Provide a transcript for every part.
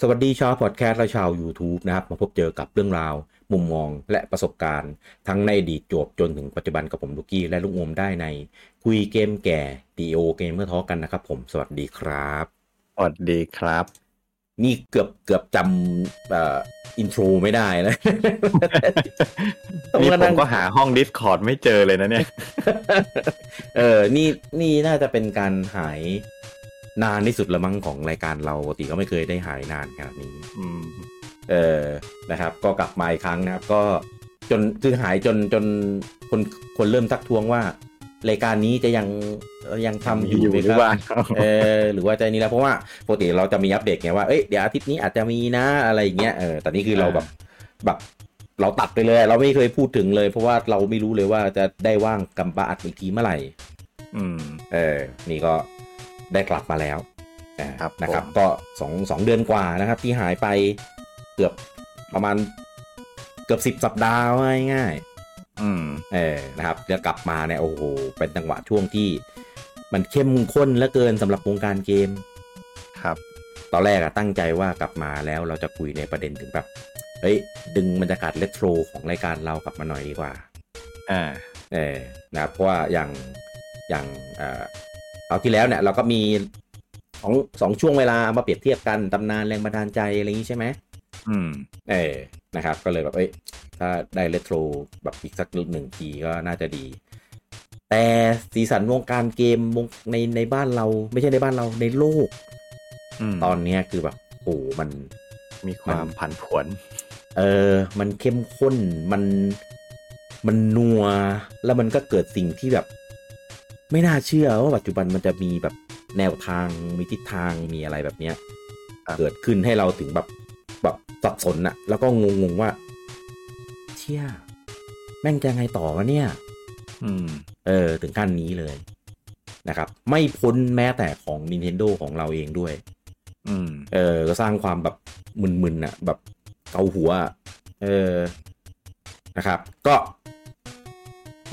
สวัสดีชาวพอดแคสต์และชาว YouTube นะครับ มาพบเจอกับเรื่องราว มุมมองและประสบการณ์ ทั้งในอดีตจวบจนถึงปัจจุบันกับผมลูกี้และลุงโอมได้ใน คุยเกมแก่ D.O. เกมเมื่อท้อกันนะครับผมสวัสดีครับ สวัสดีครับ นี่เกือบเกือบจำเอ่อ อินโทรไม่ได้นะ นี่ผมก็หาห้อง Discord ไม่เจอเลยนะเนี่ย เออ นี่ นี่น่าจะเป็นการหายนานที่สุดละมั้งของรายการเราปกติก็ไม่เคยได้หายนานขนาดนี้ อืม เออ นะครับ ก็กลับมาอีกครั้งนะครับ ก็จนคือหายจนจนคนคนเริ่มทักท้วงว่า รายการนี้จะยังเอ่อยังทำอยู่ไหม หรื ค อ รับ ว่า เออหรือว่าใจนี้แล้วเพราะว่าปกติเราจะมีอัปเดตไงว่าเอ้ยเดี๋ยวอาทิตย์นี้อาจจะมีนะอะไรอย่างเงี้ยเออแต่นี่คือเราแบบแบบเราตัดไปเลย เราไม่เคยพูดถึงเลย เพราะว่าเราไม่รู้เลยว่าจะได้ว่างกำปาอัดอีกทีเมื่อไหร่ อืม เออ นี่ก็ได้กลับมาแล้วอ่า ครับ นะครับ ผม ก็สองสองเดือนกว่านะครับ ที่หายไปเกือบประมาณเกือบสิบ10 สัปดาห์ว่าง่ายๆ อืม เออ นะครับจะกลับมาเนี่ยโอ้โห เป็นจังหวะช่วงที่ มันเข้มข้นเหลือเกินสำหรับวงการเกม ครับ ตอนแรกอะตั้งใจว่ากลับมาแล้วเราจะคุยในประเด็นถึงแบบ เฮ้ย ดึงบรรยากาศเลโทรของรายการเรากลับมาหน่อยดีกว่า อ่า เออนะครับเพราะว่าอย่างอย่างเอ่อคราวที่แล้วเนี่ยเราก็มีสองสองช่วงเวลามาเปรียบเทียบกันตำนานแรงบันดาลใจอะไรอย่างนี้ใช่ไหม อืม เออ นะครับ ก็เลยแบบ เอ้ย ถ้าได้เลโทรแบบอีกสักหนึ่งทีก็น่าจะดี แต่สีสันวงการเกมวงในในบ้านเราไม่ใช่ในบ้านเราในโลก อืม ตอนเนี้ยคือแบบโอ้โหมัน มีความผันผวน เออ มันเข้มข้น มัน มันนัว แล้วมันก็เกิดสิ่งที่แบบ ไม่น่าเชื่อว่าปัจจุบันมันจะมีแบบแนวทาง มีทิศทาง มีอะไรแบบเนี้ย ครับ เกิดขึ้นให้เราถึงแบบแบบสับสนอะแล้วก็งงๆว่า เชี่ย แม่งจะไงต่อวะเนี่ย อืม เออ ถึงขั้นนี้เลยนะครับ ไม่พ้นแม้แต่ของ Nintendo ของเราเองด้วย อืม เออก็สร้างความแบบมึนๆน่ะ แบบเกาหัวอะเออนะครับ ก็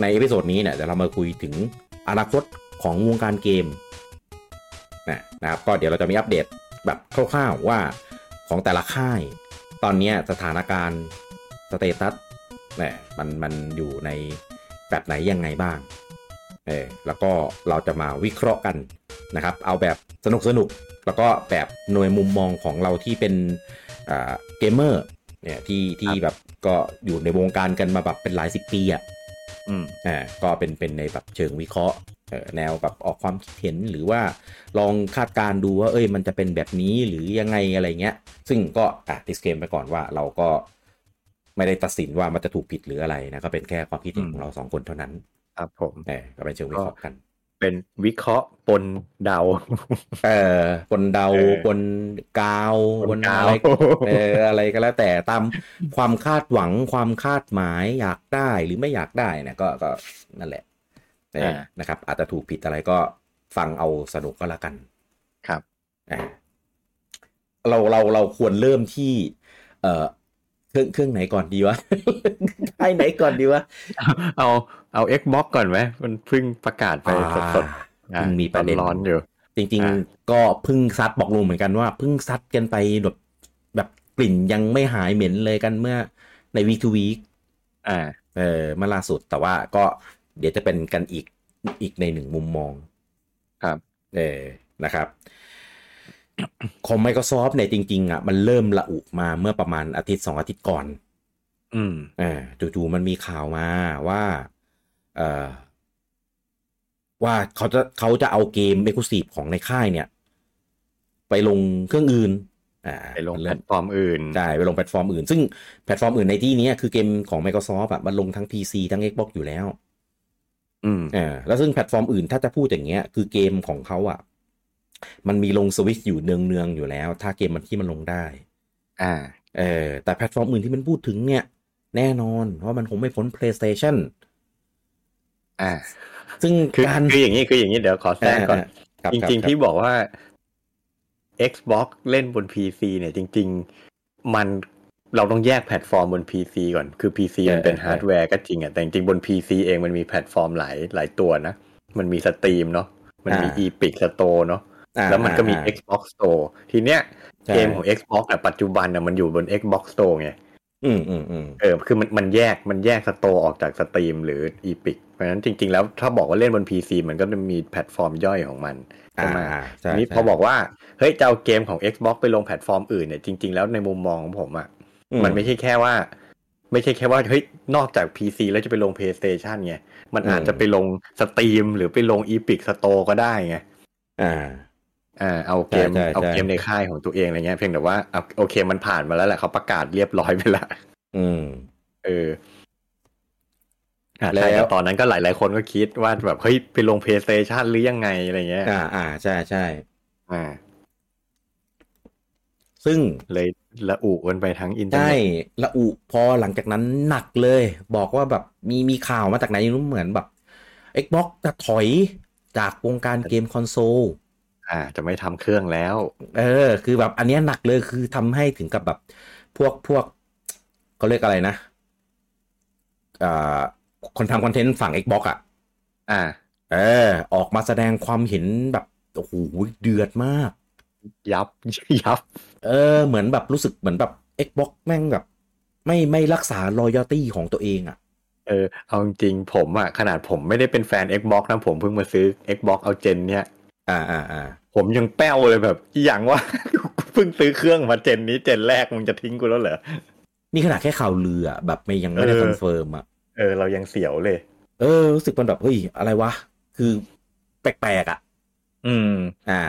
ในเอพิโซดนี้เนี่ยเดี๋ยวเรามาคุยถึงอนาคตของวงการเกมนะนะครับ ก็เดี๋ยวเราจะมีอัปเดตแบบคร่าวๆว่าของแต่ละค่าย ตอนเนี้ยสถานการณ์สเตตัสเนี่ยมันมันอยู่ในแบบไหนยังไงบ้างเออแล้วก็เราจะมาวิเคราะห์กัน นะครับเอาแบบสนุกสนุกๆแล้วก็แบบหน่วยมุมมองของเราที่เป็นอ่าเกมเมอร์เนี่ยที่ที่แบบก็อยู่ในวงการกันมาแบบเป็นหลายสิบปีอะ อืม อ่ะก็เป็นเป็นในแบบเชิงวิเคราะห์เอ่อแนวแบบออกความคิดเห็นหรือว่าลองคาดการณ์ดูว่าเอ้ยมันจะเป็นแบบนี้หรือยังไงอะไรเงี้ย ซึ่งก็อ่ะดิสเคมไปก่อนว่าเราก็ไม่ได้ตัดสินว่ามันจะถูกผิดหรืออะไรนะก็เป็นแค่ความคิดเห็นของเราสองคนเท่านั้น ครับผม เออก็เป็นเชิงวิเคราะห์กัน เป็นวิเคราะห์ปนเดา เออคนเดา เออ คนกาว ป คน กา อะ ว ไรเอออะไรก็แล้วแต่ตามความคาดหวังความคาดหมายอยากได้หรือไม่อยากได้เนะก็ก็นั่นแหละเออนะครับ อาจจะถูกผิดอะไรก็ฟังเอาสนุกก็แล้วกัน ครับ อ่ะเราเราเราควรเริ่มที่ เออเครื่องเครื่องไหนก่อนดีวะ ไอไหนก่อนดีวะ เอาเอา Xbox ก่อนไหมมันเพิ่งประกาศไปสด อ่า ๆอ่ะ เพิ่งมีประเด็น ร้อนๆอยู่ จริง อ่า ๆ ก็เพึ่งซัดบอกลุงเหมือนกันว่าเพึ่งซัดกันไปแบบแบบกลิ่นยังไม่หายเหม็นเลยกันเมื่อในวีคทูวีค อ่า เออเมื่อล่าสุดแต่ว่าก็เดี๋ยวจะเป็นกันอีกอีกในหนึ่งมุมมอง ครับ เออนะครับ ของ Microsoft เนี่ยจริง ๆ อ่ะ มันเริ่มละอุมาเมื่อประมาณอาทิตย์สองอาทิตย์ก่อน อืม อ่าจู่ๆมันมีข่าวมาว่าเอ่อว่าเขาจะเขาจะเอาเกมเอ็กซ์คลูซีฟของในค่ายเนี่ย ไปลงเครื่องอื่น อ่า ไปลง มัน แพล เริ่ม ตฟอร์มอื่น ใช่ไปลงแพลตฟอร์มอื่น ซึ่งแพลตฟอร์มอื่นในที่นี้คือเกมของ Microsoft อ่ะมันลงทั้ง PC ทั้ง Xbox อยู่แล้ว อืม อ่าแล้วซึ่งแพลตฟอร์มอื่นถ้าจะพูดอย่างเงี้ย คือเกมของเขาอ่ะ มันมีลงสวิตอยู่เนืองๆอยู่แล้ว ถ้าเกมมันที่มันลงได้ อ่า เออแต่แพลตฟอร์มอื่นที่มันพูดถึงเนี่ย แน่นอนว่ามันคงไม่พ้น PlayStation อ่า ซึ่ง คือ การ คืออย่างนี้คืออย่างนี้เดี๋ยวขอแทรกก่อน ครับ จริง ค ๆ บ ที่บอกว่า Xbox เล่นบน PC เนี่ย จริง ๆ มันเราต้องแยกแพลตฟอร์มบน PC ก่อน คือ PC มันเป็นฮาร์ดแวร์ก็จริงอ่ะแต่จริงๆ บน PC เองมันมีแพลตฟอร์มหลายหลายตัวนะ มันมีสตรีมเนาะมันมี Epic Store เนาะ อ่า แล้วมันก็มี อ่า Xbox Store ทีเนี้ย ใช่ เกมของ Xbox อ่ะปัจจุบันอ่ะมันอยู่บน Xbox Store ไง อืมอืมอืม เออคือมันมันแยกมันแยกสโตร์ออกจากสตรีมหรืออีพิกเพราะฉะนั้นจริง ๆ แล้วถ้าบอกว่าเล่นบน PC มันก็จะมีแพลตฟอร์มย่อยของมัน อ่า ใช่ไหม อ่าใช่ ทีนี้ ใช่ พอบอกว่าเฮ้ยจะเอาเกมของ Xbox ไปลงแพลตฟอร์มอื่นเนี่ยจริง ๆ แล้วในมุมมองของผมอ่ะ อื มันไม่ใช่แค่ว่า ไม่ใช่แค่ว่าเฮ้ยนอกจาก PC แล้วจะไปลง PlayStation ไงมันอาจจะไปลงสตรีมหรือไปลงอีพิกสโตร์ก็ได้ไง อ่า อ่าเอาเกม ใช่ใช่ เอาเกม ใช่ ในค่ายของตัวเองอะไรเงี้ยเพียงแต่ว่าอ่ะโอเคมันผ่านมาแล้วแหละเขาประกาศเรียบร้อยไปละ อืม เอออ่ะ แล้ว ใช่แต่ตอนนั้นก็หลาย ๆ คนก็คิดว่าแบบเฮ้ยไปลง PlayStation หรือยังไงอะไรเงี้ย อ่าอ่าใช่ใช่ อ่า ซึ่ง เลยละอุกันไปทั้งอินเทอร์ ใช่ เน็ต ละอุพอหลังจากนั้นหนักเลย บอกว่าแบบมีมีข่าวมาจากไหนไม่รู้เหมือนแบบ Xbox จะถอยจากวงการเกมคอนโซล อ่า จะไม่ทำเครื่องแล้ว เออ คือแบบอันเนี้ยหนักเลยคือทำให้ถึงกับแบบพวกพวกเขาเรียกอะไรนะอ่าคนทำคอนเทนต์ฝั่ง Xbox อ่ะ อ่า เออ ออกมาแสดงความเห็นแบบโอ้โหเดือดมาก ยับ ยับ เออ เหมือนแบบรู้สึกเหมือนแบบ Xbox แม่งแบบ ไม่ไม่รักษา loyalty ของตัวเองอ่ะ เออ เอาจริงๆผมอ่ะ ขนาดผมไม่ได้เป็นแฟน Xbox นะผมเพิ่งมาซื้อ Xbox เอาเจนเนี่ย อ่าอ่าอ่า ผมยังแป้วเลยแบบอหย่างว่า เพิ่งซื้อเครื่องมาเจนนี้เจนแรกมึงจะทิ้งกูแล้วเหรอ นี่ขนาดแค่ข่าวลืออะแบบไม่ยังไม่ได้ เออ คอนเฟิร์มอ่ะ เออ เรายังเสียวเลย เออ รู้สึกมันแบบ เฮ้ย อะไรวะ คือแปลกๆอ่ะ อืม อ่า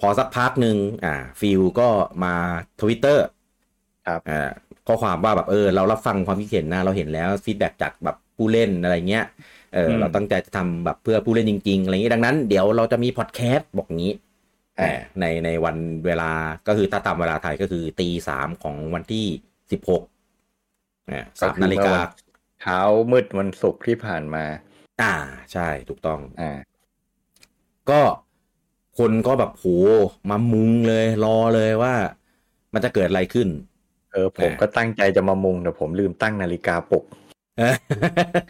พอสักพักหนึ่งอ่า ฟิลก็มาทวิตเตอร์ ครับ อ่าข้อความว่าแบบเออ เรารับฟังความคิดเห็นนะเราเห็นแล้วฟีดแบ็จากแบบผู้เล่นอะไรเงี้ยเอออ ม เราตั้งใจจะทำแบบเพื่อผู้เล่นจริง ๆ อะไรเงี้ยดังนั้นเดี๋ยวเราจะมีพอดแคสต์บอกงี้อ่าในในวันเวลาก็คือถ้าตามเวลาไทยก็คือตีสามของวันที่สิบหกอ่าสามนาฬิกา เช้ามืดวันศุกร์ที่ผ่านมา อ่าใช่ถูกต้อง อ่า ก็คนก็แบบโหมามุงเลย รอเลยว่า มันจะเกิดอะไรขึ้น เออ ผม อ่า ก็ตั้งใจจะมามุงแต่ผมลืมตั้งนาฬิกาปลุก เออ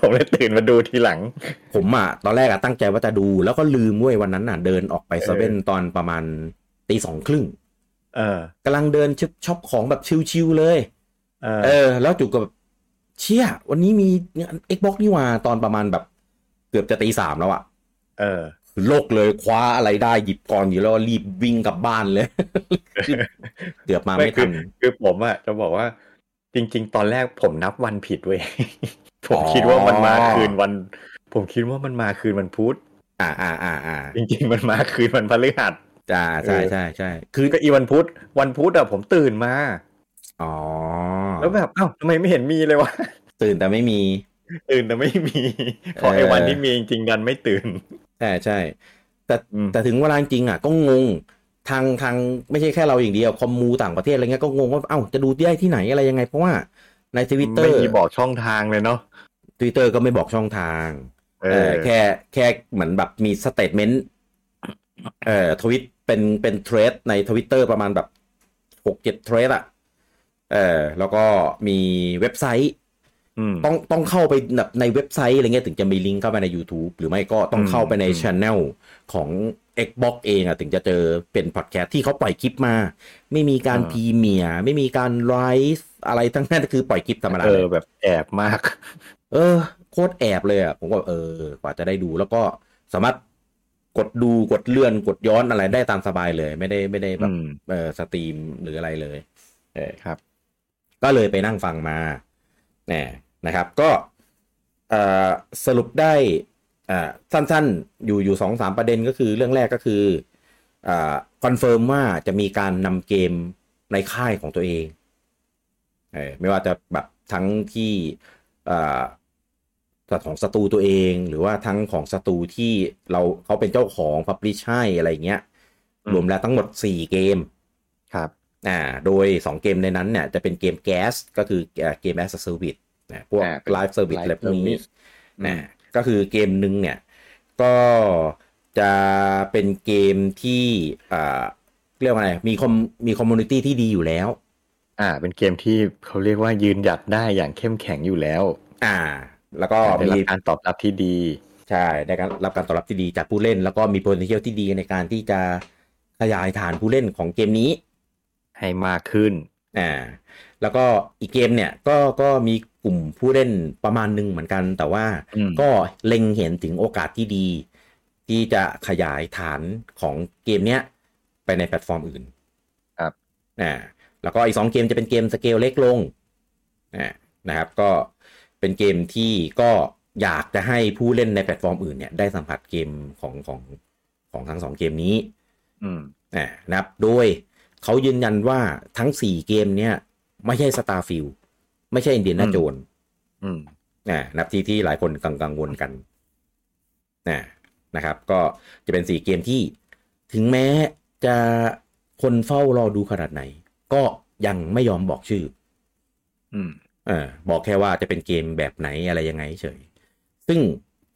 ผมเลยตื่นมาดูทีหลัง ผมอ่ะตอนแรกอะตั้งใจว่าจะดู แล้วก็ลืมเว้ยวันนั้นน่ะเดินออกไป เออ เซเว่นตอนประมาณตีสองครึ่ง เออก ำลังเดินชอปช็อปของแบบชิวๆเลย เอ เอ อ อ แล้วจู่ก็แบบเชี่ยวันนี้มีงาน Xbox นี่หว่าตอนประมาณแบบ เกือบจะตีสามแล้วอะ เออ คือโลกเลยคว้าอะไรได้หยิบก่อนอยู่แล้วรีบวิ่งกลับบ้านเลย เกือบมา ไม่ ไม่ คื ทั อน คือผมอะจะบอกว่า จริง ๆ ตอนแรกผมนับวันผิดเว้ย ผม อ๋อ คิดว่ามันมาคืนวัน ผมคิดว่ามันมาคืนวันพุธ อ่าอ่าอ่าอ่า จริง ๆ มันมาคืนวันพฤหัส อ่าใช่ เออ ใช่ใช่คือ ก็อีวันพุธวันพุธอะผมตื่นมา อ๋อ แล้วแบบเอ้าทำไมไม่เห็นมีเลยวะ ตื่นแต่ไม่มี ตื่นแต่ไม่มี พอไอ้วันที่มีจริงๆดันไม่ตื่น ใช่ใช่แต่ อืม แต่ถึงเวลาจริงอ่ะก็งงทางทางไม่ใช่แค่เราอย่างเดียวคอมมูต่างประเทศอะไรเงี้ยก็งงว่าเอ้าจะดูได้ที่ไหนอะไรยังไง เพราะว่าในทวิตเตอ ไม่ ร์ มีบอกช่องทางเลยเนาะ ทวิตเตอร์ก็ไม่บอกช่องทาง เอ เอ อ อแค่แค่เหมือนแบบมีสเตทเมนต์เอ่อทวิตเป็นเป็นเทรดในทวิตเตอร์ประมาณแบบหกเจ็ดเทรดอ่ะเออแล้วก็มีเว็บไซต์ อืม ต้องต้องเข้าไปแบบในเว็บไซต์อะไรเงี้ยถึงจะมีลิงก์เข้าไปใน YouTube หรือไม่ก็ต้อง อืม เข้าไปใน อืม ช anel ของ Xbox เองอะถึงจะเจอเป็นพอดแคสต์ที่เขาปล่อยคลิปมา ไม่มีการพรีเมียร์ไม่มีการไลฟ์อะไรทั้งนั้นคือปล่อยคลิปธรรมดา เอ เล อย แบบแอบมาก เออ โคตรแอบเลยอะผมก็เออกว่าจะได้ดูแล้วก็สามารถกดดูกดเลื่อนกดย้อนอะไรได้ตามสบายเลย ไม่ได้ไม่ได้แบ อื บ ม เออสตรีมหรืออะไรเลยเออ ครับ ก็เลยไปนั่งฟังมาแน่นะครับ ก็เอ่อสรุปได้เอ่อสั้นๆ อยู่อยู่สองสามประเด็นก็คือเรื่องแรกก็คือเออคอนเฟิร์มว่าจะมีการนำเกมในค่ายของตัวเองเออไม่ว่าจะแบบทั้งที่เอ่อของสตูตัวเอง หรือว่าทั้งของสตูที่เราเขาเป็นเจ้าของพับลิชให้อะไรอย่างเงี้ย อืม รวมแล้วทั้งหมดสี่เกม ครับ อ่า โดย 2 เกมในนั้นเนี่ยจะเป็นเกมแก๊สก็คือเอ่อเกมแอสเซอร์วิสนะพวก อ่า ไลฟ์เซอร์วิส Live อะไรพวกนี้ Service นะก็คือเกมหนึ่งเนี่ย ก็จะเป็นเกมที่อ่าเรียกว่าไงมีคอมมีคอมมูนิตี้ที่ดีอยู่แล้ว อ่า เป็นเกมที่เขาเรียกว่ายืนหยัดได้อย่างเข้มแข็งอยู่แล้ว อ่า แล้วก็ ได้ มี รับการตอบรับที่ดี ใช่ได้การรับการตอบรับที่ดีจากผู้เล่น แล้วก็มี potential ที่ดีในการที่จะ ขยายฐานผู้เล่นของเกมนี้ ให้มากขึ้น อ่าแล้วก็อีกเกมเนี่ยก็ก็มีกลุ่มผู้เล่นประมาณหนึ่งเหมือนกัน แต่ว่า อืม ก็เล็งเห็นถึงโอกาสที่ดี ที่จะขยายฐานของเกมเนี้ยไปในแพลตฟอร์มอื่น ครับ อ่าแล้วก็อีกสองเกมจะเป็นเกมสเกลเล็กลงอ่านะครับก็เป็นเกมที่ก็อยากจะให้ผู้เล่นในแพลตฟอร์มอื่นเนี่ยได้สัมผัสเกมของของของทั้งสองเกมนี้ อืม อ่านะครับ โดยเขายืนยันว่าทั้ง 4 เกมเนี่ยไม่ใช่ Starfield ไม่ใช่ Indiana อืม Jones อืม อ่านะครับที่ที่หลายคนกังกังวลกันอ่านะครับ ก็จะเป็น 4 เกมที่ถึงแม้จะคนเฝ้ารอดูขนาดไหน ก็ยังไม่ยอมบอกชื่อ อืม เออบอกแค่ว่าจะเป็นเกมแบบไหนอะไรยังไงเฉย ซึ่ง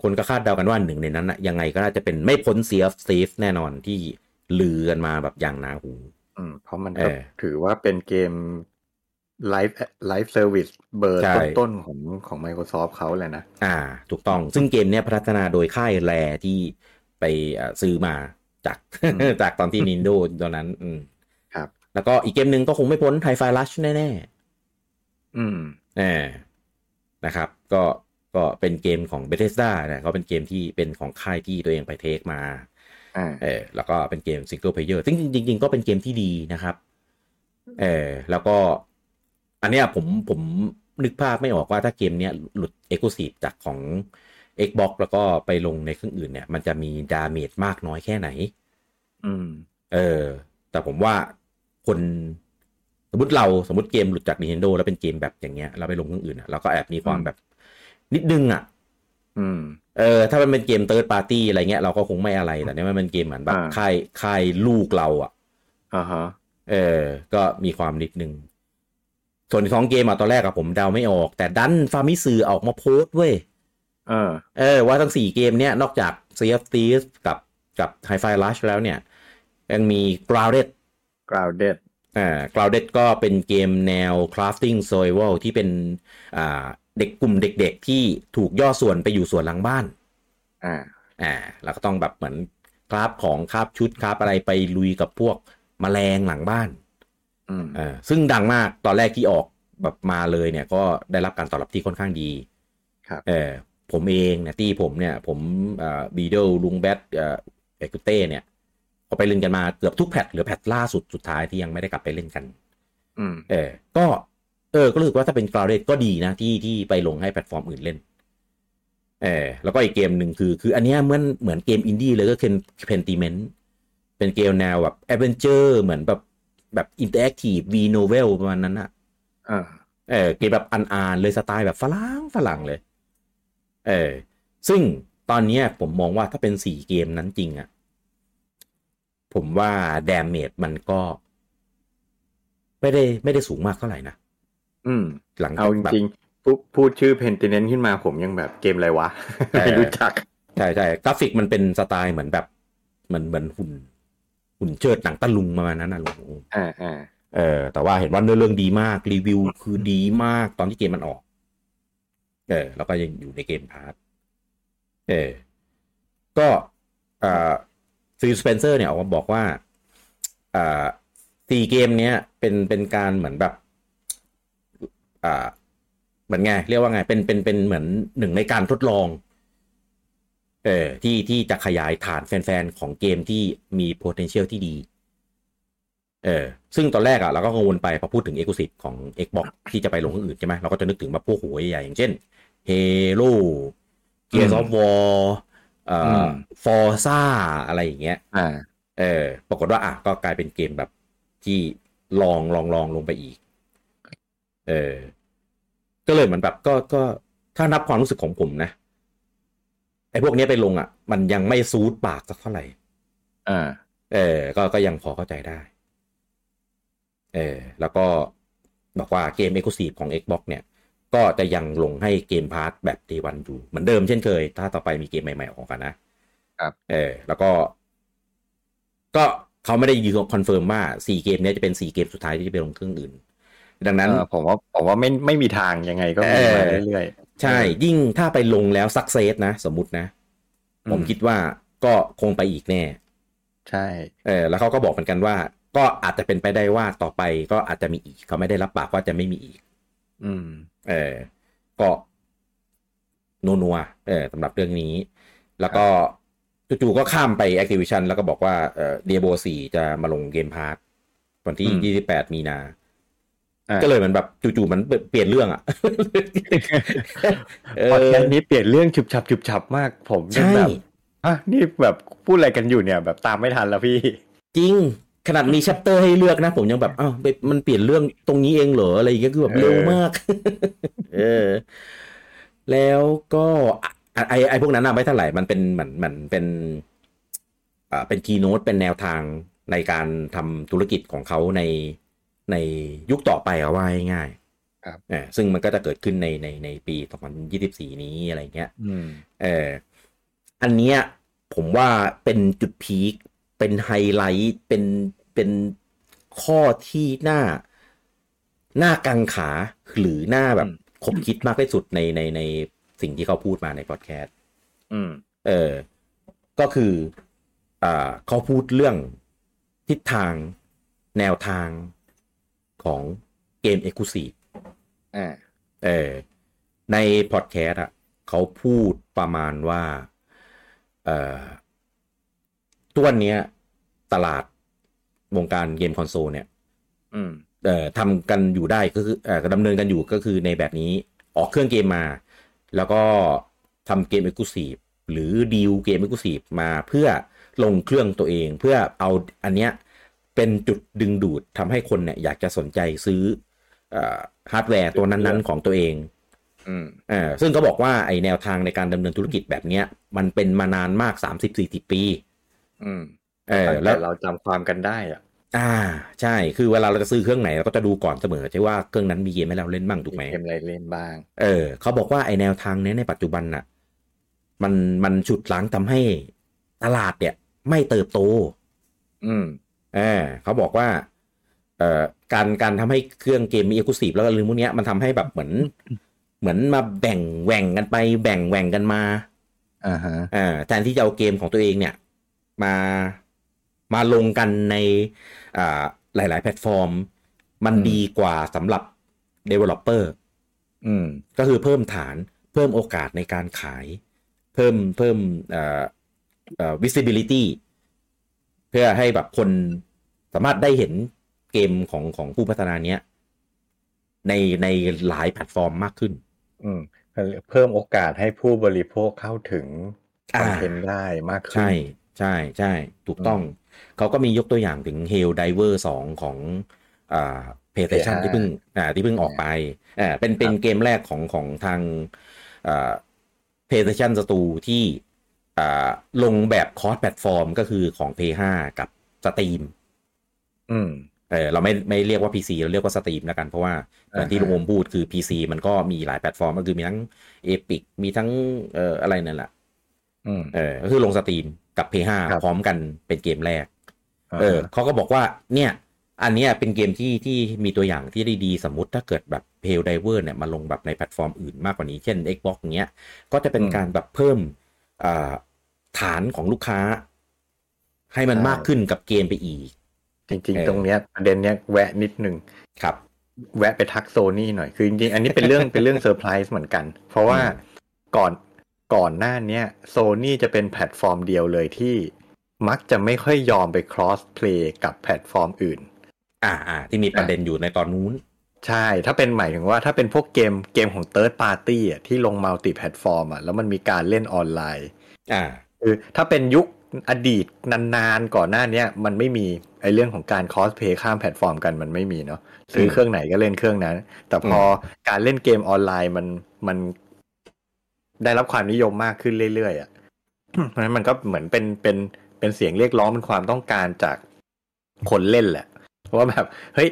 คนก็คาดเดากันว่าหนึ่งในนั้นอะยังไงก็น่าจะเป็นไม่พ้น Sea of Thieves แน่นอนที่ลือกันมาแบบอย่างหนาหู อืม เพราะมัน เอ ก็ อ ถือว่าเป็นเกมไลฟ์ไลฟ์เซอร์วิสเบอร์ ใช่ ต้นๆของของ Microsoft เขาแหละนะ อ่าถูกต้องซึ่งเกมเนี้ยพัฒนาโดยค่ายแรที่ไปเอ่อซื้อมาจาก อืม จากตอนที่ Nintendo ตอนนั้นอืม ครับ แล้วก็อีกเกมหนึ่งก็คงไม่พ้นไ i ไฟลัชแน่ อืม ๆแน่นะครับ ก็ก็เป็นเกมของ Bethesda นะเขาเป็นเกมที่เป็นของค่ายที่ตัวเองไปเทคมา อ่า เออแล้วก็เป็นเกมซิงเกิลเพลเยอร์ซึ่งจริงๆ ก็เป็นเกมที่ดีนะครับ เออแล้วก็ อันเนี้ยผมผมนึกภาพไม่ออกว่าถ้าเกมเนี้ยหลุด e x c l u s i v e จากของ Xbox แล้วก็ไปลงในเครื่องอื่นเนี่ย มันจะมีดาเมจมากน้อยแค่ไหน อืม เออ แต่ผมว่าคนสมมติเราสมมติเกมหลุดจาก Nintendo แล้วเป็นเกมแบบอย่างเงี้ยเราไปลงเครื่องอื่นอะเราก็แอบมีความ อืม แบบ นิดนึงอ่ะ อืม เออถ้ามันเป็นเกม third party อะไรเงี้ยเราก็คงไม่อะไรแต่เนี่ยมันเป็นเกมเหมือนแบบ อ่า ค่ายค่ายลูกเราอ่ะ อ่าฮะ เออ ก็มีความนิดนึง ส่วนของเกมอะตอนแรกอะผมเดาไม่ออก แต่ดันฟามิซือออกมาโพสต์เว้ย เออ เออ ว่าทั้งสี่เกมเนี้ยนอกจาก Sea of Thieves กับกับ Hi Fi Rush แล้วเนี่ย ยังมี Grounded grounded อ่า Grounded ก็เป็นเกมแนว Crafting Survival ที่เป็นอ่าเด็กกลุ่มเด็กๆ ที่ถูกย่อส่วนไปอยู่ส่วนหลังบ้าน อ่า อ่าแล้วก็ต้องแบบเหมือนคราบของคราบชุดคราบอะไรไปลุยกับพวกแมลงหลังบ้าน อืม เออซึ่งดังมากตอนแรกที่ออกแบบมาเลยเนี่ยก็ได้รับการตอบรับที่ค่อนข้างดี ครับ เออผมเองเนี่ยที่ผมเนี่ย ผมเอ่อบีเดลลุงแบทเอ่อเอกุเต้เนี่ยก็ไปเล่นกันมาเกือบทุกแพทเหลือแพทล่าสุดสุดท้ายที่ยังไม่ได้กลับไปเล่นกัน อืม เออก็เออก็รู้สึกว่าถ้าเป็นกราวเดก็ดีนะที่ที่ไปลงให้แพลตฟอร์มอื่นเล่นเออแล้วก็อีกเกมหนึ่งคือ คืออันเนี้ยเหมือนเหมือนเกมอินดี้เลยก็คือเพนติเมนต์เป็นเกมแนวแบบแอดเวนเจอร์เหมือนแบบแบบอินเตอร์แอคทีฟวีโนเวลประมาณนั้นอะ อ่า เออเกมแบบอ่านๆเลยสไตล์แบบฝรั่งฝรั่งเลย เออซึ่งตอนเนี้ยผมมองว่าถ้าเป็นสี่เกมนั้นจริงอะผมว่าดาเมจมันก็ ไม่ได้ไม่ได้สูงมากเท่าไหร่นะ อืม หลังจา เอา ก จ แบบ ริงๆพูดพูดชื่อ Pentinent ขึ้นมาผมยังแบบเกมอะไรวะ เออ ไม่รู้จัก ใช่ใช่กราฟิกมันเป็นสไตล์เหมือนแบบเหมือนเหมือนหุ่น หุ่นเชิดหนังตะลุงประมาณนั้นนะลุง อ่าอ่า เออแต่ว่าเห็นว่าเนื้อเรื่องดีมาก รีวิวคือดีมากตอนที่เกมมันออก เออแล้วก็ยังอยู่ในเกมพาร์ทเออ ก็อ่าซีสเปนเซอร์เนี่ยออกมาบอกว่าอ่าตีเกมเนี้ยเป็นเป็นการเหมือนแบบอ่าเหมือนไง เรียกว่าไง เป็นเป็นเป็นเหมือนหนึ่งในการทดลอง เออที่ที่จะขยายฐานแฟนๆ ของเกมที่มี potential ที่ดี เออซึ่งตอนแรกอะเราก็กังวลไปพอพูดถึง e x c l u s i v e ของ Xbox ที่จะไปลงเครื่องอื่นใช่ไหมเราก็จะนึกถึงแบบพวกหัวใหญ่ๆอย่างเช่น Halo Gears of War เอ่อฟอร์ซ่าอะไรอย่างเงี้ย อ่า เออ ปรากฏว่าอ่ะก็กลายเป็นเกมแบบที่ลองลองลองลงไปอีก เออ ก็เลยเหมือนแบบก็ก็ถ้านับความรู้สึกของผมนะ ไอ้พวกเนี้ยไปลงอ่ะ มันยังไม่ซูดปากสักเท่าไหร่ อ่า เออ ก็ก็ยังพอเข้าใจได้ เออ แล้วก็บอกว่าเกม e x c l u s i v e ของ Xbox เนี่ย ก็จะยังลงให้เกมพาร์ทแบบ Day วันอยู่ เหมือนเดิมเช่นเคย ถ้าต่อไปมีเกมใหม่ๆออกกันนะครับ เออ แล้วก็ ก็เขาไม่ได้ยืนคอนเฟิร์มว่าสี่เกมเนี้ยจะเป็นสี่เกมสุดท้ายที่จะไปลงเครื่องอื่น ดังนั้น เออผมว่าผมว่าไม่ไม่มีทางยังไงก็มี เออ มาเรื่อยๆ ใช่ เออ ยิ่งถ้าไปลงแล้วสักเซสนะ สมมตินะ อืม ผมคิดว่าก็คงไปอีกแน่ ใช่ เออแล้วเขาก็บอกเหมือนกันว่า ก็อาจจะเป็นไปได้ว่าต่อไปก็อาจจะมีอีกเขาไม่ได้รับปากว่าจะไม่มีอีก อืม เออก็นัวนัวๆเออสำหรับเรื่องนี้ แล้วก็จู่ๆก็ข้ามไป Activision แล้วก็บอกว่าเออเดียโบสี่จะมาลงเกมพาร์ทวันที่ อืม ยี่สิบแปดมีนา อ่า ก็เลยเหมันแบบจู่ๆมันเปลี่ยนเรื่องอะ เออ พอดแคสต์นี้เปลี่ยนเรื่องฉุบฉับฉุบฉับมาก ผมยัง ใช่ แบบอ่ะนี่แบบพูดอะไรกันอยู่เนี่ย แบบตามไม่ทันแล้วพี่ จริง ขนาดมีชัปเตอร์ให้เลือกนะ ผมยังแบบอ้าวไปมันเปลี่ยนเรื่องตรงนี้เองเหรอ อะไรอย่างเงี้ยคือแบบ เออ เร็วมาก เออ แล้วก็อ่ะไอไอพวกนั้นนะไม่เท่าไหร่มันเป็นเหมือนเหมือนเป็นอ่าเป็นคีโนตเป็นแนวทางในการทำธุรกิจของเขาในในยุคต่อไปเอาว่าง่ายๆ ครับ เออซึ่งมันก็จะเกิดขึ้นในในในปี 2024 นี้อะไรเงี้ย อืม เอออันเนี้ยผมว่าเป็นจุดพีค เป็นไฮไลท์ เป็น เป็นข้อที่น่า น่ากังขา หรือหน้าแบบ อืม คบคิดมากที่สุดในในในสิ่งที่เขาพูดมาในพอดแคสต์ อืม เออ ก็คืออ่าเขาพูดเรื่องทิศทางแนวทางของเกม e x c l u s i v e อ่า เออในพอดแคสต์อ่ะเขาพูดประมาณว่าเอ่อทุกวันเนี้ยตลาดวงการเกมคอนโซลเนี่ย อืม เอ่อทำกันอยู่ได้ก็คือเอ่อดำเนินกันอยู่ก็คือในแบบนี้ออกเครื่องเกมมา แล้วก็ทำเกมเอกลูซีฟหรือดีลเกมเอกลูซีฟมาเพื่อลงเครื่องตัวเอง เพื่อเอาอันเนี้ยเป็นจุดดึงดูดทำให้คนเนี่ยอยากจะสนใจซื้อเอ่อฮาร์ดแวร์ตัวนั้นๆของตัวเอง อืม เออซึ่งเขาบอกว่าไอแนวทางในการดำเนินธุรกิจแบบเนี้ย มันเป็นมานานมาก 30-40 ปี อืม เออแล้ แล้ว วเราจำความกันได้อ่ะ อ่าใช่ คือเวลาเราจะซื้อเครื่องไหนเราก็จะดูก่อนเสมอใช่ว่าเครื่องนั้นมีเกมให้เราเล่นบ้างถูกไหม เกมอะไรเล่นบ้าง เออเขาบอกว่าไอแนวทางเนี้ยในปัจจุบันน่ะ มันมันฉุดหลังทำให้ตลาดเนี่ย ไม่เติบโต อืม เออเขาบอกว่าเอ่อการการทำให้เครื่องเกมมีเอกลุศีแล้วก็ลืมพวกเนี้ยมันทำให้แบบเหมือน เหมือนมาแบ่งแหว่งกันไปแบ่งแหว่งกันมา อ่าฮะ อ่าแทนที่จะเอาเกมของตัวเองเนี่ยมามาลงกันในอ่าหลาย ๆ แพลตฟอร์ม มัน อืม ดีกว่าสำหรับ Developer อืม ก็คือเพิ่มฐานเพิ่มโอกาสในการขาย เพิ่มเพิ่มเอ่อเอ่อ visibility เพื่อให้แบบคนสามารถได้เห็นเกมของของผู้พัฒนาเนี้ยในในหลายแพลตฟอร์มมากขึ้น อืม เพิ่มโอกาสให้ผู้บริโภคเข้าถึงค อ่า อนเทนต์ได้มากขึ้น ใช่ใช่ใช่ถูกต้อง เขาก็มียกตัวอย่างถึง Hail Diver 2 ของอ่า PlayStation เออ ที่เพิ่งอ่าที่เพิ่งออกไปอ่าเป็นเป็นเกมแรกของของทางอ่า PlayStation Store ที่อ่าลงแบบคอร์สแพลตฟอร์มก็คือของ P5 กับ Steam อืม เออเราไม่ไม่เรียกว่า PC เราเรียกว่า Steam แล้วกัน เพราะว่าเหมือนที่ อ่า ลุ ฮะ งอมพูดคือ PC มันก็มีหลายแพลตฟอร์ม ก็คือมีทั้ง Epic มีทั้งเอ่ออะไรนั่นแหละ อืม เออก็คือลงสตรีมกับ P5 ครับ พร้อมกันเป็นเกมแรก อ่า เออ ฮะ เขาก็บอกว่าเนี่ย อันเนี้ยเป็นเกมที่ที่มีตัวอย่างที่ได้ดีสมมติถ้าเกิดแบบ p a l e Diver เนี่ยมาลงแบบในแพลตฟอร์มอื่นมากกว่านี้ เช่น Xbox เนี้ย ก็จะเป็นการแบบเพิ่มอ่าฐานของลูกค้า ให้มันมากขึ้นกับเกมไปอีก จริง เออ ๆ ตรงเนี้ยประเด็นเนี้ยแวะนิดนึง ครับ แวะไปทักโซนี่หน่อย คือจริงๆ อันนี้เป็น เรื่อง เป็นเรื่องเซอร์ไพรส์เหมือนกัน เพราะว่า อืม ก่อนก่อนหน้าเนี้ยโซนี่จะเป็นแพลตฟอร์มเดียวเลยที่มักจะไม่ค่อยยอมไป cross play กับแพลตฟอร์มอื่น อ่าอ่าที่มีประเด็นอยู่ในตอนนู้น ใช่ ถ้าเป็นหมายถึงว่าถ้าเป็นพวกเกมเกมของ third party อ่ะที่ลง multi platform อ่ะแล้วมันมีการเล่นออนไลน์ อ่า คือถ้าเป็นยุคอดีตนานๆ ก่อนหน้าเนี้ยมันไม่มีไอเรื่องของการคอสเพย์ข้ามแพลตฟอร์มกันมันไม่มีเนาะซื้อเครื่องไหนก็เล่นเครื่องนั้น แต่พอการเล่นเกมออนไลน์มันมัน ได้รับความนิยมมากขึ้นเรื่อยๆอะ่ะ เพราะฉะนั้นมันก็เหมือนเป็นเป็นเป็นเสียงเรียกร้องเป็นความต้องการจากคนเล่นแหละว่าแบบเฮ้ย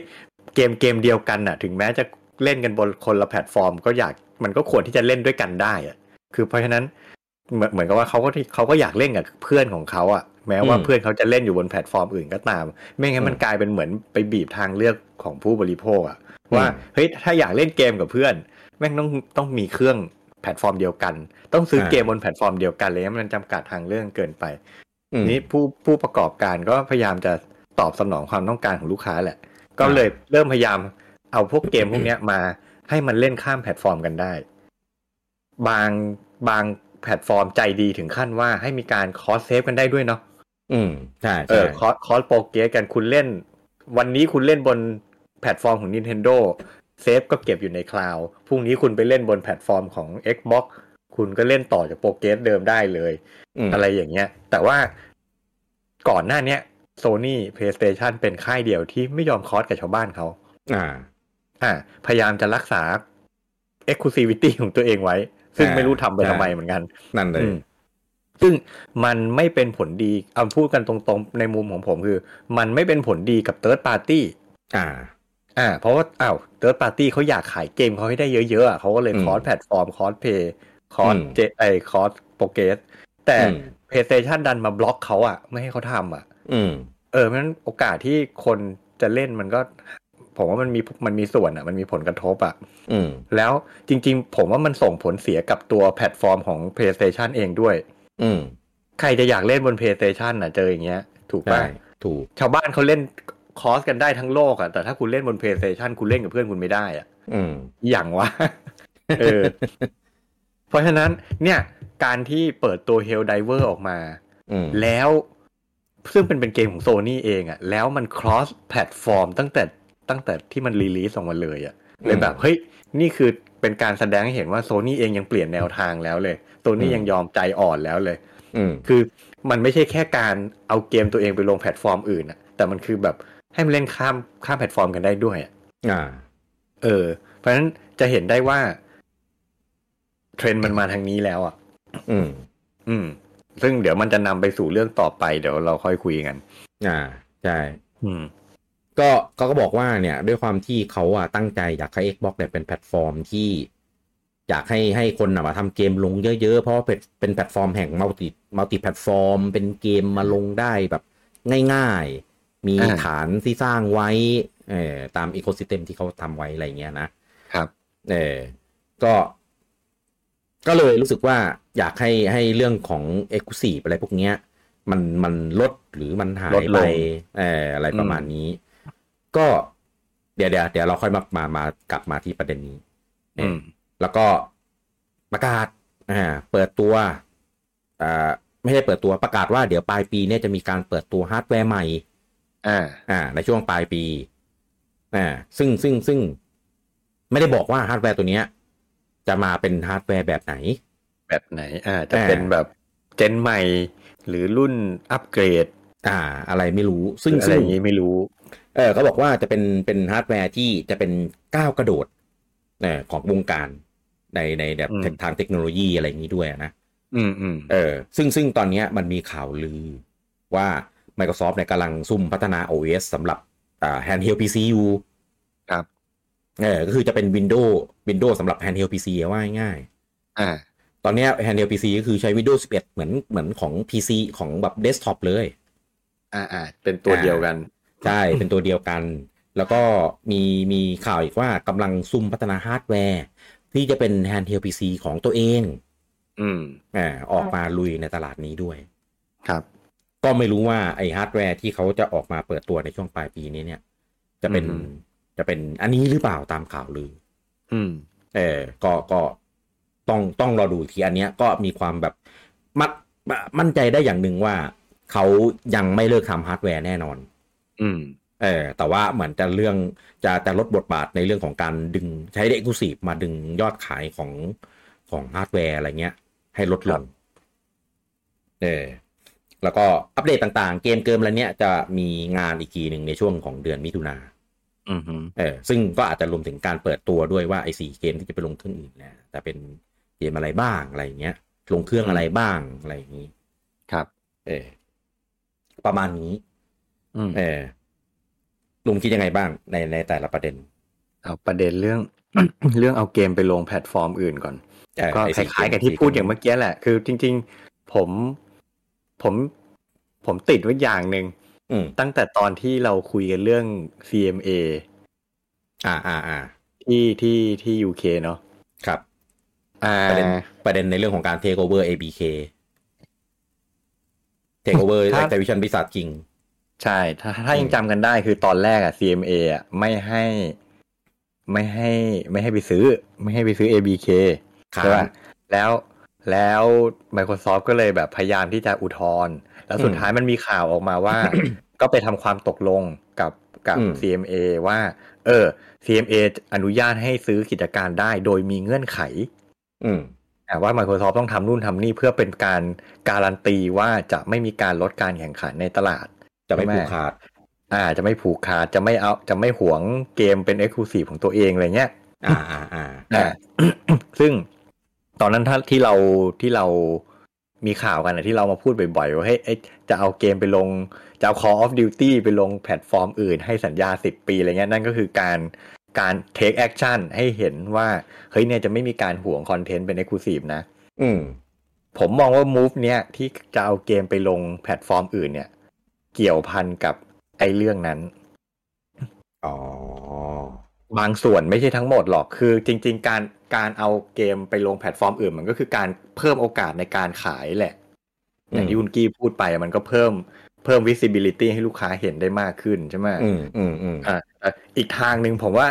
เกมเกมเดียวกันน่ะ ถึงแม้จะเล่นกันบนคนละแพลตฟอร์ม ก็อยากมันก็ควรที่จะเล่นด้วยกันได้อ่ะ คือเพราะฉะนั้นเหมือนเหมือนกับว่าเขาก็ที่เขาก็อยากเล่นกับเพื่อนของเขาอะแม้ว่า อืม เพื่อนเขาจะเล่นอยู่บนแพลตฟอร์มอื่นก็ตาม ไม่งั้ อื น ม มันกลายเป็นเหมือนไปบีบทางเลือกของผู้บริโภคอะว่า อืม เฮ้ยถ้าอยากเล่นเกมกับเพื่อน แม่งต้องต้องมีเครื่องแพลตฟอร์มเดียวกัน ต้องซื้ออา เกมบนแพลตฟอร์มเดียวกันเลยมันจำกัดทางเรื่องเกินไป อืม นี่ผู้ผู้ประกอบการก็พยายามจะตอบสนองความต้องการของลูกค้าแหละ ก็เลยเริ่มพยายามเอาพวกเกมพวกเนี้ยมาให้มันเล่นข้ามแพลตฟอร์มกันได้ บางบางแพลตฟอร์มใจดีถึงขั้นว่าให้มีการคอสเซฟกันได้ด้วยเนาะ อืมใช่ เอ ใช่ อคอร์สคอร์สโปรเกสกันคุณเล่น วันนี้คุณเล่นบนแพลตฟอร์มของ Nintendo เซฟก็เก็บอยู่ในคลาวด์พรุ่งนี้คุณไปเล่นบนแพลตฟอร์มของ Xbox คุณก็เล่นต่อจากโปรเกสเดิมได้เลย ม อะไรอย่างเงี้ย แต่ว่าก่อนหน้าเนี้ย Sony PlayStation เป็นค่ายเดียวที่ไม่ยอมคอร์สกับชาวบ้านเขา อ่า อ่าพยายามจะรักษา exclusivity ของตัวเองไว้ ซึ่ง อ่า ไม่รู้ทำไป ใช่ ทำไมเหมือนกัน นั่นเลย อืมซึ่งมันไม่เป็นผลดีเอาพูดกันตรงๆในมุมของผมคือ มันไม่เป็นผลดีกับเติร์ดปาร์ตี้ อ่า อ่า เพราะว่าอ้าวเติร์ดปาร์ตี้เขาอยากขายเกมเขาให้ได้เยอะๆอ่ะเขาก็เลย อืม คอร์สแพลตฟอร์ม คอร์สเพย์คอร์ส อืม เจไอคอร์สโปรเกสแต่ อืม PlayStation ดันมาบล็อกเขาอ่ะ ไม่ให้เขาทำอ่ะ อืม เออเพราะฉะนั้นโอกาสที่คนจะเล่นมันก็ ผมว่ามันมีมันมีส่วนอ่ะ มันมีผลกระทบอ่ะ อืม แล้วจริง ๆ ผมว่ามันส่งผลเสียกับตัวแพลตฟอร์มของ PlayStation เองด้วย อืม ใครจะอยากเล่นบน PlayStation น่ะเจออย่างเงี้ย ถูกป่ะ ใช่ถูก ชาวบ้านเขาเล่นคอสกันได้ทั้งโลกอะแต่ถ้าคุณเล่นบน PlayStation คุณเล่นกับเพื่อนคุณไม่ได้อะ อืม อหย่างวะ เออ เพราะฉะนั้นเนี่ย การที่เปิดตัว Hell Diver ออกมา อืม แล้วซึ่งเป็นเป็นเกมของโซ n y เองอะแล้วมัน cross platform ตั้งแต่ตั้งแต่ที่มันรีลีสออกมาเลยอะเลยแบบ เฮ้ย นี่คือเป็นการแสดงให้เห็นว่าโซ n y เองยังเปลี่ยนแนวทางแล้วเลยโซ n y ยังยอมใจอ่อนแล้วเลย อืม คือมันไม่ใช่แค่การเอาเกมตัวเองไปลงแพลตฟอร์มอื่นอะแต่มันคือแบบให้มันเล่นข้ามข้ามแพลตฟอร์มกันได้ด้วยอะ อ่า เออ เพราะฉะนั้นจะเห็นได้ว่า เทรนด์มันมาทางนี้แล้วอะ อืม อืม ซึ่งเดี๋ยวมันจะนำไปสู่เรื่องต่อไปเดี๋ยวเราค่อยคุยกัน อ่า ใช่ อืม ก็เขาก็บอกว่าเนี่ย ด้วยความที่เขาอะตั้งใจอยากให้ Xbox เนี่ยเป็นแพลตฟอร์มที่ อยากให้ให้คนน่ะมาทำเกมลงเยอะๆ เพราะว่าเป็นเป็นแพลตฟอร์มแห่งมัลติมัลติแพลตฟอร์ม เป็นเกมมาลงได้แบบง่ายๆ มี อ่า ฐานที่สร้างไว้เอ่อตามอีโคซิสเต็มที่เขาทำไว้ อะไรอย่างเงี้ยนะ ครับ เออก็ ก็เลยรู้สึกว่าอยากให้ให้เรื่องของ e x c l u s i v e อะไรพวกเนี้ย มันมันลดหรือมันหาย ลดล ไป ง เอออะไรประมาณนี้ ก็เดี๋ยวเดี๋ยวเดี๋ยวเราค่อยมามามากลับมาที่ประเด็นนี้เออ ม แล้วก็ประกาศอ่าเปิดตัวอ่าไม่ใช่เปิดตัวประกาศว่าเดี๋ยวปลายปีเนี่ยจะมีการเปิดตัวฮาร์ดแวร์ใหม่ อ่า อ่าในช่วงปลายปีอ่าซึ่งซึ่งซึ่งไม่ได้บอกว่าฮาร์ดแวร์ตัวเนี้ย จะมาเป็นฮาร์ดแวร์แบบไหน แบบไหน อ่า จะเป็นแบบเจนใหม่ หรือรุ่นอัปเกรด อ่า อะไรไม่รู้ ห ซึ่ง รืออะไร ซึ่ อง ย่างนี้ไม่รู้ เออเขาบอกว่าจะเป็นเป็นฮาร์ดแวร์ที่จะเป็นก้าวกระโดดเออของวงการในในแบบ อืม ทางเทคโนโลยีอะไรอย่างนี้ด้วยนะ อืมอืม เออซึ่งซึ่งตอนเนี้ยมันมีข่าวลือว่า Microsoft เนี่ยกำลังซุ่มพัฒนา OS สำหรับอ่า handheld PC อยู่ ครับ เออก็คือจะเป็น Windows Windows สำหรับ handheld PC อะว่าง่ายๆ อ่า ตอนเนี้ย handheld PC ก็คือใช้ Windows 11 เหมือนเหมือนของ PC ของแบบ desktop เลย อ่าอ่า เป็นตัวเดียวกัน ใช่ เป็นตัวเดียวกัน แล้วก็มีมีข่าวอีกว่ากำลังซุ่มพัฒนาฮาร์ดแวร์ ที่จะเป็น handheld PC ของตัวเอง อืม อ่าออกมาลุยในตลาดนี้ด้วย ครับ ก็ไม่รู้ว่าไอฮาร์ดแวร์ที่เขาจะออกมาเปิดตัวในช่วงปลายปีนี้เนี่ย จะเป็น อือฮึ จะเป็นอันนี้หรือเปล่าตามข่าวลือ อืม เออก็ก็ต้องต้องรอดูอีกทีอันเนี้ยก็มีความแบบมัดมั่นใจได้อย่างหนึ่งว่าเขายังไม่เลิกทำฮาร์ดแวร์แน่นอน อืม เออแต่ว่าเหมือนจะเรื่องจะจะลดบทบาทในเรื่องของการดึงใช้เด็กกุศีมาดึงยอดขายของของฮาร์ดแวร์อะไรเงี้ย ให้ลดลงเออแล้วก็อัปเดตต่างๆ เกมเกิมอะไรเนี้ยจะมีงานอีกทีหนึ่งในช่วงของเดือนมิถุนา อืมอืม เออซึ่งก็อาจจะรวมถึงการเปิดตัวด้วยว่าไอ้สี่เกมที่จะไปลงเครื่องอื่นเนะแต่เป็นเกมอะไรบ้างอะไรอย่างเงี้ย ลงเครื่องอะไรบ้างอะไรอย่างนี้ ครับ เออ ประมาณนี้ อืม เออลุงคิดยังไงบ้างในในแต่ละประเด็น เอาประเด็นเรื่อง เรื่องเอาเกมไปลงแพลตฟอร์มอื่นก่อน เออ ก็ ไอ้ ค สี่เม ล้ายๆกับที่พูดอย่างเมื่อกี้แหละ คือจริง ๆ ผม ผม ผมติดไว้อย่างหนึ่ง อืม ตั้งแต่ตอนที่เราคุยกันเรื่อง CMA อ่าอ่าอ่า ที่ที่ที่ UK เนาะ ครับ อ่า ประเด็นประเด็นในเรื่องของการเทคโอเวอร์ ABK เทคโอเวอร์ ถ้า แอคทิวิชันบิสัทกิง ใช่ถ้าถ้า อืม ยังจำกันได้คือตอนแรกอะ CMA อะไม่ให้ไม่ให้ไม่ให้ไปซื้อ ไม่ให้ไปซื้อ ABK ครับ ใช่ป่ะแล้วแล้ว Microsoft ก็เลยแบบพยายามที่จะอุทธรณ์แล้วสุด อืม ท้ายมันมีข่าวออกมาว่า ก็ไปทำความตกลงกับกับ อืม CMA ว่า เออ CMA อนุญาตให้ซื้อกิจการได้โดยมีเงื่อนไข อืม อ่ะว่า Microsoft ต้องทำนู่นทำนี่เพื่อเป็นการการันตีว่าจะไม่มีการลดการแข่งขันในตลาด จะไม่ ใช่ไหม ผูกขาด อ่าจะไม่ผูกขาดจะไม่เอาจะไม่หวงเกมเป็น Exclusive ของตัวเองอะไรเงี้ย อ่าอ่าอ่า อ่า ซึ่งตอนนั้นถ้าที่เราที่เรามีข่าวกันนะที่เรามาพูดบ่อยๆว่าเฮ้ยเอ้ยจะเอาเกมไปลง จะเอา Call of Duty ไปลงแพลตฟอร์มอื่นให้สัญญา 10 ปีอะไรเงี้ยนั่นก็คือการการ take action ให้เห็นว่า เฮ้ยเนี่ยจะไม่มีการหวงคอนเทนต์เป็น Exclusive นะ อืม ผมมองว่า move เนี้ยที่จะเอาเกมไปลงแพลตฟอร์มอื่นเนี่ย เกี่ยวพันกับไอ้เรื่องนั้น อ๋อ บางส่วนไม่ใช่ทั้งหมดหรอกคือจริง ๆ การการเอาเกมไปลงแพลตฟอร์มอื่น มันก็คือการเพิ่มโอกาสในการขายแหละ อืม อย่างที่คุณกี้พูดไปมันก็เพิ่มเพิ่ม visibility ให้ลูกค้าเห็นได้มากขึ้นใช่ไหม อืมอืมอืม อ่ะอ่ะอีกทางหนึ่งผมว่า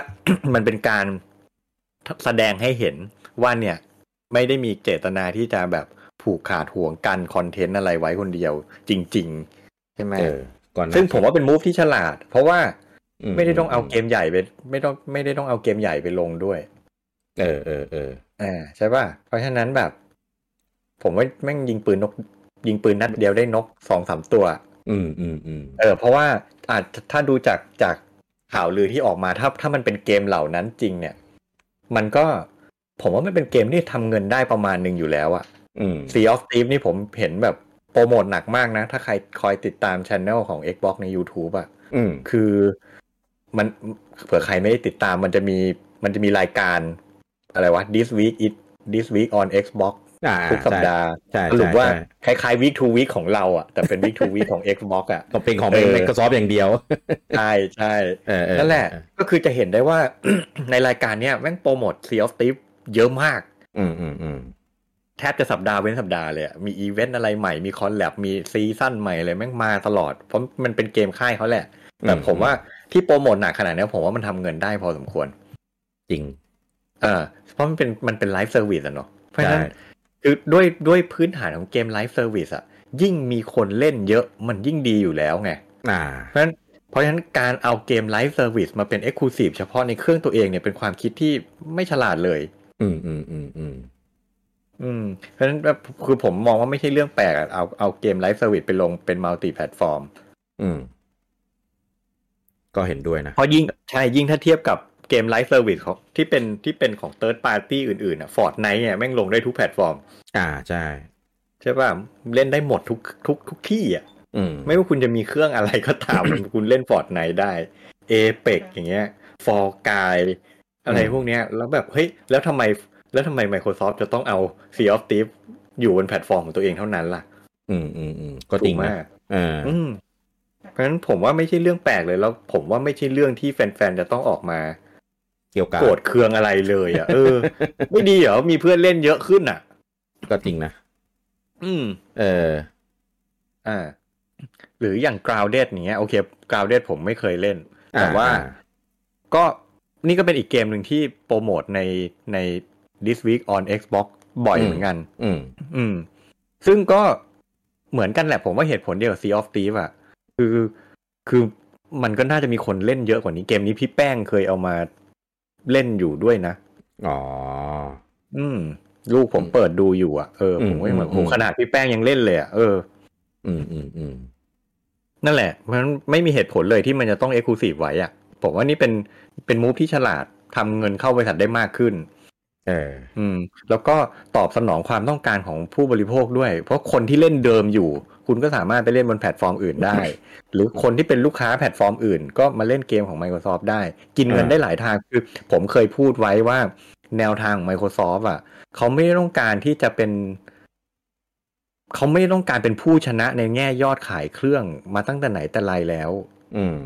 มันเป็นการแสดงให้เห็นว่าเนี่ย ไม่ได้มีเจตนาที่จะแบบผูกขาดห่วงกันคอนเทนต์อะไรไว้คนเดียวจริง ๆ ใช่ไหม เออ ก่อนนะ ซึ่งผมว่าเป็นมูฟที่ฉลาด เพราะว่าไม่ได้ต้องเอา ม เกมใหญ่ไปไม่ต้องไม่ได้ต้องเอาเกมใหญ่ไปลงด้วย เออเออเออ อ่าใช่ป่ะ เพราะฉะนั้นแบบ ผมว่าแม่งยิงปืนนก ยิงปืนนัดเดียวได้นกสองสามตัว อืมอืมอืม เออเพราะว่าอาจถ้าดูจากจากข่าวลือที่ออกมาถ้าถ้ามันเป็นเกมเหล่านั้นจริงเนี่ย มันก็ผมว่ามันเป็นเกมที่ทำเงินได้ประมาณหนึ่งอยู่แล้วอะ อืม Sea of Thieves นี่ผมเห็นแบบโปรโมทหนักมากนะ ถ้าใครคอยติดตามช anel ของ Xbox ใน YouTube อะ อืม คือมันเผื่อใครไม่ได้ติดตามมันจะมีมันจะมีรายการอะไรวะ This Week It This Week on Xbox อ่า ทุกสัปดาห์ ใช่ ส ใช่ รุปว่า ใช่ คล้ายๆ Week to Week ของเราอะแต่เป็น Week to Week ของ Xbox อะ ก็เป็นของ เออ เมกซอฟอย่างเดียว ใช่ใช่ เออเออ นั่นแหละ เออ ก็คือจะเห็นได้ว่า ในรายการเนี้ยแม่งโปรโมท Sea of Thieves เยอะมาก อืมอืมอืม แทบจะสัปดาห์เว้นสัปดาห์เลยอะมีอีเวนต์อะไรใหม่มีคอนแลบมีซีซั่นใหม่อะไรแม่งมาตลอด เพราะมันเป็นเกมค่ายเขาแหละ แต่ผมว่าที่โปรโมทหนักขนาดเนี้ยผมว่ามันทำเงินได้พอสมควร จริง เออเพราะมันเป็นมันเป็นไลฟ์เซอร์วิสอะเนาะเพราะฉะนั้น ใช่ คือด้วยด้วยพื้นฐานของเกมไลฟ์เซอร์วิสอะยิ่งมีคนเล่นเยอะมันยิ่งดีอยู่แล้วไง อ่า เพราะฉะนั้นเพราะฉะนั้นการเอาเกมไลฟ์เซอร์วิสมาเป็น Exclusive เฉพาะในเครื่องตัวเองเนี่ยเป็นความคิดที่ไม่ฉลาดเลย อืมอืมอืมอืม อืมเพราะฉะนั้นแบบคือผมมองว่าไม่ใช่เรื่องแปลกอะเอาเอาเกมไลฟ์เซอร์วิสไปลงเป็นมัลติแพลตฟอร์ม อืม ก็เห็นด้วยนะ เพราะยิ่งใช่ยิ่งถ้าเทียบกับเกมไลฟ์เซอร์วิสของที่เป็นที่เป็นของเติร์ดปาร์ตี้อื่นๆอ่ะฟอร์ดไนเนี่ยแม่งลงได้ทุกแพลตฟอร์ม อ่าใช่ ใช่ป่ะ เล่นได้หมดทุกทุกทุกที่อ่ะ อืม ไม่ว่าคุณจะมีเครื่องอะไรก็ ตาม คุณเล่นฟอร์ดไนได้เอเปกอย่างเงี้ยฟอร์กายอะไรพวกเนี้ย แล้วแบบเฮ้ยแล้วทำไมแล้วทำไม Microsoft จะต้องเอา Sea of Thieves อยู่บนแพลตฟอร์มของตัวเองเท่านั้นล่ะ อืมอืมอืมก็จริง ถูก นะ มาก เออ อืมเพราะฉะนั้นผมว่าไม่ใช่เรื่องแปลกเลยแล้วผมว่าไม่ใช่เรื่องที่แฟนๆจะต้องออกมา เกี่ยวกับ โกรธเคืองอะไรเลยอ่ะเอ อ ไม่ดีเหรอมีเพื่อนเล่นเยอะขึ้นอ่ะ ก็จริงนะ อืม เออ อ่า หรืออย่าง grounded อย่างเนี้ยโอเค grounded ผมไม่เคยเล่น แต่ว่า อ่า ก็นี่ก็เป็นอีกเกมหนึ่งที่โปรโมทในใน this week on Xbox บ่อยเหมือนกัน อืม อืม ซึ่งก็เหมือนกันแหละผมว่าเหตุผลเดียวกับ Sea of Thieves อะคือคือมันก็น่าจะมีคนเล่นเยอะกว่านี้เกมนี้พี่แป้งเคยเอามาเล่นอยู่ด้วยนะ อ๋อ อืม ลูกผมเปิดดูอยู่อะเออผมก็ยังแบบ อืมอืม โหขนาดพี่แป้งยังเล่นเลยอะเออ อืมอืมอืม นั่นแหละ เพราะฉะนั้นไม่มีเหตุผลเลยที่มันจะต้องเอ็กซ์คลูซีฟไว้อะผมว่านี่เป็นเป็นมูฟที่ฉลาดทำเงินเข้าบริษัทได้มากขึ้น เออ อืม แล้วก็ตอบสนองความต้องการของผู้บริโภคด้วย เพราะคนที่เล่นเดิมอยู่ คุณก็สามารถไปเล่นบนแพลตฟอร์มอื่นได้ หรือคนที่เป็นลูกค้าแพลตฟอร์มอื่น ก็มาเล่นเกมของ Microsoft ได้ กินเงิน อ่า ได้หลายทางคือ ผมเคยพูดไว้ว่าแนวทางของ Microsoft อ่ะ เขาไม่ได้ต้องการที่จะเป็น เขาไม่ได้ต้องการเป็นผู้ชนะในแง่ยอดขายเครื่องมาตั้งแต่ไหนแต่ไรแล้ว อืม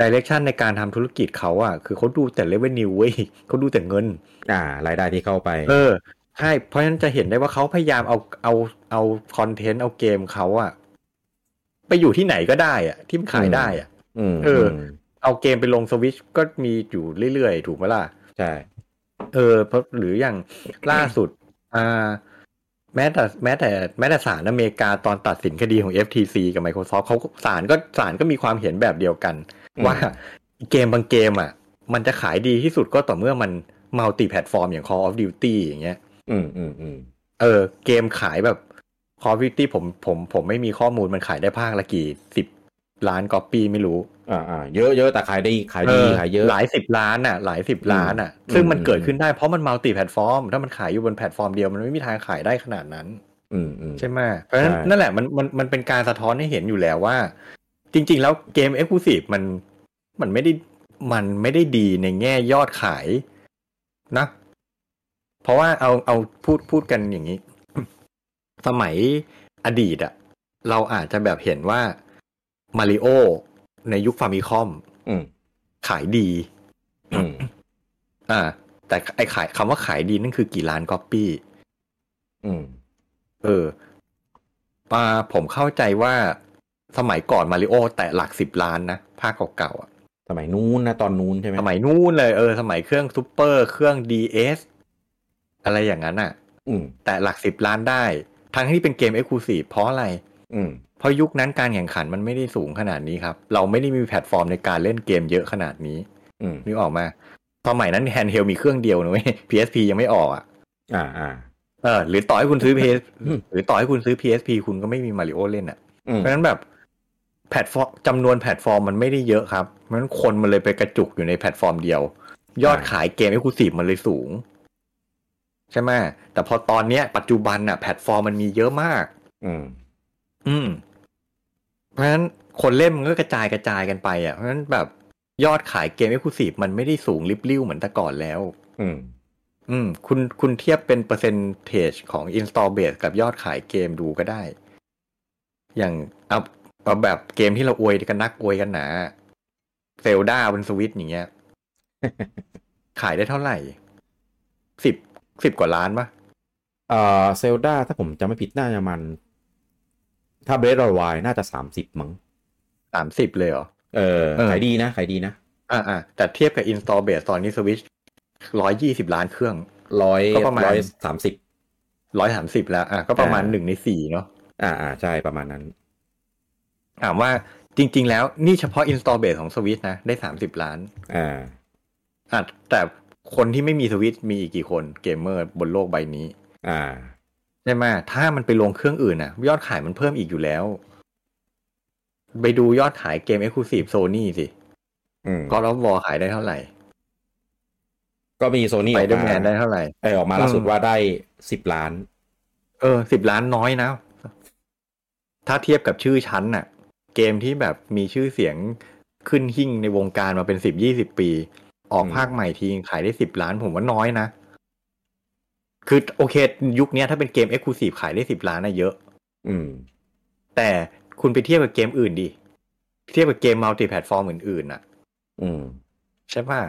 ดิเรกชันในการทำธุรกิจเขาอ่ะคือเขาดูแต่เลเวนิวเว้ยเขาดูแต่เงิน อ่ารายได้ที่เข้าไป เออใช่เพราะฉะนั้นจะเห็นได้ว่าเขาพยายามเอาเอาเอาคอนเทนต์เอาเกมเขาอะ ไปอยู่ที่ไหนก็ได้อะที่มันขายได้อะ อืม เอออื ม เอาเกมไปลงสวิชก็มีอยู่เรื่อยๆ ถูกไหมล่ะ ใช่ เออเพราะหรืออย่าง ล่าสุด อ่า แม้แต่แม้แต่แม้แต่ศาลอเมริกาตอนตัดสินคดีของ FTC กับ Microsoft เขาศาลก็ศาลก็มีความเห็นแบบเดียวกัน ว่าเกมบางเกมอ่ะ มันจะขายดีที่สุดก็ต่อเมื่อมันมัลติแพลตฟอร์มอย่าง Call of Duty อย่างเงี้ย อืมอืมอืม เออ เกมขายแบบ Call of Duty ผมผมผมไม่มีข้อมูลมันขายได้ภาคละกี่สิบล้านก๊อปปี้ไม่รู้ อ่าอ่าเยอะเยอะแต่ขายได้ขายดีขายเยอะ หลายสิบล้านอ่ะ หลายสิบล้านอ่ะ อืม ซึ่งมัน อืม เกิดขึ้นได้เพราะมันมัลติแพลตฟอร์ม ถ้ามันขายอยู่บนแพลตฟอร์มเดียว มันไม่มีทางขายได้ขนาดนั้น อืมอืม ใช่ไหมเพราะฉะนั้น ใช่ นั่นแหละมันมันมันเป็นการสะท้อนให้เห็นอยู่แล้วว่า จริง ๆ แล้วเกมเอ็กซ์คลูซีฟมันมันไม่ได้มันไม่ได้ดีในแง่ยอดขายนะ เพราะว่าเอาเอาพูดพูดกันอย่างนี้ สมัยอดีตอะเราอาจจะแบบเห็นว่ามาริโอในยุคฟามิคอม อืม ขายดี อืม อ่า แต่ไอขายคำว่าขายดีนั่นคือกี่ล้านก๊อปปี้ อืม เออปาผมเข้าใจว่าสมัยก่อนมาริโอแตะหลักสิบล้านนะ ภาคเก่าๆอะ สมัยนู้นนะตอนนู้นใช่ไหม สมัยนู้นเลยเออ สมัยเครื่องซูเปอร์ เครื่อง DS อะไรอย่างนั้นอะ อืม แต่หลักสิบล้านได้ ทั้งที่เป็นเกมเอ็กซ์คลูซีฟเพราะอะไร อืม เพราะยุคนั้นการแข่งขันมันไม่ได้สูงขนาดนี้ครับ เราไม่ได้มีแพลตฟอร์มในการเล่นเกมเยอะขนาดนี้ อืม นึกออกมาสมัยนั้นแฮนด์เฮลมีเครื่องเดียวนะเว้ย PSP ยังไม่ออกอะ อ่าอ่า เออหรือต่อให้คุณซื้อ PS อืม หรือต่อให้คุณซื้อ PSP คุณก็ไม่มีมาริโอเล่นอ่ะ อืม เพราะฉะนั้นแบบแพลตฟอร์มจำนวนแพลตฟอร์มมันไม่ได้เยอะครับ เพราะฉะนั้นคนมันเลยไปกระจุกอยู่ในแพลตฟอร์มเดียว ยอดขายเกมเอ็กซ์คลูซีฟมันเลยสูง ใช่ไหมแต่พอตอนเนี้ยปัจจุบันน่ะแพลตฟอร์มมันมีเยอะมาก อืม อืม เพราะฉะนั้นคนเล่นมันก็กระจายกระจายกันไปอ่ะเพราะฉะนั้นแบบยอดขายเกมเอ็กซ์คลูซีฟมันไม่ได้สูงริบลิ่วเหมือนแต่ก่อนแล้ว อืม อืมคุณคุณเทียบเป็นเปอร์เซ็นเทจของ install base กับยอดขายเกมดูก็ได้ อย่างเอาเอาแบบเกมที่เราอวยกันนักอวยกันหนาเซลดาบนสวิตอย่างเงี้ ย ขายได้เท่าไหร่สิบสิบกว่าล้านปะ เอ่อเซลดาถ้าผมจำไม่ผิดน่าจะมัน ถ้าเบรดรอยวายน่าจะสามสิบมั้ง สามสิบเลยเหรอ เออ เออ ขายดีนะขายดีนะ อ่าอ่าแต่เทียบกับ install base ตอนนี้สวิตร้อยยี่สิบล้านเครื่อง ร้อย ก็ประมาณ ร้อยสามสิบ ร้อยสามสิบแล้ว อ่ะก็ประมาณ อ่า หนึ่งในสี่เนาะ อ่าอ่าใช่ประมาณนั้น ถามว่าจริง ๆ แล้วนี่เฉพาะ install base ของสวิตนะ ได้สามสิบล้าน อ่า อ่ะแต่คนที่ไม่มีสวิตช์มีอีกกี่คนเกมเมอร์บนโลกใบนี้ อ่า ใช่ไหมถ้ามันไปลงเครื่องอื่นอ่ะ ยอดขายมันเพิ่มอีกอยู่แล้ว ไปดูยอดขายเกมเอ็กซ์คลูซีฟโซนี่สิ อืม ก็รับวอขายได้เท่าไหร่ ก็มีโซนี่ ไป ออก เดอร์แม มาน ได้เท่าไหร่ เออออกมาล่าสุดว่าได้สิบล้าน เออสิบล้านน้อยนะ ถ้าเทียบกับชื่อชั้นน่ะ เกมที่แบบมีชื่อเสียงขึ้นหิ่งในวงการมาเป็นสิบยี่สิบปี ออก อืม ภาคใหม่ทีขายได้สิบล้านผมว่าน้อยนะ คือโอเค ยุคเนี้ยถ้าเป็นเกมเอ็กซ์คลูซีฟขายได้สิบล้านนะเยอะ อืม แต่คุณไปเทียบกับเกมอื่นดิ เทียบกับเกมมัลติแพลตฟอร์มอื่นๆน่ะ อืม ใช่ป่ะ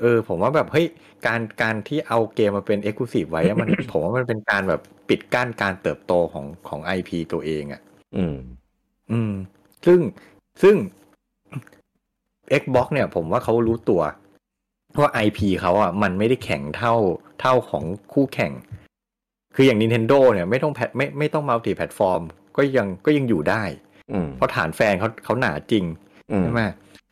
เออ ผมว่าแบบเฮ้ยการการที่เอาเกมมาเป็น e x c l u s i v e ไว้อะมัน ผมว่ามันเป็นการแบบปิดกั้นการเติบโตของของ IP ตัวเองอะ่ะ อืม อืม ซึ่งซึ่ง Xbox เนี่ย ผมว่าเขารู้ตัวว่า IP เขาอะ่ะ มันไม่ได้แข็งเท่าเท่าของคู่แข่ง คืออย่าง Nintendo เนี่ยไม่ต้องแพลตไม่ไม่ต้องมัลติแพลตฟอร์ม ก็ยังก็ยังอยู่ได้ อืม เพราะฐานแฟนเขาเขาหนาจริง อืม ใช่ไหม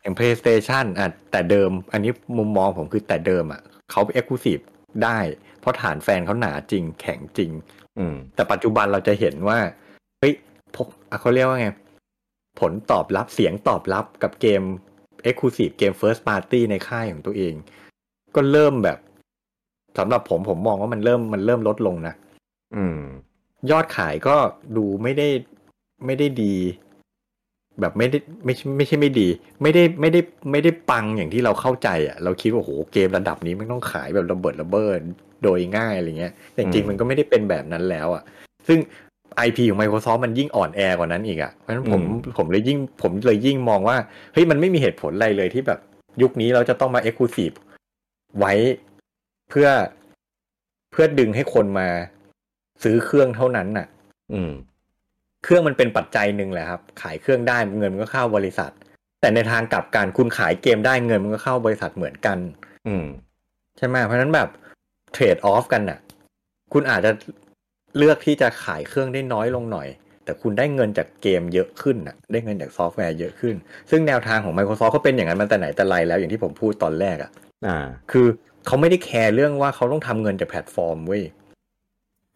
อย่าง PlayStation อ่ะแต่เดิม อันนี้มุมมองผมคือแต่เดิมอ่ะเขาเอ็กซ์คลูซีฟได้ เพราะฐานแฟนเขาหนาจริง แข็งจริง อืม แต่ปัจจุบันเราจะเห็นว่า เฮ้ยพวกอ่ะเขาเรียกว่าไง ผลตอบรับเสียงตอบรับกับเกม e x c l u s i v e เกม First Party ในค่ายของตัวเอง ก็เริ่มแบบสำหรับผมผมมองว่ามันเริ่มมันเริ่มลดลงนะ อืม ยอดขายก็ดูไม่ได้ไม่ได้ดี แบบไม่ได้ไม่ใช่ไม่ใช่ไม่ดี ไม่ได้ไม่ได้ไม่ได้ปังอย่างที่เราเข้าใจอ่ะเราคิดว่าโหเกมระดับนี้มันต้องขายแบบระเบิดระเบิดโดยง่ายอะไรเงี้ยแต่จริง อื ๆ ม มันก็ไม่ได้เป็นแบบนั้นแล้วอ่ะ ซึ่ง IP ของ Microsoft มันยิ่งอ่อนแอกว่านั้นอีกอ่ะเพราะฉะนั้นผมผมเลยยิ่งผมเลยยิ่งมองว่าเฮ้ยมันไม่มีเหตุผลอะไรเลยที่แบบยุคนี้เราจะต้องมา Exclusive ไว้เพื่อเพื่อดึงให้คนมาซื้อเครื่องเท่านั้นน่ะ อืม เครื่องมันเป็นปัจจัยหนึ่งแหละครับ ขายเครื่องได้เงินมันก็เข้าบริษัท แต่ในทางกลับกันคุณขายเกมได้เงินมันก็เข้าบริษัทเหมือนกัน อืม ใช่ไหมเพราะฉะนั้นแบบเทรดออฟกันน่ะ คุณอาจจะเลือกที่จะขายเครื่องได้น้อยลงหน่อย แต่คุณได้เงินจากเกมเยอะขึ้นน่ะ ได้เงินจากซอฟต์แวร์เยอะขึ้น ซึ่งแนวทางของ Microsoft ก็เป็นอย่างนั้นมาแต่ไหนแต่ไรแล้วอย่างที่ผมพูดตอนแรกอ่ะ อ่า คือเขาไม่ได้แคร์เรื่องว่าเขาต้องทำเงินจากแพลตฟอร์มเว้ย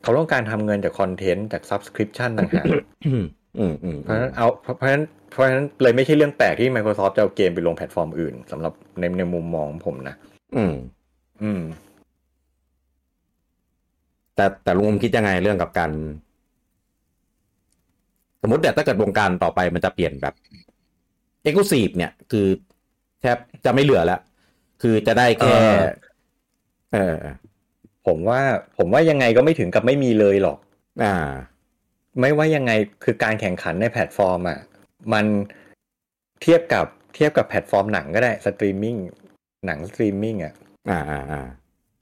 เขาต้องการทำเงินจากคอนเทนต์จากซับสคริปชันต่างหาก อืมอืมอืม เพราะฉะนั้นเอาเพราะเพราะฉะนั้นเพราะฉะนั้นเลยไม่ใช่เรื่องแปลกที่ Microsoft จะเอาเกมไปลงแพลตฟอร์มอื่นสำหรับในในมุมมองของผมนะ อืม อืม แต่แต่ลุงอมคิดยังไงเรื่องกับการสมมติเนี่ยถ้าเกิดวงการต่อไปมันจะเปลี่ยนแบบเอ็กซ์คลูซีฟเนี่ย คือแทบจะไม่เหลือแล้ว คือจะได้แค่ เออ เออ ผมว่าผมว่ายังไงก็ไม่ถึงกับไม่มีเลยหรอก อ่า ไม่ว่ายังไงคือการแข่งขันในแพลตฟอร์มอ่ะมันเทียบกับเทียบกับแพลตฟอร์มหนังก็ได้สตรีมมิ่งหนังสตรีมมิ่งอ่ะ อ่าอ่าอ่า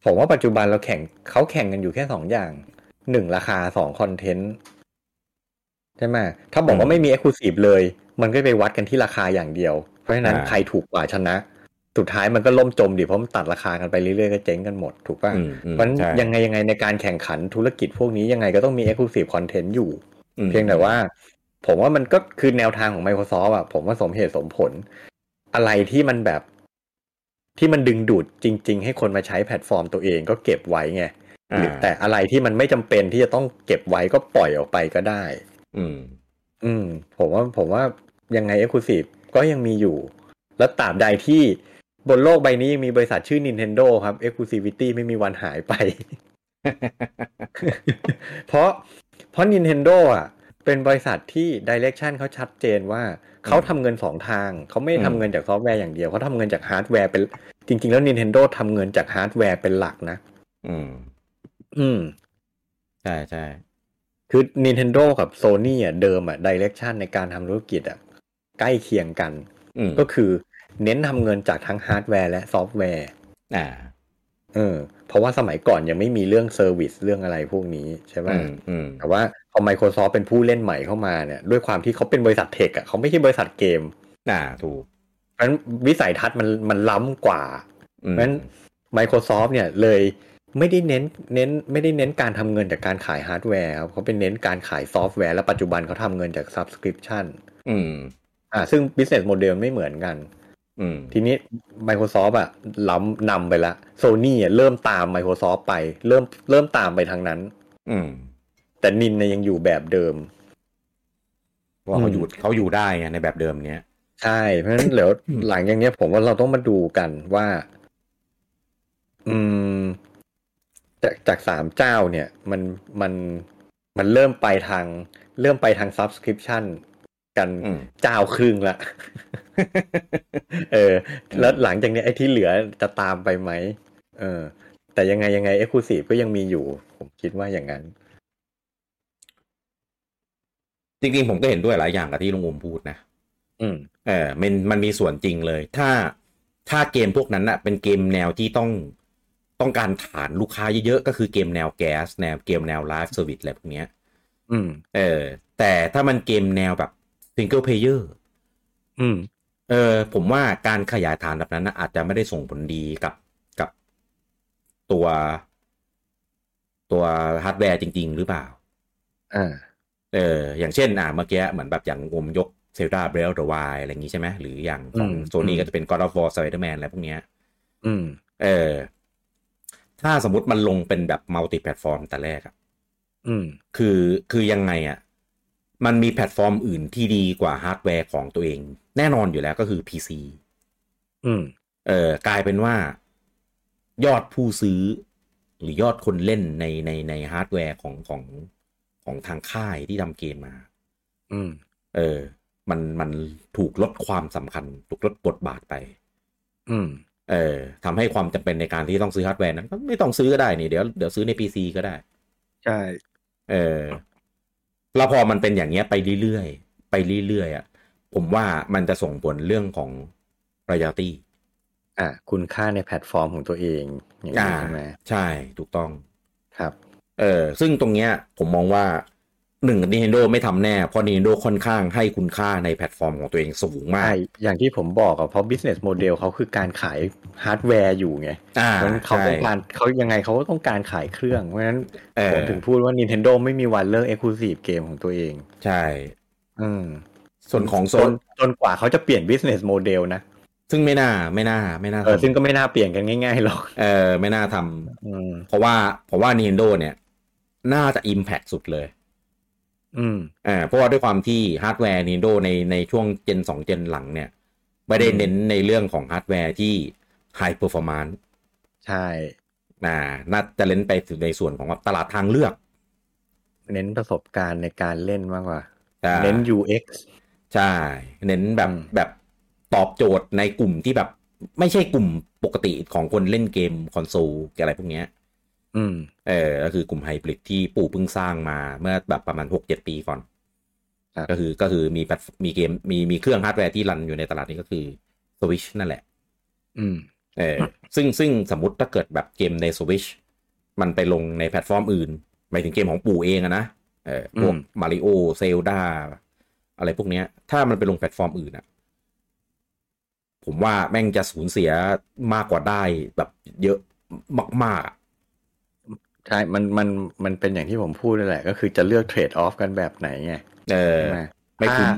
ผมว่าปัจจุบันเราแข่งเขาแข่งกันอยู่แค่สองอย่างหนึ่งราคาสองคอนเทนต์ใช่ไหมถ้าบอกว่าไม่มีเอ็กซ์คลูซีฟเลย มันก็ไปวัดกันที่ราคาอย่างเดียว เพราะฉะนั้นใครถูกกว่าชนะ สุดท้ายมันก็ล่มจมดิเพราะมันตัดราคากันไปเรื่อยๆก็เจ๊งกันหมดถูกป่ะ อืมอืม เพราะฉะนั้น ใช่ ยังไงยังไงในการแข่งขันธุรกิจพวกนี้ยังไงก็ต้องมีเอ็กซ์คลูซีฟคอนเทนต์อยู่ อืม เพียงแต่ว่า ผมว่ามันก็คือแนวทางของ Microsoft อะผมว่าสมเหตุสมผล อะไรที่มันแบบที่มันดึงดูดจริง ๆ ให้คนมาใช้แพลตฟอร์มตัวเองก็เก็บไว้ไงหรือ อ่า แต่อะไรที่มันไม่จำเป็นที่จะต้องเก็บไว้ก็ปล่อยออกไปก็ได้ อืม อืม ผมว่าผมว่ายังไงเอ็กซ์คลูซีฟก็ยังมีอยู่ และตราบใดที่บนโลกใบนี้ยังมีบริษัทชื่อ Nintendo ครับ Exclusivity ไม่มีวันหายไป เพราะเพราะ Nintendo อ่ะ เป็นบริษัทที่ดิเรกชันเขาชัดเจนว่าเขาทำเงินสองทาง เขาไม่ได้ อืม ทำเงินจากซอฟต์แวร์อย่างเดียวเขาทำเงินจากฮาร์ดแวร์เป็นจริง ๆ แล้ว Nintendo ทำเงินจากฮาร์ดแวร์เป็นหลักนะ อืม อืม ใช่ใช่ คือ Nintendo กับ Sony อ่ะเดิมอ่ะดิเรกชันในการทำธุรกิจอ่ะใกล้เคียงกัน อืม ก็คือเน้นทำเงินจากทั้งฮาร์ดแวร์และซอฟต์แวร์ อ่า เออ เพราะว่าสมัยก่อนยังไม่มีเรื่องเซอร์วิสเรื่องอะไรพวกนี้ใช่ไหม อืมอืม แต่ว่าพอ Microsoft เป็นผู้เล่นใหม่เข้ามาเนี่ย ด้วยความที่เขาเป็นบริษัทเทคอะเขาไม่ใช่บริษัทเกม อ่าถูก เพราะฉะนั้นวิสัยทัศน์มันมันล้ำกว่า อืม เพราะฉะนั้น Microsoft เนี่ยเลยไม่ได้เน้นเน้นไม่ได้เน้นการทำเงินจากการขายฮาร์ดแวร์ครับเขาเป็นเน้นการขายซอฟต์แวร์ และปัจจุบันเขาทำเงินจาก subscription อืม อ่าซึ่ง business model ไม่เหมือนกัน อืม ทีนี้ Microsoft อะล้ำนำไปละ Sony อะเริ่มตาม Microsoft ไปเริ่มเริ่มตามไปทางนั้น อืม แต่นินเนี่ยยังอยู่แบบเดิม ว่าเขาอยู่เขาอยู่ได้ไงในแบบเดิมเนี้ย ใช่ เพราะฉะนั้นเดี๋ยว อืม หลังอย่างเนี้ยผมว่าเราต้องมาดูกันว่า อืม จากจากสามเจ้าเนี่ย มันมันมันเริ่มไปทาง เริ่มไปทาง subscription กัน อืม เจ้าครึ่งละ เออ แล้วหลังจากเนี้ยไอ้ที่เหลือจะตามไปไหมเออ แต่ยังไงยังไง exclusive ก็ยังมีอยู่ ผมคิดว่าอย่างนั้น จริงๆ ผมก็เห็นด้วยหลายอย่างกับที่ลุงอมพูดนะ อืม เออมันมันมีส่วนจริงเลย ถ้าถ้าเกมพวกนั้นน่ะ เป็นเกมแนวที่ต้องต้องการฐานลูกค้าเยอะๆ ก็คือเกมแนวแก๊สแนวเกมแนวไลฟ์เซอร์วิสอะไรพวกเนี้ย อืม เออ แต่ถ้ามันเกมแนวแบบซิงเกิลเพลเยอร์ อืม เออผมว่าการขยายฐานแบบนั้นนะอาจจะไม่ได้ส่งผลดีกับกับตัว ตัวฮาร์ดแวร์จริง ๆ หรือเปล่า อ่า เอออย่างเช่นอ่ะเมื่อกี้เหมือนแบบอย่างอมยกเซลดาเบลดวายอะไรอย่างนี้ใช่ไหมหรืออย่างของ อืม โซนี่ อืม ก็จะเป็น God of War Spider-Man อะไรพวกเนี้ย อืม เออ ถ้าสมมติมันลงเป็นแบบมัลติแพลตฟอร์มแต่แรกอะ อืม คือ คือยังไงอะมันมีแพลตฟอร์มอื่นที่ดีกว่าฮาร์ดแวร์ของตัวเอง แน่นอนอยู่แล้วก็คือ PC อืม เออกลายเป็นว่า ยอดผู้ซื้อ หรือยอดคนเล่นในในในฮาร์ดแวร์ของของของทางค่ายที่ทำเกมมา อืม เออ มันมันถูกลดความสำคัญ ถูกลดบทบาทไป อืม เออทำให้ความจำเป็นในการที่ต้องซื้อฮาร์ดแวร์นั้นก็ไม่ต้องซื้อก็ได้นี่เดี๋ยวเดี๋ยวซื้อใน PC ก็ได้ ใช่ เออแล้วพอมันเป็นอย่างเงี้ยไปเรื่อยๆ ไปเรื่อยๆอ่ะ ผมว่ามันจะส่งผลเรื่องของ royalty อ่ะคุณค่าในแพลตฟอร์มของตัวเองอย่างนี้ใช่ไหม ใช่ถูกต้อง ครับ เออซึ่งตรงเนี้ยผมมองว่า หนึ่ง Nintendo ไม่ทำแน่ เพราะ Nintendo ค่อนข้างให้คุณค่าในแพลตฟอร์มของตัวเองสูงมา ใช่ ก อย่างที่ผมบอกอะเพราะ business model เขาคือการขายฮาร์ดแวร์อยู่ไง อ่า เพราะฉะนั้นเขา ใช่ ต้องการเขายังไงเขาก็ต้องการขายเครื่อง เพราะฉะนั้น เอ ผ อ มถึงพูดว่า Nintendo ไม่มีวันเลิก exclusive เกมของตัวเอง ใช่ อืม ส่วนของโซ จ น นจนกว่าเขาจะเปลี่ยน business model นะ ซึ่งไม่น่าไม่น่าไม่น่า เออ ทำ ซึ่งก็ไม่น่าเปลี่ยนกันง่ายๆหรอก เออไม่น่าท อืม ำเพราะว่าเพราะว่า Nintendo เนี่ยน่าจะ Impact สุดเลย อืม อ่าเพราะว่าด้วยความที่ฮาร์ดแวร์ Nintendo ในในช่วงเจนสองเจนหลังเนี่ย ไม่ได้เน้นในเรื่องของฮาร์ดแวร์ที่ High Performance ใช่ นะน่าจะเล่นไปถึงในส่วนของแบบตลาดทางเลือก เน้นประสบการณ์ในการเล่นมากกว่า อ่า เน้น UX ใช่ เน้นแบบ อืม แบบตอบโจทย์ในกลุ่มที่แบบ ไม่ใช่กลุ่มปกติของคนเล่นเกมคอนโซลอะไรพวกเนี้ย อืม เออก็คือกลุ่มไฮบริดที่ปู่เพิ่งสร้างมาเมื่อแบบประมาณหกเจ็ดปีก่อน ครับ ก็คือก็คือมีแพลตมีเกมมีมีเครื่องฮาร์ดแวร์ที่รันอยู่ในตลาดนี้ก็คือ Switch นั่นแหละ อืม เออซึ่งซึ่งสมมติถ้าเกิดแบบเกมใน Switch มันไปลงในแพลตฟอร์มอื่น หมายถึงเกมของปู่เองอะนะเออพวก อืม มาริโอเซลดาอะไรพวกเนี้ย ถ้ามันไปลงแพลตฟอร์มอื่นอะผมว่าแม่งจะสูญเสียมากกว่าได้แบบเยอะมากๆอะ ใช่ มัน มัน มันเป็นอย่างที่ผมพูดนั่นแหละ ก็คือจะเลือกเทรดออฟกันแบบไหนไง เออ ใช่ไหม ไม่คุ้ม ถ้า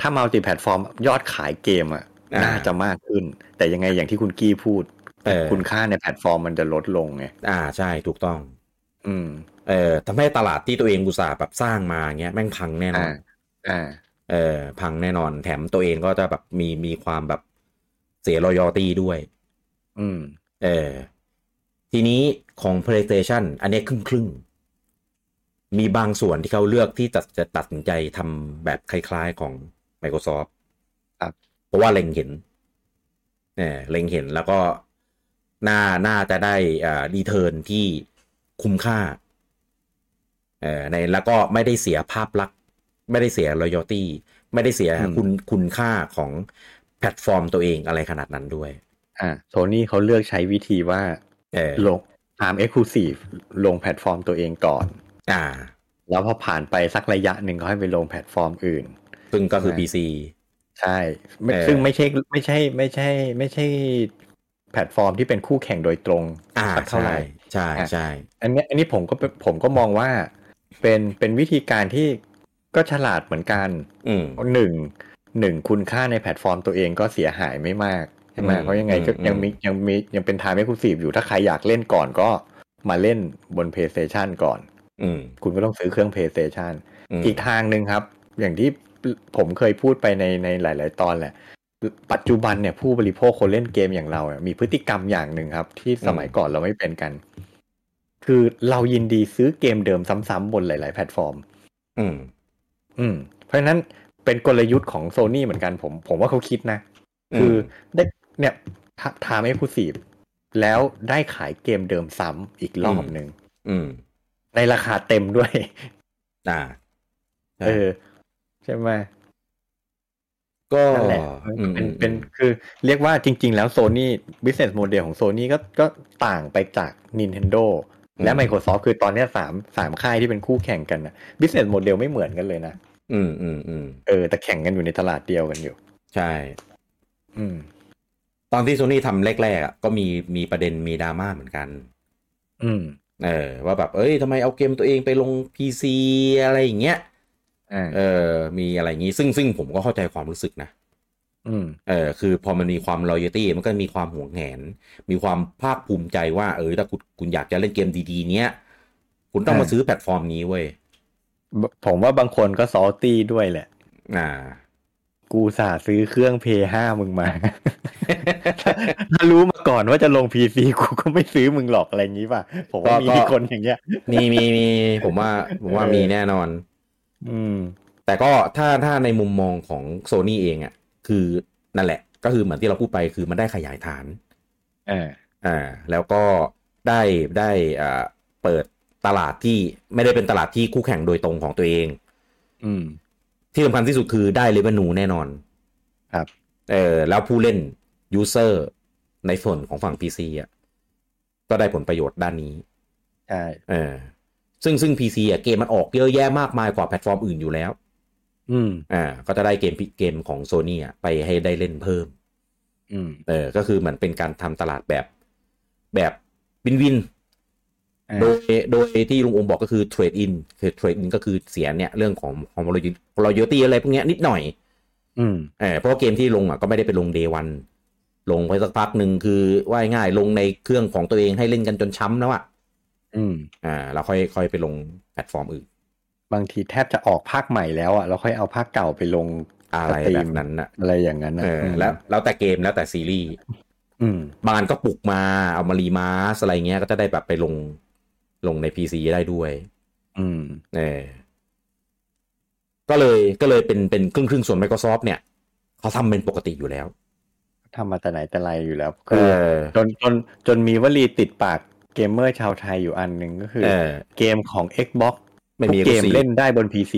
ถ้ามัลติแพลตฟอร์มยอดขายเกมอะ อ่า น่าจะมากขึ้น แต่ยังไงอย่างที่คุณกี้พูด เออ คุณค่าในแพลตฟอร์มมันจะลดลงไง อ่าใช่ถูกต้อง อืม เออทำให้ตลาดที่ตัวเองอุตสาห์แบบสร้างมาเงี้ยแม่งพังแน่นอน อ่า อ่า เออพังแน่นอน แถมตัวเองก็จะแบบมีมีความแบบเสียรอยตี้ด้วย อืม เออทีนี้ของ PlayStation อันเนี้ครึ่งครึ่งๆมีบางส่วนที่เขาเลือกที่ตัดจะตัดสินใจทำแบบคล้ายๆของ Microsoft ครับ เพราะว่าเล็งเห็นเออเล็งเห็นแล้วก็น่าน่าจะได้อ่ารีเทิร์นที่คุ้มค่าเออในแล้วก็ไม่ได้เสียภาพลักษณ์ ไม่ได้เสีย loyalty ไม่ได้เสียคุณคุณค่าของแพลตฟอร์มตัวเองอะไรขนาดนั้นด้วย อ่า โทนี่เขาเลือกใช้วิธีว่า เออ ลงตามเอ็กซ์คลูซีฟลงแพลตฟอร์มตัวเองก่อน อ่า แล้วพอผ่านไปสักระยะหนึ่งก็ให้ไปลงแพลตฟอร์มอื่น ซึ่งก็คือ ใช่ PC ใช่ไม่ เออ ซึ่งไม่ใช่ไม่ใช่ไม่ใช่ ไม่ใช่แพลตฟอร์มที่เป็นคู่แข่งโดยตรง อ่า สักเท่าไหร่ ใช่ใช่ใช่ อันเนี้ยอันนี้ผมก็เป็นผมก็มองว่าเป็นเป็นวิธีการที่ก็ฉลาดเหมือนกัน อืม หนึ่งหนึ่งคุณค่าในแพลตฟอร์มตัวเองก็เสียหายไม่มากใช่ไหม อืม เพราะยังไงก็ อืม ยังมียังมียังเป็นทางไม่คุ้สีอยู่ถ้าใครอยากเล่นก่อนก็มาเล่นบน PlayStation ก่อน อืม คุณก็ต้องซื้อเครื่อง PlayStation ม อีกทางหนึ่งครับ อย่างที่ผมเคยพูดไปในในหลาย ๆ ตอนแหละ ปัจจุบันเนี่ยผู้บริโภคคนเล่นเกมอย่างเราอะมีพฤติกรรมอย่างหนึ่งครับ ที่สมัยก่อนเราไม่เป็นกัน คือเรายินดีซื้อเกมเดิมซ้ำๆบนหลาย ๆ แพลตฟอร์ม อืม อืม เพราะฉะนั้นเป็นกลยุทธ์ของโซนี่เหมือนกันผมผมว่าเขาคิดนะ คือได้เนี่ยทามเอ็กซ์คลูซีฟแล้วได้ขายเกมเดิมซ้ำอีกรอบหนึ่ง อืม ในราคาเต็มด้วย อ่า เออ ใช่ไหม ก็ นั่นแหละ อืมอืเป็นม เป็นคือเรียกว่าจริง ๆ แล้วโซนี่ business model ของโซนี่ก็ก็ต่างไปจาก Nintendo และ Microsoft คือตอนเนี้ยสามสามค่ายที่เป็นคู่แข่งกันนะ business model ไม่เหมือนกันเลยนะ อืมอืมอืม เออ แต่แข่งกันอยู่ในตลาดเดียวกันอยู่ ใช่ อืม ตอนที่โซนี่ทำแรกๆอ่ะก็มีมีประเด็นมีดราม่าเหมือนกัน อืม เออ ว่าแบบ เอ้ยทำไมเอาเกมตัวเองไปลง PC อะไรอย่างเงี้ย อ่า เออ มีอะไรอย่างงี้ซึ่งซึ่งผมก็เข้าใจความรู้สึกนะ อืม เออคือพอมันมีความ loyalty มันก็มีความหวงแหน มีความภาคภูมิใจว่า เออถ้าคุณคุณอยากจะเล่นเกมดีๆ เนี้ย คุณต้องมา อ่า ซื้อแพลตฟอร์มนี้เว้ย ผมว่าบางคนก็ซอตี้ด้วยแหละ อ่า กูสาซื้อเครื่อง p 5มึงมา ถ้ารู้มาก่อนว่าจะลง PC กูก็ไม่ซื้อมึงหรอกอะไรอย่างนี้ป่ะ ผมว่า ก็ก็ มีคนอย่างเงี้ย มีมีมีผมว่าผมว่า เออ มีแน่นอน อืม แต่ก็ถ้าถ้าในมุมมองของโซนี่เองอะ่ะ คือนั่นแหละ ก็คือเหมือนที่เราพูดไปคือมันได้ขยายฐาน อ่า อ่า แล้วก็ได้ได้อ่าเปิดตลาดที่ไม่ได้เป็นตลาดที่คู่แข่งโดยตรงของตัวเอง อืม ที่สำคัญที่สุดคือได้เลเวนูแน่นอน ครับ เออแล้วผู้เล่นยูเซอร์ในส่วนของฝั่ง PC อ่ะ ก็ได้ผลประโยชน์ด้านนี้ ใช่ เออ ซึ่งซึ่ง PC อ่ะเกมมันออกเยอะแยะมากมายกว่าแพลตฟอร์มอื่นอยู่แล้ว อืม อ่า ก็จะได้เกมเกมของโซนี่อ่ะไปให้ได้เล่นเพิ่ม อืม เออ ก็คือเหมือนเป็นการทำตลาดแบบแบบวินวิน อ่า โดยโดยที่ลุงโอมบอกก็คือเทรดอินคือเทรดอินก็คือเสียเนี่ยเรื่องของของรอยตี้อะไรพวกเนี้ยนิดหน่อย อืม เออเพราะว่าเกมที่ลงอ่ะก็ไม่ได้ไปลงเดวัน ลงไปสักพักหนึ่งคือว่าง่ายๆลงในเครื่องของตัวเองให้เล่นกันจนช้ำแล้วอ่ะ อืม อ่าเราค่อยค่อยไปลงแพลตฟอร์มอื่น บางทีแทบจะออกภาคใหม่แล้วอ่ะเราค่อยเอาภาคเก่าไปลง อะไร สต แบบนั้นน่ะ อะไรอย่างนั้นน่ะ เออแล้วแล้วแต่เกมแล้วแต่ซีรีส์ อืม บางอันก็ปลุกมาเอามารีมาสอะไรเงี้ยก็จะได้แบบไปลงลงใน PC ได้ด้วย อืม เออก็เลยก็เลยเป็นเป็นครึ่งครึ่งๆส่วน Microsoft เนี่ย เขาทำเป็นปกติอยู่แล้ว ทำมาแต่ไหนแต่ไรอยู่แล้ว เอ คือ อ จนจนจนมีวลีติดปากเกมเมอร์ชาวไทยอยู่อันหนึ่งก็คือ เออ เกมของ Xbox ไม่มี ทุกเกม exclusive เล่นได้บน PC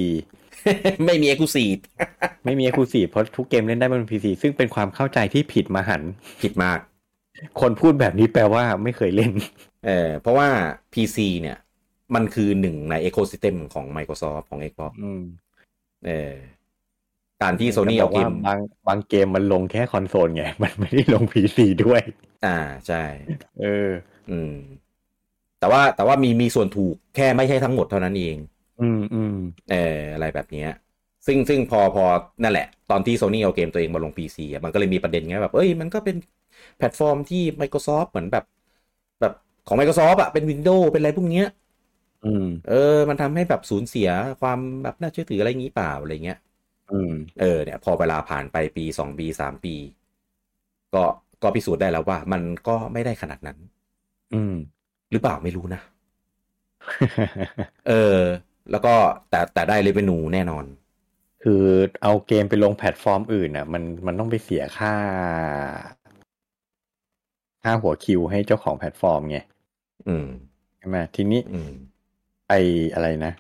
ไม่มีเอ็กซ์คลูซี ไม่มี Exclusive เพราะทุกเกมเล่นได้บน PC ซึ่งเป็นความเข้าใจที่ผิดมาหันต์ ผิดมาก คนพูดแบบนี้แปลว่าไม่เคยเล่น เออเพราะว่า PC เนี่ย มันคือหนึ่งใน ecosystem ของ Microsoft ของ Xbox อืม เออการที่ Sony เอาเกม แต่ว่บางบางเกมมันลงแค่คอนโซลไง มันไม่ได้ลง PC ด้วย อ่าใช่ เออ อืม แต่ว่าแต่ว่ามีมีส่วนถูกแค่ไม่ใช่ทั้งหมดเท่านั้นเอง อืมอืม เอออะไรแบบเนี้ย ซึ่งซึ่งพอพอนั่นแหละ ตอนที่ Sony เอาเกมตัวเองมาลง PC อ่ะมันก็เลยมีประเด็นไงแบบ เอ้ยมันก็เป็นแพลตฟอร์มที่ Microsoft เหมือนแบบ แบบของ Microsoft อ่ะเป็น Windows เป็นอะไรพวกเนี้ย อืม เออ มันทำให้แบบสูญเสียความแบบน่าเชื่อถืออะไรอย่างงี้เปล่าอะไรเงี้ย อืม เออเนี่ยพอเวลาผ่านไปปีสองปีสามปี ก็ก็พิสูจน์ได้แล้วว่า มันก็ไม่ได้ขนาดนั้น อืม หรือเปล่าไม่รู้นะ เออ แล้วก็แต่แต่ได้เลเวนูแน่นอน คือเอาเกมไปลงแพลตฟอร์มอื่นอ่ะ มันมันต้องไปเสียค่า ค่าหัวคิวให้เจ้าของแพลตฟอร์มไง อืม ใช่ไหมทีนี้ อืม ไออะไรนะ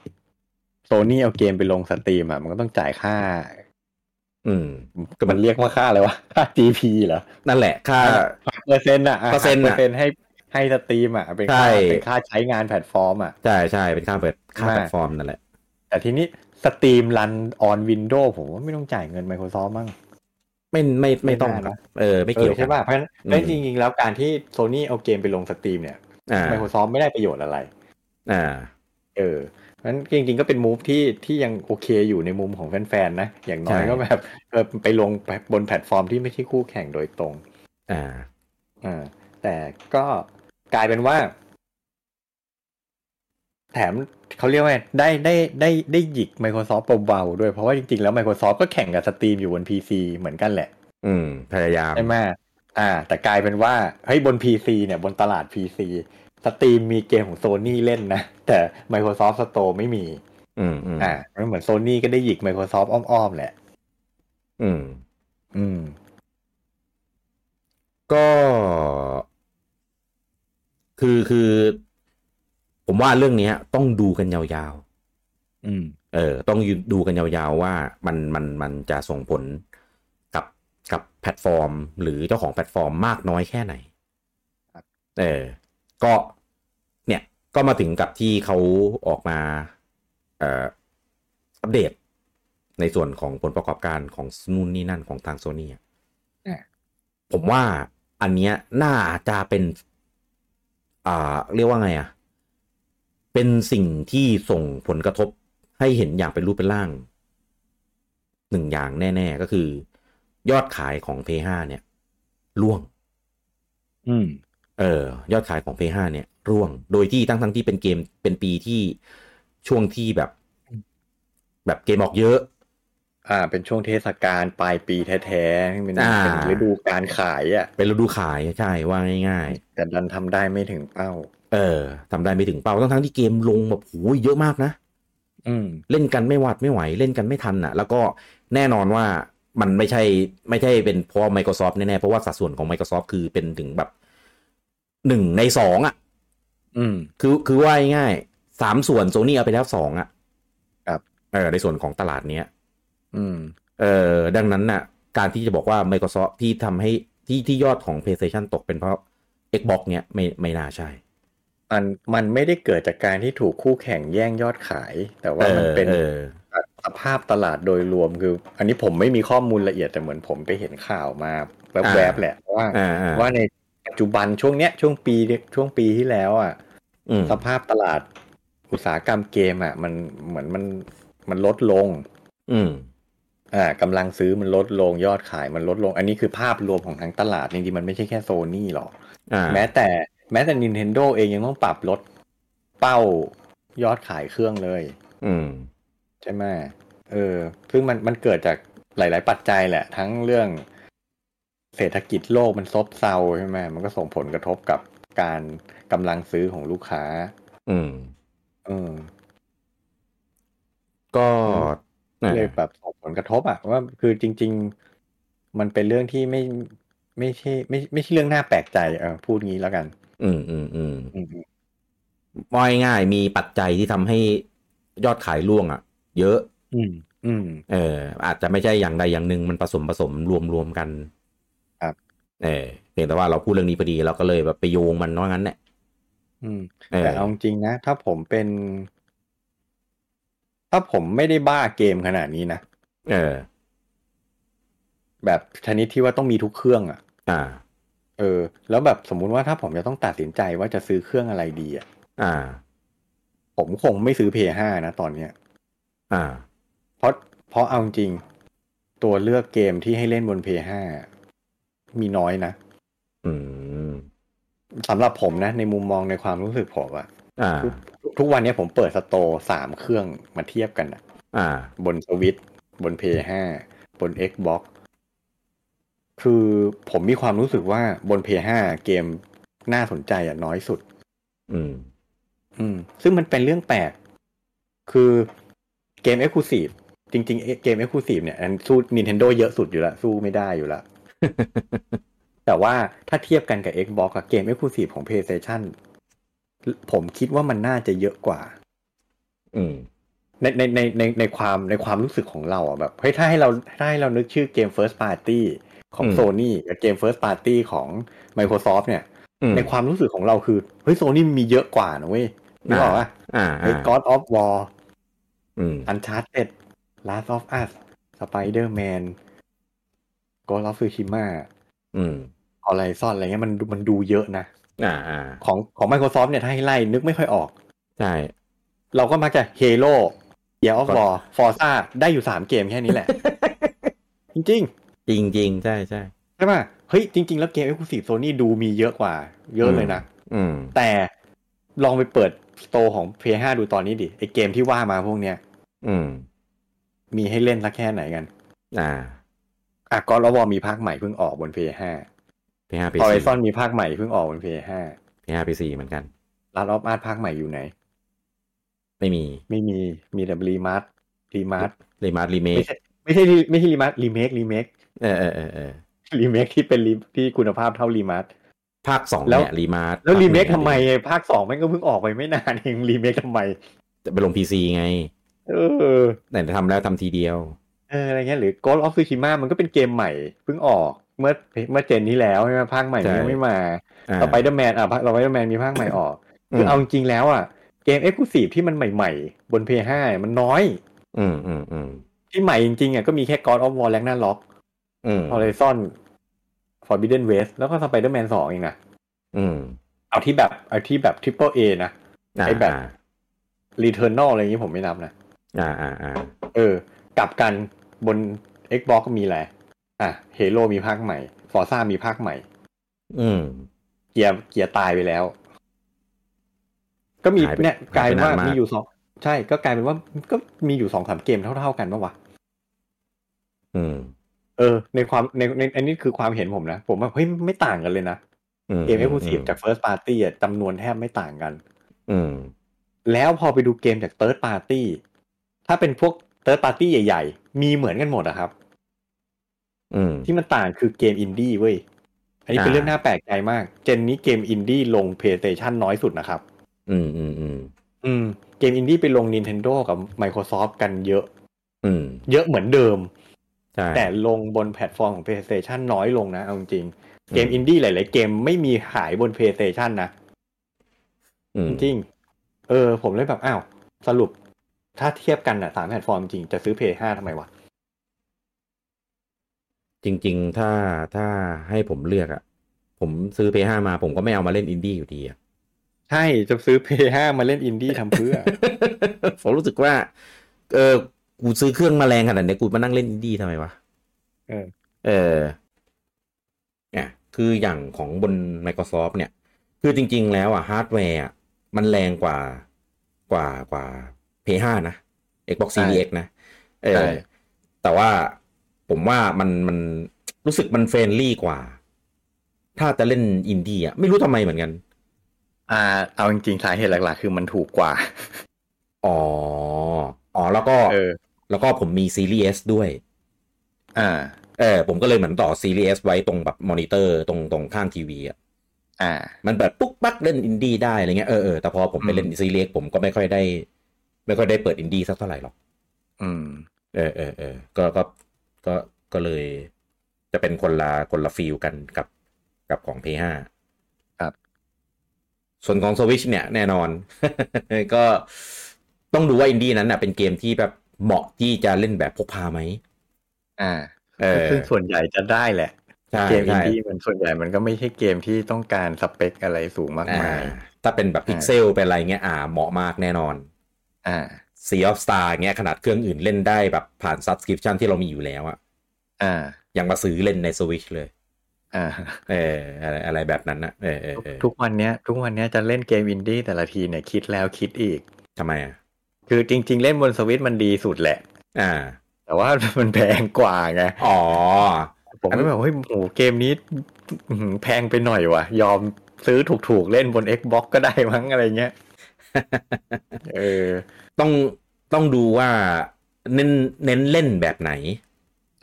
โซนี่เอาเกมไปลงสตรีมอ่ะ มันก็ต้องจ่ายค่า อืม ก็มันเรียกว่าค่าอะไรว ะ ค่า GP เหรอ นั่นแหละค่า เปอร์เซ็นต์อ่ะ เปอร์เซ็นต์อะ เปอร์เซ็นต์ให้ให้สตรีมอ่ะเป็นค่า ใช่ เป็นค่าใช้งานแพลตฟอร์มอ่ะ ใช่ใช่เป็นค่าเปิดค่า มา แพลตฟอร์มนั่นแหละ แต่ทีนี้สตรีมรันออนวินโดว์ผมว่าไม่ต้องจ่ายเงิน Microsoft มั้ง ไม่ไม่ ไม่ ไม่ต้อง น่า ค นะ รับเออ ไม่เกี่ยว ออใช่ป่ะ กัน เพราะฉะนั้น อืม แล้วจริงๆแล้วการที่โซนี่เอาเกมไปลงสตรีมเนี่ย อ่า Microsoft ไม่ได้ประโยชน์อะไร อ่า เออเพราะฉะนั้นจริงๆก็เป็นมูฟที่ที่ยังโอเคอยู่ในมุมของแฟนๆนะ อย่างน้อย ใช่ ก็แบบเออไปลงบนแพลตฟอร์มที่ไม่ใช่คู่แข่งโดยตรง อ่า อ่าแต่ก็กลายเป็นว่า แถมเขาเรียกว่าไงได้ได้ได้ได้หยิก Microsoft เบาๆด้วยเพราะว่าจริงๆแล้ว Microsoft ก็แข่งกับสตรีมอยู่บน PC เหมือนกันแหละ อืม พยายาม ใช่ไหมอ่า แต่กลายเป็นว่า เฮ้ย บน PC เนี่ย บนตลาด PC สตรีมมีเกมของโซ n y เล่นนะ แต่ Microsoft Store ไม่มี อืมอืม อ่ามันเหมือนโซ n y ก็ได้หยิก Microsoft อ้อม ๆ แหละ อืม อืม ก็คือคือ ผมว่าเรื่องเนี้ย ต้องดูกันยาว อืม ๆ เออ ต้องดูกันยาวๆว่ามันมันมันจะส่งผลกับกับแพลตฟอร์ม หรือเจ้าของแพลตฟอร์มมากน้อยแค่ไหน ครับ เออ ก็เนี่ย ก็มาถึงกับที่เขาออกมาเอ่ออัปเดต ในส่วนของผลประกอบการของนู่นนี่นั่นของทางโซนี่อะ ผมว่าอันเนี้ยน่าจะเป็น อ่า เรียกว่าไงอะเป็นสิ่งที่ส่งผลกระทบให้เห็นอย่างเป็นรูปเป็นร่างหนึ่งอย่างแน่ ๆ ก็คือ ยอดขายของ p 5เนี่ย ร่วง อืม เออ ยอดขายของ p 5เนี่ย ร่วง โดยที่ทั้งทั้งๆที่เป็นเกมเป็นปีที่ช่วงที่แบบ แบบเกมออกเยอะ อ่า เป็นช่วงเทศกาลปลายปีแท้ๆที่เป็น อ่า เป็นฤดูการขายอะ่ะ เป็นฤดูขายใช่ว่าง่าย ๆ แต่ดันทำได้ไม่ถึงเป้า เออทำได้ไม่ถึงเป้าทั้งทั้งๆที่เกมลงแบบโหเยอะมากนะ อืม เล่นกันไม่หวัดไม่ไหว เล่นกันไม่ทันอ่ะ แล้วก็แน่นอนว่ามันไม่ใช่ไม่ใช่เป็นเพราะ Microsoft แน่ๆ เพราะว่าสัดส่วนของ Microsoft คือเป็นถึงแบบหนึ่งในสองอ่ะ อืม คือคือว่าง่ายๆสามส่วนโซนี่เอาไปแล้วสองอ่ะ ครับ เออในส่วนของตลาดเนี้ย อืม เออดังนั้นน่ะ การที่จะบอกว่า Microsoft ที่ทำให้ที่ที่ยอดของ PlayStation ตกเป็นเพราะ Xbox เนี้ยไม่ไม่น่าใช่ มันมันไม่ได้เกิดจากการที่ถูกคู่แข่งแย่งยอดขาย แต่ว่ามันเป็น ออ สภาพตลาดโดยรวมคือ อันนี้ผมไม่มีข้อมูลละเอียดแต่เหมือนผมไปเห็นข่าวมาแวบๆแหละว่า อ่าอ่า ว่าในปัจจุบันช่วงเนี้ยช่วงปีช่วงปีที่แล้วอ่ะ อืม สภาพตลาดอุตสาหกรรมเกมอ่ะมันเหมือนมันมันลดลง อืม อ่ากำลังซื้อมันลดลงยอดขายมันลดลง อันนี้คือภาพรวมของทั้งตลาดจริงๆมันไม่ใช่แค่โซนี่หรอก อ่า แม้แต่แม้แต่ Nintendo เองยังต้องปรับลดเป้ายอดขายเครื่องเลย อืม ใช่ไหมเออ ซึ่งมันมันเกิดจากหลาย ๆ ปัจจัยแหละ ทั้งเรื่องเศรษฐกิจโลกมันซบเซาใช่ไหมมันก็ส่งผลกระทบกับการกำลังซื้อของลูกค้า อืม เออ ก็ ก็ อ่า เลยแบบส่งผลกระทบอะว่าคือจริง ๆ มันเป็นเรื่องที่ไม่ไม่ใช่ไม่ไม่ใช่เรื่องน่าแปลกใจเออพูดงี้แล้วกัน อืมอืมอืม อืม ว่าง่ายๆมีปัจจัยที่ทำให้ยอดขายร่วงอ่ะ เยอะ อืมอืม เอออาจจะไม่ใช่อย่างใดอย่างหนึ่งมันผสมผสมรวมรวมกัน ครับ เออเพียงแต่ว่าเราพูดเรื่องนี้พอดีเราก็เลยแบบไปโยงมันน้อยงั้นแหละ อืม เออ แต่เอาจริงนะ ถ้าผมเป็น ถ้าผมไม่ได้บ้าเกมขนาดนี้นะ เออ แบบชนิดที่ว่าต้องมีทุกเครื่องอะ อ่า เออ แล้วแบบสมมุติว่าถ้าผมจะต้องตัดสินใจว่าจะซื้อเครื่องอะไรดีอะ อ่า ผมคงไม่ซื้อ PS5 นะตอนเนี้ย อ่า เพราะเพราะเอาจริงๆตัวเลือกเกมที่ให้เล่นบน PS5 มีน้อยนะ อืม สำหรับผมนะ ในมุมมองในความรู้สึกผมอะ อ่า ทุกทุกวันเนี้ยผมเปิดสโตร์สามเครื่องมาเทียบกันอะ อ่า บนสวิตบน PS5 บน Xbox คือผมมีความรู้สึกว่าบน PS5 เกมน่าสนใจอะน้อยสุด อืม อืม ซึ่งมันเป็นเรื่องแปลก คือเกม Exclusive จริงๆเอเกม Exclusive เนี่ยอันสู้ Nintendo เยอะสุดอยู่ละสู้ไม่ได้อยู่ละ แต่ว่าถ้าเทียบกันกับ Xbox กับเกม Exclusive ของ PlayStation ผมคิดว่ามันน่าจะเยอะกว่า อืม ในในในในในความในความรู้สึกของเราอ่ะแบบเฮ้ยถ้าให้เราถ้าให้เรานึกชื่อเกม First Party ของ อืม Sony กับเกม First Party ของ Microsoft เนี่ย อืม ในความรู้สึกของเราคือเฮ้ย Sony มีเยอะกว่านะเว้ยนึกออกปะ อ่า เฮ้ย อ่า God of War อืม Uncharted Last of Us Spider-Man Ghost of Tsushima อืม อะไรซ่อนอะไรเงี้ยมันมันดูเยอะนะ อ่าอ่า ของของ Microsoft เนี่ยถ้าให้ไล่นึกไม่ค่อยออก ใช่ เราก็มักจะ Halo Gear of ครับ War Forza ได้อยู่สามเกมแค่ นี้แหละ จริง จริงจริงๆใช่ใช่ ๆ ใช่ป่ะเฮ้ย จริง ๆ แล้วเกม Exclusive Sony ดูมีเยอะกว่า เยอะเลยนะ อืม แต่ลองไปเปิดสโตร์ของ PS5 ดูตอนนี้ดิไอเกมที่ว่ามาพวกเนี้ย อืม มีให้เล่นสักแค่ไหนกัน อ่า อ่ะก็รวอมีภาคใหม่เพิ่งออกบน PS5 เพย์ห้าเพย์ Horizon สี่ มีภาคใหม่เพิ่งออกบน PS5 เพย์ห้าเพย์สี่เหมือนกัน ลาดอฟอาร์ตภาคใหม่อยู่ไหน ไม่มี ไม่มีมีแต่รีมาร์ทรีมาร์ท รีมาร์รีเม ไม่ ค ใช่ไม่ใช่รีไม่ใช่รีมาร์ทรีเมครีเม ค เออเออเออเออ รีเมคที่เป็นรีที่คุณภาพเท่ารีมาร์ท ภาคสอง แล้ว เนี่ยรีมาร์ แล้วรีเมคทำไมภาคสองมันก็เพิ่งออกไปไม่นานเอง รีเมคทำไม ไปลงพีซีไง เออ แต่ทำแล้วทำทีเดียว เอออะไรเงี้ยหรือ Ghost of Tsushima มันก็เป็นเกมใหม่เพิ่งออกเมื่อเมื่อเจนนี้แล้วใช่ไหมภาคใหม่มันยังไม่มา อ่า ต่อไปเดอร์แมนอ่ะเราไปเดอร์แมนมีภาคใหม่ออกคือเอาจริงๆแล้วอ่ะเกมเอ็กซ์คลูซีฟที่มันใหม่ๆ บน PS5 มันน้อย อืมอืมอืม ที่ใหม่จริงๆอ่ะก็มีแค่ God of War แลกหน้าล็อก อืม Horizon Forbidden West แล้วก็ Spider-Man 2เองนะ อืม เอาที่แบบเอาที่แบบ Triple A นะ า ไอ้แบบ Returnal อะไรอย่างนี้ผมไม่นับนะ อ่าอ่าอ่า เออ กลับกันบน Xbox ก็มีแหละอ่ะ Halo มีภาคใหม่ Forza มีภาคใหม่ อืม เกียร์เกียร์ตายไปแล้ว ก็มี หายไป เนี่ยกลายเป็นว่า หายไปนานมาก มีอยู่สองใช่ ก็กลายเป็นว่าก็มีอยู่สองสามเกมเท่า ๆกันปะวะ อืม เออ ในความในในอันนี้คือความเห็นผมนะ ผมว่าเฮ้ยไม่ต่างกันเลยนะ อืม เกม Exclusive จาก First Party อ่ะจำนวนแทบไม่ต่างกัน อืม แล้วพอไปดูเกมจาก Third Party ถ้าเป็นพวก Third Party ใหญ่ ๆ มีเหมือนกันหมดอะครับ อืม ที่มันต่างคือเกมอินดี้เว้ย อันนี้เป็น อ่า เรื่องน่าแปลกใจมาก เจนนี้เกมอินดี้ลง PlayStation น้อยสุดนะครับ อืมอืมอืม อืม เกมอินดี้ไปลง Nintendo กับ Microsoft กันเยอะ อืม เยอะเหมือนเดิม ใช่ แต่ลงบนแพลตฟอร์มของ PlayStation น้อยลงนะเอาจริงๆเกมอินดี้หลาย ๆ เกมไม่มีขายบน PlayStation นะ อืม จริงๆเออ ผมเลยแบบอ้าว สรุป ถ้าเทียบกันอ่ะสามแพลตฟอร์มจริงจะซื้อ PS5 ทำไมวะ จริง ๆ ถ้าถ้าให้ผมเลือกอะผมซื้อ p 5มาผมก็ไม่เอามาเล่นอินดี้อยู่ดีอะ ใช่ จะซื้อ PS5 มาเล่นอินดี้ทำเพื่อ ผมรู้สึกว่า เออกูซื้อเครื่องมาแรงขนาดเนี้ยกูมานั่งเล่นอินดี้ทำไมวะ เออ เออเนี่ยคืออย่างของบน Microsoft เนี่ย คือจริง ๆ แล้วอ่ะฮาร์ดแวร์อะมันแรงกว่ากว่ากว่า P5 นะ Xbox ใช่ Series X นะ เอ ใช่ อ แต่ว่าผมว่ามันมันรู้สึกมันเฟรนลี่กว่า ถ้าจะเล่นอินดี้อ่ะ ไม่รู้ทำไมเหมือนกัน อ่า เอาจริงๆสาเหตุหลัก ๆ คือมันถูกกว่า อ๋อ อ๋อ แล้วก็ เออ แล้วก็ผมมีซีรีส์ S ด้วย อ่า เออ ผมก็เลยเหมือนต่อซีรีส์ S ไว้ตรงแบบมอนิเตอร์ตรงตรงข้างทีวีอ่ะ อ่า มันแบบปุ๊กปักเล่นอินดี้ได้อะไรเงี้ยเออเออแต่พอผมไปเล่นซีรีส์ผมก็ไม่ค่อยได้ ไม่ค่อยได้เปิดอินดี้สักเท่าไหร่หรอก อืม เออเออเออก็ก็ก็ก็เลย จะเป็นคนละคนละฟีลกันกับกับของ P5 ครับ ส่วนของ Switch เนี่ยแน่นอน ก็ต้องดูว่าอินดี้นั้นน่ะเป็นเกมที่แบบเหมาะที่จะเล่นแบบพกพาไหม อ่า เออ ซึ่งส่วนใหญ่จะได้แหละ ใช่ เกมอิน ใช่ ดี้มันส่วนใหญ่มันก็ไม่ใช่เกมที่ต้องการสเปคอะไรสูงมาก อ่าม าย ถ้าเป็นแบบพิกเซลเป็นอะไรเงี้ยอ่าเหมาะมากแน่นอน อ่า ซีออฟสตาร์เงี้ยขนาดเครื่องอื่นเล่นได้แบบผ่านซับสคริปชั o นที่เรามีอยู่แล้วอะ อ่า ยังมาซื้อเล่นในสวิชเลย อ่า เอออะไรอะไรแบบนั้นนะเออเออเออ ทุกวันเนี้ย ทุกวันเนี้ยจะเล่นเกมอินดี้แต่ละทีเนี่ยคิดแล้วคิดอีก ทำไมอะ คือจริง ๆ เล่นบนสวิตช์มันดีสุดแหละ อ่า แต่ว่า มันแพงกว่าไง อ๋อ ผมก็แบบเฮ้ยโหเกมนี้อื้อหือแพงไปหน่อยว่ะ ยอมซื้อถูกๆ เล่นบน Xbox ก็ได้มั้งอะไรเงี้ย เออ ต้องต้องดูว่าเน้นเน้นเล่นแบบไหน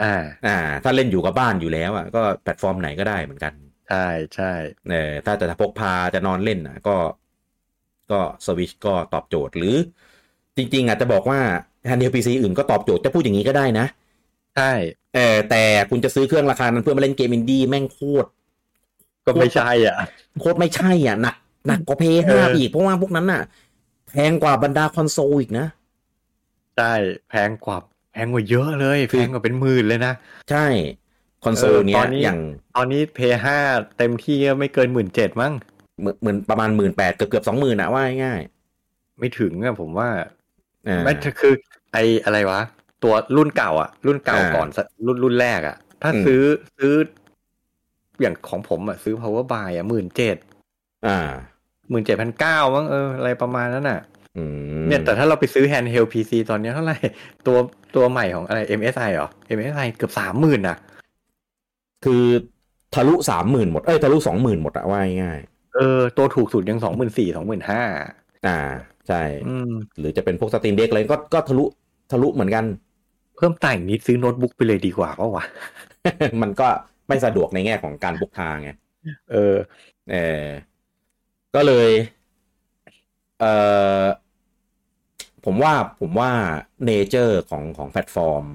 อ่า อ่า ถ้าเล่นอยู่กับบ้านอยู่แล้วอะก็แพลตฟอร์มไหนก็ได้เหมือนกัน ใช่ใช่ เออถ้าจะพกพาจะนอนเล่นอะก็ ก็สวิชก็ตอบโจทย์หรือ จริง ๆอาจจะบอกว่าแฮนด์เฮลพีซีอื่นก็ตอบโจทย์จะพูดอย่างนี้ก็ได้นะ ใช่ เออแต่คุณจะซื้อเครื่องราคานั้นเพื่อมาเล่นเกมอินดี้แม่งโคตร ก็ไม่ใช่อ่ะ โคตรไม่ใช่อ่ะหนักหนักกว่าเพย์ เอ ห้า ออี อีกเพราะว่าพวกนั้นน่ะแพงกว่าบรรดาคอนโซลอีกนะ ใช่ แพงกว่าแพงกว่าเยอะเลย แพงกว่าเป็นหมื่นเลยนะ ใช่ คอนโซล เออ เนี้ ตอย นนี้ อย่าง ตอนนี้เพย์ห้าเต็มที่ก็ไม่เกินหมื่นเจ็ดมั้ง เหมือนเหมือนประมาณหมื่นแปดเกือบเกือบสองหมื่นอะว่าง่าย ไม่ถึงอะผมว่า ๆเออ ไม่คือ ไออะไรวะ ตัวรุ่นเก่าอะรุ่นเก่า อ่า ก่อนสรุ่นรุ่นแรกอะถ้า อืม ซื้อซื้อ อย่างของผมอะซื้อ power buy อะหมื่นเจ็ด อ่า หมื่นเจ็ดพันเก้ามั้งเอออะไรประมาณนั้นอะ อืม เนี่ยแต่ถ้าเราไปซื้อ handheld pc ตอนเนี้ยเท่าไหร่ ตัวตัวใหม่ของอะไร msi เหรอ msi เกือบสามหมื่นอะ คือทะลุสามหมื่นหมด เอ้ยทะลุสองหมื่นหมดอะว่าง่าย เออ ตัวถูกสุดยังสองหมื่นสี่สองหมื่นห้า ๆอ่า ใช่ อืม หรือจะเป็นพวกสตรีมเด็กอะไรก็ก็ทะลุทะลุเหมือน กัน เพิ่มแต่งนิดซื้อโน้ตบุ๊กไปเลยดีกว่าเปล่าวะ มันก็ไม่สะดวกในแง่ของการบุกทางไง เออ เออก็เลย เออผมว่าผมว่าเนเจอร์ของของแพลตฟอร์ม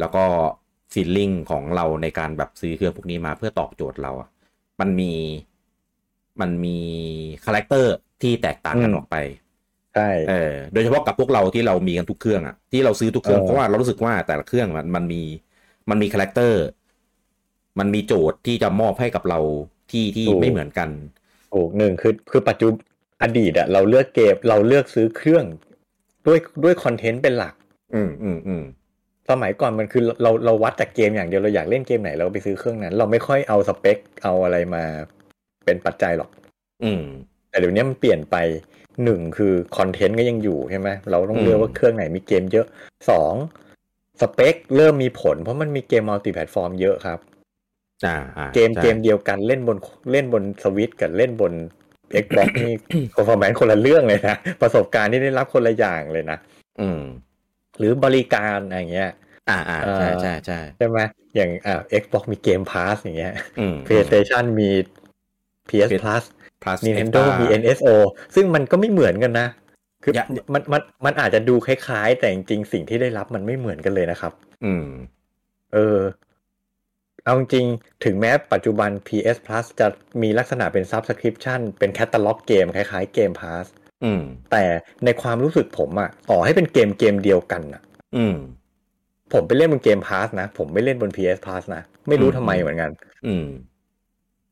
แล้วก็ฟีลลิ่งของเราในการแบบซื้อเครื่องพวกนี้มาเพื่อตอบโจทย์เราอะมันมีมันมีคาแรคเตอร์ที่แตกต่างกัน อืม ออกไป ใช่ เออโดยเฉพาะกับพวกเราที่เรามีกันทุกเครื่องอะที่เราซื้อทุกเครื่อง เออ เพราะว่าเรารู้สึกว่าแต่ละเครื่องมันมันมีมันมีคาแรคเตอร์ มันมีโจทย์ที่จะมอบให้กับเราที่ที่ไม่เหมือนกัน ถูกหนึ่งคือคือปัจจุบันอดีตอะเราเลือกเกมเราเลือกซื้อเครื่อง ด้วยด้วยคอนเทนต์เป็นหลัก อืมอืมอืม สมัยก่อนมันคือเราเราวัดจากเกมอย่างเดียวเราอยากเล่นเกมไหนเราก็ไปซื้อเครื่องนั้น เราไม่ค่อยเอาสเปคเอาอะไรมาเป็นปัจจัยหรอก อืม แต่เดี๋ยวนี้มันเปลี่ยนไปหนึ่งคือคอนเทนต์ก็ยังอยู่ใช่ไหมเราต้องเลือก อืม ว่าเครื่องไหนมีเกมเยอะสองสเปคเริ่มมีผล เพราะมันมีเกมมัลติแพลตฟอร์มเยอะครับ อ่าอ่า เกม ใช่ เกมเดียวกันเล่นบนเล่นบนสวิตกับเล่นบน Xbox นี่ performance คนละเรื่องเลยนะ ประสบการณ์ที่ได้รับคนละอย่างเลยนะ อืม หรือบริการอะไรอย่างเงี้ย อ่าอ่า เอ่อ ใช่ใช่ใช่ ใช่ไหมอย่างอ่า Xbox มีเกม Pass อย่างเงี้ย อืม PlayStation มี PS PS Plus plus Nintendo extra มี NSO ซึ่งมันก็ไม่เหมือนกันนะ คือ อย่า มันมันมันอาจจะดูคล้ายๆ แต่จริงๆ สิ่งที่ได้รับมันไม่เหมือนกันเลยนะครับ อืม เออ เอาจริงๆถึงแม้ปัจจุบัน PS Plus จะมีลักษณะเป็น Subscription เป็นแคตตาล็อกเกมคล้ายๆเกม Pass อืม แต่ในความรู้สึกผมอะต่อให้เป็นเกมเกมเดียวกันอะ อืม ผมไปเล่นบนเกม Pass นะ ผมไม่เล่นบน PS Pass นะ ไม่รู้ทำไมเหมือนกัน อืม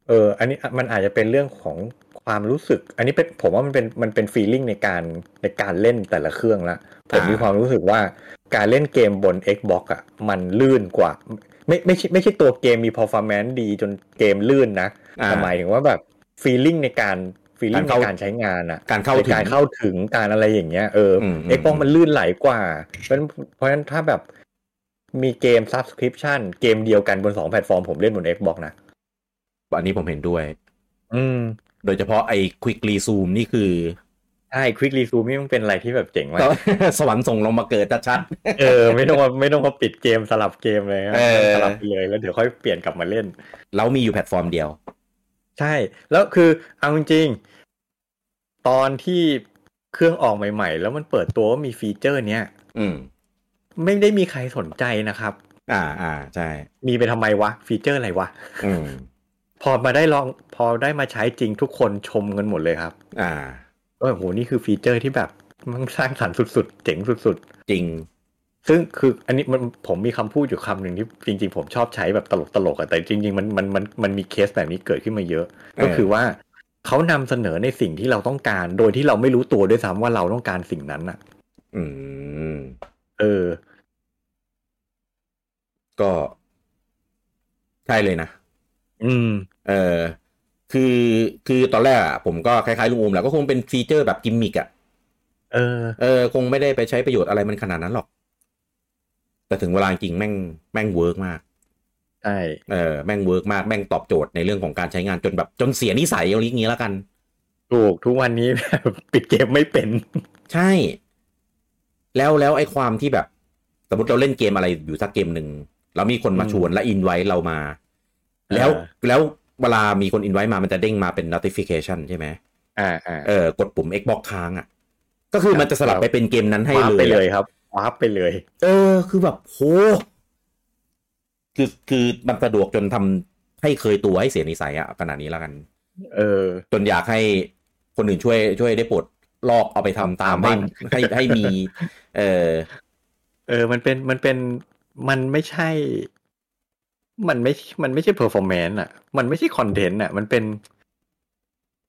เออ อันนี้มันอาจจะเป็นเรื่องของความรู้สึก อันนี้เป็นผมว่ามันเป็นมันเป็นฟีลลิ่งในการในการเล่นแต่ละเครื่องละ ผม อ่ามี มีความรู้สึกว่าการเล่นเกมบน Xbox อ่ะ มันลื่นกว่า ไม่ไม่ใช่ไม่ใช่ตัวเกมมี performance ดีจนเกมลื่นนะ อ่า แต่หมายถึงว่าแบบฟีลลิ่งในการฟีลลิ่ง การ ใน เข้า การใช้งานอ่ะ การเข้าถึง ในการเข้าถึงการอะไรอย่างเงี้ยเออ อืมอืม เอ็กซ์บ็อกมันลื่นไหลกว่า เพราะฉะนั้นเพราะฉะนั้นถ้าแบบมีเกม subscription เกมเดียวกันบนสองแพลตฟอร์มผมเล่นบน Xbox นะ อันนี้ผมเห็นด้วย อืม โดยเฉพาะไอ้ควิกรีซูมนี่คือ ใช่ Quick Resume นี่มันเป็นอะไรที่แบบเจ๋ง มาก สวรรค์ส่งลงมาเกิดชัด เออ ไม่ต้องมาไม่ต้องมาปิดเกมสลับเกมเลยนะ เออ สลับไปเลยแล้วเดี๋ยวค่อยเปลี่ยนกลับมาเล่น ๆแล้วมีอยู่แพลตฟอร์มเดียว ใช่ แล้วคือเอาจริงๆตอนที่เครื่องออกใหม่ๆ แล้วมันเปิดตัวว่ามีฟีเจอร์เนี้ย อืม ไม่ได้มีใครสนใจนะครับ อ่าอ่าใช่ มีไปทำไมวะฟีเจอร์อะไรวะ อืม พอมาได้ลองพอได้มาใช้จริงทุกคนชมกันหมดเลยครับ อ่า ว่าโอ้โหนี่คือฟีเจอร์ที่แบบมันสร้างสรรค์สุดๆ เจ๋งสุด จริง ๆ ซึ่งคืออันนี้มันผมมีคำพูดอยู่คำหนึ่งที่จริง ๆ ผมชอบใช้แบบตลกๆอะแต่จริง ๆ มันมันมันมันมีเคสแบบนี้เกิดขึ้นมาเยอะ ก็คือว่าเขานำเสนอในสิ่งที่เราต้องการ โดยที่เราไม่รู้ตัวด้วยซ้ำว่าเราต้องการสิ่งนั้นอ่ะ อืม เออ ก็ ใช่เลยนะ อืม เออคือคือตอนแรกอะผมก็คล้ายๆลุงอูมแหละก็คงเป็นฟีเจอร์แบบกิมมิกอะ เออ เออคงไม่ได้ไปใช้ประโยชน์อะไรมันขนาดนั้นหรอก แต่ถึงเวลาจริงแม่งแม่งเวิร์กมาก ใช่ เออแม่งเวิร์กมากแม่งตอบโจทย์ในเรื่องของการใช้งานจนแบบจนเสียนิสัยเอาลิกนี้แล้วกัน ถูกทุกวันนี้ แบบปิดเกมไม่เป็น ใช่ แล้วแล้วไอ้ความที่แบบ สมมติเราเล่นเกมอะไรอยู่สักเกมหนึ่งแล้วมีคนมาชวนและอินไว้เรามา แล้ว เออ แล้วเวลามีคนอินไว้มามันจะเด้งมาเป็น notification ใช่ไหม อ่าอ่า เออกดปุ่ม Xbox ค้างอ่ะ ก็คือมันจะสลับไปเป็นเกมนั้นให้ วาร์ป เลย ไปเลย อะ ครับวาร์ปไปเลย เออ คือแบบโหคือคือมันสะดวกจนทำให้เคยตัวให้เสียนิสัยอะขนาดนี้แล้วกัน เออ จนอยากให้คนอื่นช่วย ช่วยได้ปลดลอกเอาไปทำตามให้ ให้ให้มี เออ เออ มันเป็น มันเป็น มันไม่ใช่ มันไม่ มันไม่ใช่ performance อ่ะ มันไม่ใช่ content อ่ะ มันเป็น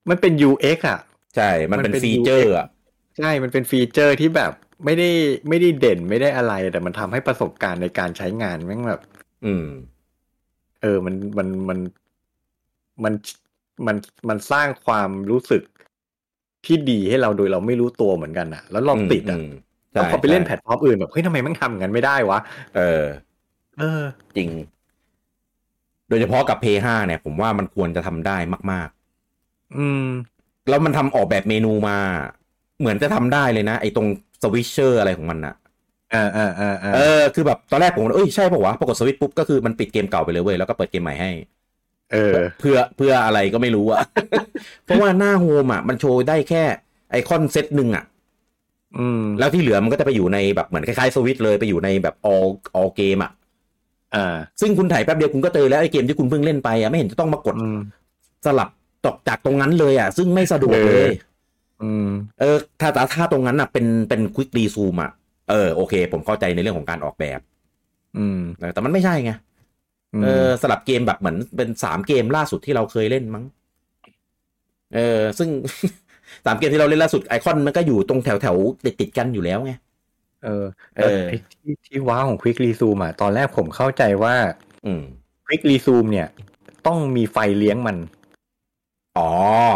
มันเป็น UX อ่ะ ใช่ มันเป็น มันเป็น ฟีเจอร์อะ ใช่ มันเป็นฟีเจอร์ที่แบบไม่ได้ไม่ได้เด่นไม่ได้อะไร แต่มันทำให้ประสบการณ์ในการใช้งานแม่งแบบ อืม เออ มัน มัน มัน มัน มัน มันสร้างความรู้สึกที่ดีให้เราโดยเราไม่รู้ตัวเหมือนกันอ่ะ แล้วเราติดอ่ะ มใช่ แล้วพอไปเล่น ใช่ แพลตฟอร์มอื่นแบบเฮ้ยทำไมแม่งทำอย่างนั้นไม่ได้วะ เออ เออ จริง โดยเฉพาะกับ p 5เนี่ย ผมว่ามันควรจะทำได้มาก ๆ อืม แล้วมันทำออกแบบเมนูมา เหมือนจะทำได้เลยนะ ไอ้ตรงสวิชเชอร์อะไรของมันอะ อ่าอ่าอ่าอ่า เออคือแบบตอนแรกผมว่าเอ้ยใช่ปะวะปรากฏสวิตช์ปุ๊บก็คือมันปิดเกมเก่าไปเลยเว้ยแล้วก็เปิดเกมใหม่ให้ เออ เพื่อเพื่ออะไรก็ไม่รู้อะ เพราะว่าหน้าโฮมอะมันโชว์ได้แค่ไอคอนเซตหนึ่งอะ อืม แล้วที่เหลือมันก็จะไปอยู่ในแบบเหมือนคล้ายๆสวิตช์เลยไปอยู่ในแบบ all all เกมอะ อ่า ซึ่งคุณถ่ายแป๊บเดียวคุณก็เจอแล้วไอเกมที่คุณเพิ่งเล่นไปอะไม่เห็นจะต้องมากด อืม สลับตกจากตรงนั้นเลยอะซึ่งไม่สะดวกเลย อืม เออถ้าแต่ถ้าตรงนั้นน่ะเป็นเป็นควิกรีซูมอ่ะ เออโอเค ผมเข้าใจในเรื่องของการออกแบบ อืม เออแต่มันไม่ใช่ไงเออสลับเกมแบบเหมือนเป็นสามเกมล่าสุดที่เราเคยเล่นมั้งเออซึ่ง สามเกมที่เราเล่นล่าสุดไอคอนมันก็อยู่ตรงแถวแถวติดติดๆกันอยู่แล้วไง เออ เอ เอ อ อที่ที่ว้าวของควิกรีซูมอ่ะ ตอนแรกผมเข้าใจว่า อืม ควิกรีซูมเนี่ย ต้องมีไฟเลี้ยงมัน อ๋อ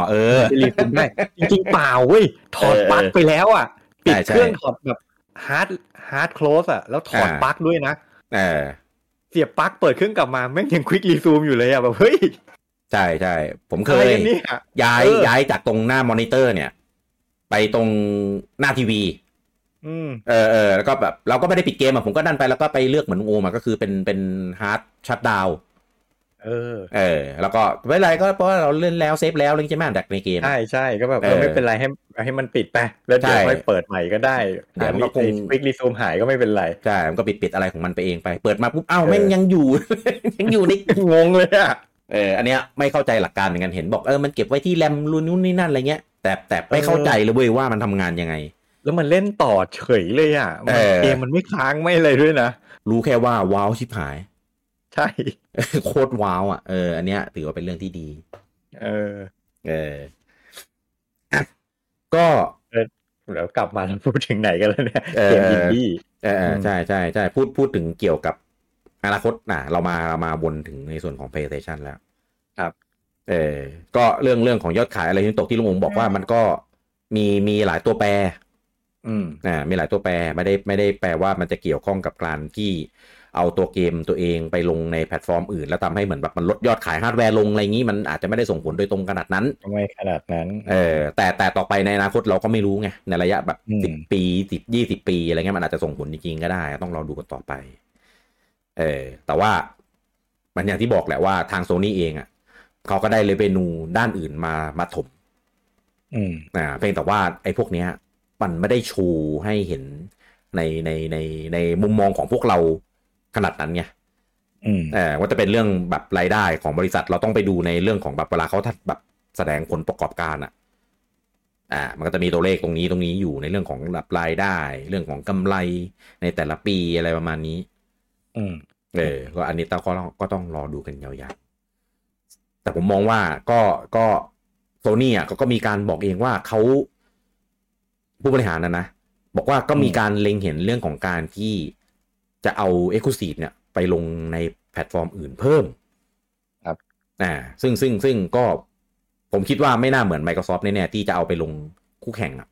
เออ จะรีซูมได้ จริงๆเปล่าเว้ย ถอด เออ ปลั๊กไปแล้วอ่ะ ใช่ ปิดเครื่อง ใช่ ถอดแบบฮาร์ดฮาร์ดคลสอ่ะ แล้วถอด อ่า ปลั๊กด้วยนะ เออ เสียบปลั๊กเปิดเครื่องกลับมาแม่งยังควิกรีซูมอยู่เลยอ่ะ แบบเฮ้ย ใช่ใช่ผมเค อะไร ย กันเนี่ย ย้าย เออ ย้ายจากตรงหน้ามอนิเตอร์เนี่ย ไปตรงหน้าทีวี อืม เออเออแล้วก็แบบเราก็ไม่ได้ปิดเกมอะผมก็ดันไปแล้วก็ไปเลือกเหมือนลุงโอมาก็คือเป็นเป็นฮาร์ดชัดดาว เออ เออ แล้วก็ไม่เป็นไรก็เพราะว่าเราเล่นแล้วเซฟแล้วเล่นใช่ไหมดักในเกม ใช่ใช่ก็แบบเอ เอ อ อ ไม่เป็นไรให้ให้มันปิดไป แล้วเดี๋ยว ใช่ ค่อยเปิดใหม่ก็ได้ เดี๋ยวมันก็คง ควิกรีซูมหายก็ไม่เป็นไร ใช่มันก็ปิดปิดอะไรของมันไปเองไป เปิดมาปุ๊บอ้าว เออ แม่งยังอยู่ ยังอยู่ใน งงเลยอ่ะ เอออันเนี้ยไม่เข้าใจหลักการเหมือนกันเห็นบอกเออมันเก็บไว้ที่แรมรุ่นนู้นนี่นั่นอะไรเงี้ย แต่แต่ไม่เข้าใจเลยเว้ยว่ามันทำงานยังไง แล้วมันเล่นต่อเฉยเลยอ่ะมัน เออ เกมมันไม่ค้างไม่อะไรด้วยนะ รู้แค่ว่าว้าวชิบหาย ใช่ โคตรว้าวอ่ะเอออันเนี้ยถือว่าเป็นเรื่องที่ดี เออ เออ อ่ะก็ เดี๋ยวกลับมาแล้วพูดถึงไหนกันแล้วเนี่ย เออ เกมอินดี้ เออเออ ม ใช่ใช่ใช่พูดพูดถึงเกี่ยวกับอนาคตน่ะ เรามาเรามาวนถึงในส่วนของ PlayStation แล้ว เออก็เรื่องเรื่องของยอดขายอะไรที่ตกที่ลุงองบอกว่ามันก็มีมีหลายตัวแปร อืม อ่ามีหลายตัวแปรไม่ได้ไม่ได้แปลว่ามันจะเกี่ยวข้องกับการที่เอาตัวเกมตัวเองไปลงในแพลตฟอร์มอื่น แล้วทำให้เหมือนแบบมันลดยอดขายฮาร์ดแวร์ลงอะไรอย่างนี้มันอาจจะไม่ได้ส่งผลโดยตรงขนาดนั้น ทำไมขนาดนั้น เออแต่แต่ต่อไปในอนาคตเราก็ไม่รู้ไงในระยะแบบ อืม สิบปีสิบยี่สิบปีอะไรเงี้ยมันอาจจะส่งผลจริงๆก็ได้ ต้องรอดูกันต่อไป เออแต่ว่ามันอย่างที่บอกแหละว่าทางโซนี่เองอะ่ะเขาก็ได้เลเวนูด้านอื่นมามาถม อืม อ่าเพียงแต่ว่าไอ้พวกเนี้ยมันไม่ได้ชูให้เห็นในในในในมุมมองของพวกเราขนาดนั้นไง อืม เออว่าจะเป็นเรื่องแบบรายได้ของบริษัทเราต้องไปดูในเรื่องของแบบเวลาเขาทัดแบบแสดงผลประกอบการอะอ่า มันก็จะมีตัวเลขตรงนี้ตรงนี้อยู่ในเรื่องของแบบรายได้ เรื่องของกำไรในแต่ละปีอะไรประมาณนี้ อืม เออ ก็อันนี้ต้องก็ต้องก็ต้องรอดูกันยาวๆ แต่ผมมองว่าก็ก็โซนี่อ่ะเขาก็มีการบอกเองว่าเขาผู้บริหารนะนะ บอกว่าก็มีการเล็งเห็นเรื่องของการที่จะเอา e x c l u s i v e เนี่ยไปลงในแพลตฟอร์มอื่นเพิ่ม ครับ อ่าซึ่งซึ่งซึ่งก็ผมคิดว่าไม่น่าเหมือน Microsoft แน่ๆที่จะเอาไปลงคู่แข่งอ่ะ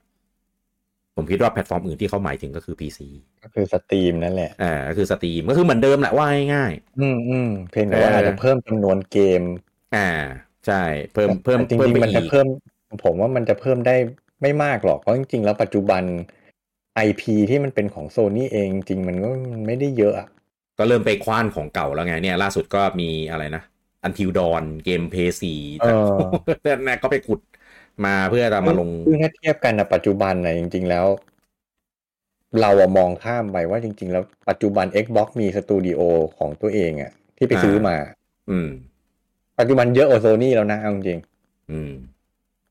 ผมคิดว่าแพลตฟอร์มอื่นที่เขาหมายถึงก็คือ PC ก็คือสตรีมนั่นแหละ อ่าก็คือสตรีมก็คือเหมือนเดิมแหละว่าง่ายๆ อืมอืมเพียงแต่ว่า เอออ อาจจะเพิ่มจำนวนเกม อ่าใช่เพิ่มเพิ่ม แต่จ เพิ่ ริงๆ ไป มันจะ อีก เพิ่ม ผมว่ามันจะเพิ่มได้ไม่มากหรอก เพราะจริงๆแล้วปัจจุบัน IP ที่มันเป็นของโซนี่เองจริงๆมันก็มันไม่ได้เยอะอะ ก็เริ่มไปคว้านของเก่าแล้วไงเนี่ยล่าสุดก็มีอะไรนะอันทิวดอนเกมเพย์สี่ เออ นะก็ไปขุดมาเพื่อจะมาลง ซึ่งถ้าเทียบกันนะปัจจุบันนะจริง ๆแล้ว เราอะมองข้ามไปว่าจริง ๆ แล้วปัจจุบัน Xbox มีสตูดิโอของตัวเองอะที่ไปซื้อมา อืม ปัจจุบันเยอะกว่าโซนี่แล้วนะเอาจริงๆ อืม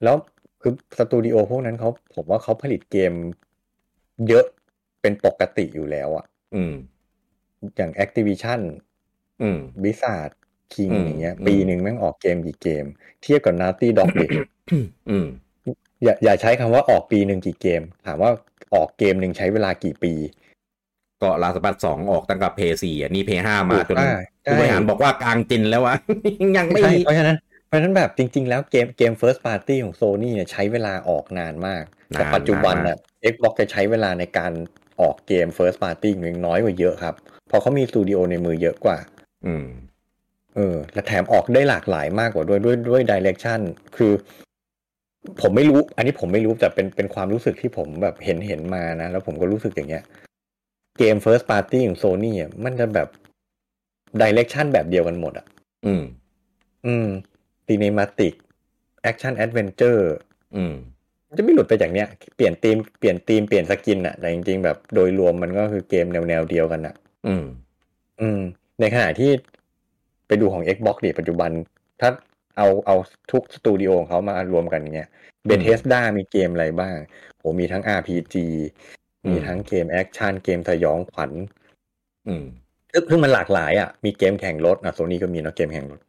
แล้วคือสตูดิโอพวกนั้นเขาผมว่าเขาผลิตเกมเยอะเป็นปกติอยู่แล้วอะ อืม อย่าง Activision อืม b i z a r d King อืม อย่างเงี้ย อืม ปีหนึ่งแม่งออกเกมกี่เกม เทียบกับ Naughty Dog ดิ อืม อย่าอย่าใช้คำว่าออกปีหนึ่งกี่เกม ถามว่าออกเกมหนึ่งใช้เวลากี่ปี ก็ลาสปัดสองออกตั้งแต่เพย์สี่นี่เพย์ห้ามาจน อ่ ผู้ ใช่ บริหารบอกว่ากลางจินแล้ววะ ยังไม่ ใช่เพราะฉะนั้นเพราะฉะนั้นแบบจริง ๆ แล้วเกมเกม First Party ของ Sony เนี่ยใช้เวลาออกนานมาก แต่ปัจจุบัน นะ น่ะ Xbox จะใช้เวลาในการออกเกม First Party หนึ่งน้อยกว่าเยอะครับ เพราะเขามีสตูดิโอในมือเยอะกว่า อืม เออ และแถมออกได้หลากหลายมากกว่าด้วยด้วยด้วยดิเรกชันคือ ผมไม่รู้ อันนี้ผมไม่รู้แต่เป็นเป็นความรู้สึกที่ผมแบบเห็นเห็นมานะ แล้วผมก็รู้สึกอย่างเงี้ย เกม First Party ของโซนี่ะมันจะแบบดิเรกชันแบบเดียวกันหมดอ่ะ อืม อืมตีเนมาติกแอคชั่นแอดเวนเจอร์ อืม มันจะไม่หลุดไปจากเนี้ย เปลี่ยนธีม เปลี่ยนธีม เปลี่ยนสกินอะแต่จริงๆ แบบโดยรวมมันก็คือเกมแนวแนวเดียวกันอะ อืม อืม ในขณะที่ไปดูของ Xbox ดิปัจจุบัน ถ้าเอาเอาทุกสตูดิโอของเขามารวมกันอย่างเงี้ย อืม เบ t เทสดามีเกมอะไรบ้าง โห มีทั้ง RPG มีทั้งเกมแอคชั่น เกมสยองขวัญ อืม ซึ่งซึ่งมันหลากหลายอะมีเกมแข่งรถอ่ะโซนี่ก็มีเนาะเกมแข่งรถ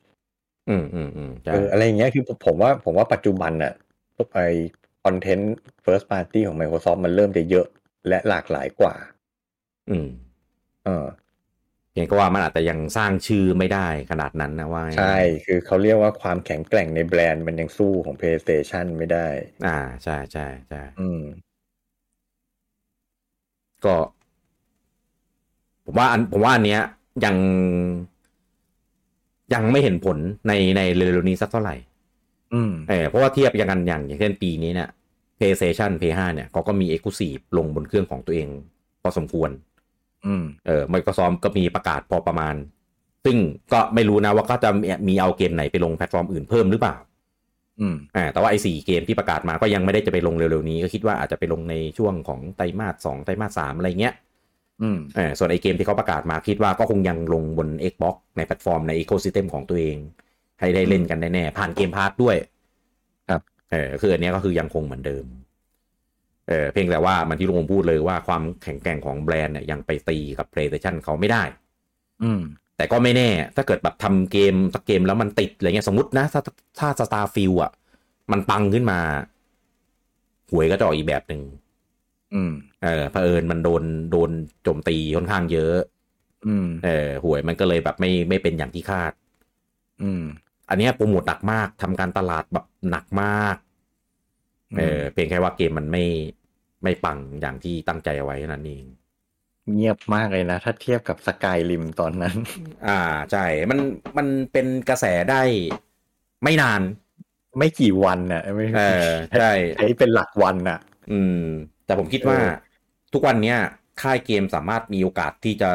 อืมอืมอืมใช่ เอออะไรอย่างเงี้ยคือผมผมว่าผมว่าปัจจุบันน่ะไอคอนเทนต์ first party ของ Microsoft มันเริ่มจะเยอะและหลากหลายกว่า อืม เออ เพียงก็ว่ามันอาจจะยังสร้างชื่อไม่ได้ขนาดนั้นนะว่า ใช่คือเขาเรียกว่าความแข็งแกร่งในแบรนด์มันยังสู้ของ PlayStation ไม่ได้ อ่าใช่ใช่ใช่ อืม ก็ ผมว่าอันผมว่าอันเนี้ยยัง ยังไม่เห็นผลในในเร็วๆนี้สักเท่าไหร่ อืม เออเพราะว่าเทียบอย่างกันอย่างอย่างเช่นปีนี้เนี่ย PlayStation Play 5เนี่ยเขาก็มี Exclusive ลงบนเครื่องของตัวเอง พอสมควร อืม เออ Microsoft ก็มีประกาศพอประมาณ ซึ่งก็ไม่รู้นะว่าก็จะมีเอาเกมไหนไปลงแพลตฟอร์มอื่นเพิ่มหรือเปล่า อืม อ่าแต่ว่าไอ้สี่เกมที่ประกาศมาก็ยังไม่ได้จะไปลงเร็วๆนี้ ก็คิดว่าอาจจะไปลงในช่วงของไตรมาสสองไตรมาสสามอะไรเงี้ย อืม เออส่วนไอ้เกมที่เขาประกาศมาคิดว่าก็คงยังลงบน Xbox ในแพลตฟอร์มใน Ecosystem ของตัวเอง ให้ได้เล่นกันแน่ๆผ่านเกมพาร์ด้วย ครับ เออคืออันเนี้ยก็คือยังคงเหมือนเดิม เออเพียงแต่ว่ามันที่ลุงพูดเลยว่าความแข็งแกร่งของแบรนด์เนี่ยยังไปตีกับ PlayStation เขาไม่ได้ อืม แต่ก็ไม่แน่ ถ้าเกิดแบบทำเกมสักเกมแล้วมันติดอะไรเงี้ยสมมตินะ ถ้าถ้าสตาร์ฟิลอ่ะ มันปังขึ้นมา หวยก็จะออกอีกแบบหนึ่ง อืม เออเผอิญมันโดนโดนโจมตีค่อนข้างเยอะ อืม เออหวยมันก็เลยแบบไม่ไม่เป็นอย่างที่คาด อืม อันเนี้ยโปรโมทหนักมากทำการตลาดแบบหนักมาก เออเพียงแค่ว่าเกมมันไม่ไม่ปังอย่างที่ตั้งใจเอาไว้เท่านั่นเอง เงียบมากเลยนะ ถ้าเทียบกับสกายริมตอนนั้น อ่าใช่ มันมันเป็นกระแสได้ไม่นาน ไม่กี่วันน่ะไม่ เออใช่ ใช้เป็นหลักวันน่ะ อืม แต่ผมคิดว่า เออ ทุกวันเนี้ยค่ายเกมสามารถมีโอกาสที่จะ